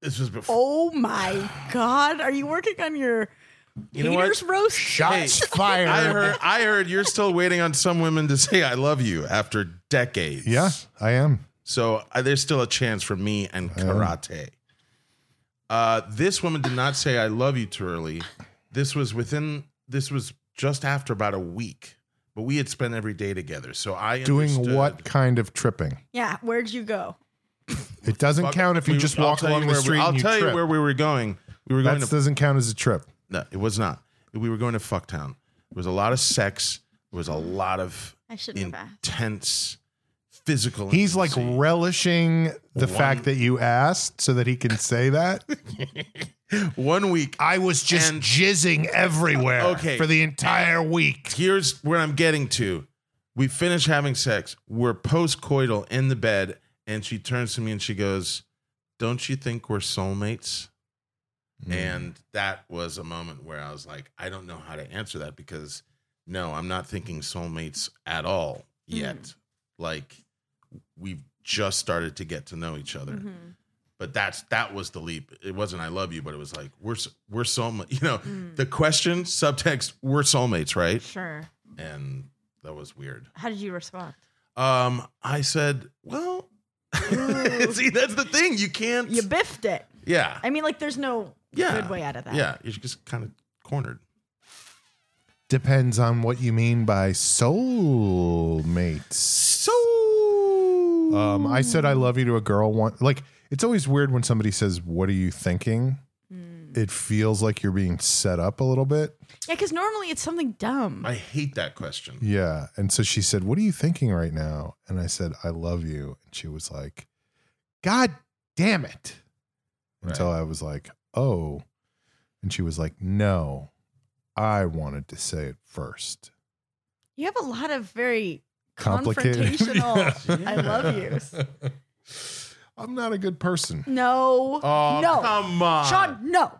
Speaker 3: This was before.
Speaker 2: Oh my God! Are you working on your
Speaker 3: you know
Speaker 2: Peter's
Speaker 3: what?
Speaker 2: roast?
Speaker 8: Shots fired.
Speaker 3: I heard. I heard you're still waiting on some women to say "I love you" after decades.
Speaker 4: Yeah, I am.
Speaker 3: So uh, there's still a chance for me and karate. Uh, this woman did not say "I love you" too early. This was within. This was just after about a week, but we had spent every day together. So I
Speaker 4: Doing
Speaker 3: understood-
Speaker 4: what kind of tripping?
Speaker 2: Yeah. Where'd you go?
Speaker 4: It doesn't
Speaker 3: Fuck,
Speaker 4: count if you
Speaker 3: we-
Speaker 4: just
Speaker 3: I'll
Speaker 4: walk
Speaker 3: tell you
Speaker 4: along the
Speaker 3: where we-
Speaker 4: street.
Speaker 3: I'll
Speaker 4: and you
Speaker 3: tell
Speaker 4: trip.
Speaker 3: you where we were going. We were going
Speaker 4: That
Speaker 3: to.
Speaker 4: doesn't count as a trip.
Speaker 3: no, it was not. We were going to Fucktown. There was a lot of sex. There was a lot of
Speaker 2: I shouldn't have asked.
Speaker 3: intense physical.
Speaker 4: He's like
Speaker 3: intimacy.
Speaker 4: relishing the
Speaker 3: One-
Speaker 4: fact that you asked so that he can say that.
Speaker 3: one week.
Speaker 8: I was just
Speaker 3: And-
Speaker 8: jizzing everywhere
Speaker 3: Okay.
Speaker 8: for the entire week.
Speaker 3: here's where I'm getting to. We finish having sex. We're post coital in the bed, and she turns to me and she goes, Don't you think we're soulmates? And that was a moment where I was like, I don't know how to answer that because no, I'm not thinking soulmates at all yet. Like we've just started to get to know each other. But that's that was the leap. It wasn't I love you, but it was like we're s- we're soulmates. You know, the question subtext, we're soulmates, right?
Speaker 2: Sure.
Speaker 3: and that was weird.
Speaker 2: How did you respond?
Speaker 3: Um, I said, "Well, see, that's the thing. You can't.
Speaker 2: You biffed it.
Speaker 3: yeah,
Speaker 2: I mean, like, there's no
Speaker 3: yeah.
Speaker 2: good way out of that.
Speaker 3: Yeah, you're just kind of cornered.
Speaker 4: Depends on what you mean by soulmates.
Speaker 3: So,
Speaker 4: Um, I said I love you to a girl once. Like it's always weird when somebody says, "What are you thinking?"
Speaker 3: Hmm.
Speaker 4: It feels like you're being set up a little bit.
Speaker 2: Yeah, because normally it's something dumb.
Speaker 3: I hate that question.
Speaker 4: Yeah. And so she said, What are you thinking right now? And I said, I love you. And she was like, God damn it. Until I was like, Oh. And she was like, No, I wanted to say it first.
Speaker 2: You have a lot of very
Speaker 4: Complicated.
Speaker 2: confrontational. I love yous.
Speaker 4: I'm not a good person.
Speaker 2: No.
Speaker 3: Oh,
Speaker 2: no.
Speaker 3: come on,
Speaker 2: Sean, no.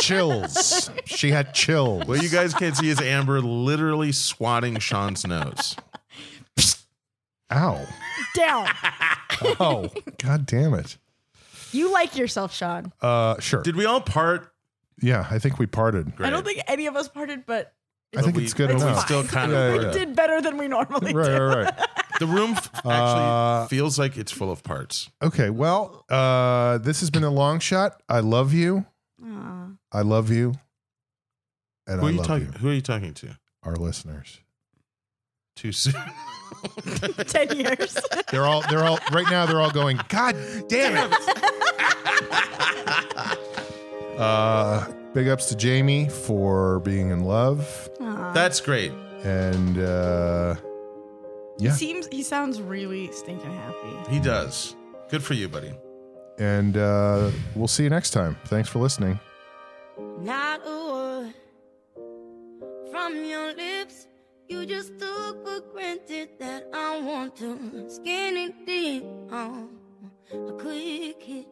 Speaker 4: chills. She had chills.
Speaker 3: What you guys can't see is Amber literally swatting Sean's nose.
Speaker 4: Ow.
Speaker 2: Down.
Speaker 4: Oh, god damn it.
Speaker 2: You like yourself, Sean.
Speaker 4: Uh, sure.
Speaker 3: Did we all part?
Speaker 4: yeah, I think we parted.
Speaker 2: I don't think any of us parted, but
Speaker 4: I think
Speaker 3: we-
Speaker 4: it's good
Speaker 3: but we
Speaker 4: enough.
Speaker 3: still kind
Speaker 4: Yeah,
Speaker 3: of.
Speaker 4: yeah,
Speaker 2: we
Speaker 4: yeah.
Speaker 2: did better than we normally
Speaker 4: Right,
Speaker 2: do.
Speaker 4: right, right.
Speaker 3: The room f- actually
Speaker 4: Uh,
Speaker 3: feels like it's full of parts.
Speaker 4: Okay, well, uh, this has been a long shot. I love you.
Speaker 2: Aw.
Speaker 4: I love you. And
Speaker 3: Who
Speaker 4: I
Speaker 3: are you
Speaker 4: love
Speaker 3: talking?
Speaker 4: you,
Speaker 3: Who are you talking to?
Speaker 4: our listeners.
Speaker 3: Too soon.
Speaker 2: Ten years.
Speaker 4: They're all they're all right now they're all going, God damn it. uh big ups to Jamie for being in love.
Speaker 2: Aw.
Speaker 3: That's great.
Speaker 4: And uh yeah.
Speaker 2: Seems he sounds really stinking happy.
Speaker 3: He does. Good for you, buddy.
Speaker 4: and uh we'll see you next time. Thanks for listening.
Speaker 11: Not a word from your lips. You just took for granted that I want to skin it deep on a quick hit.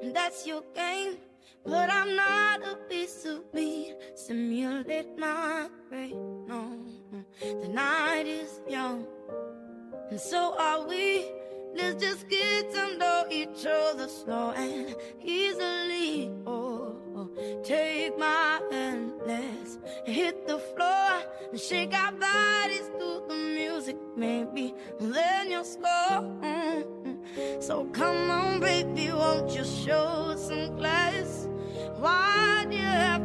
Speaker 11: And that's your game, but I'm not a piece of meat. Simulate my brain. No, the night is young, and so are we. Let's just get to know each other slow and easily. Oh, oh. take my hand, let's hit the floor and shake our bodies to the music, maybe. Then you'll score. Mm-mm. So come on, baby, won't you show some class? Why do you have Oh, Oh, Oh, Oh, Oh,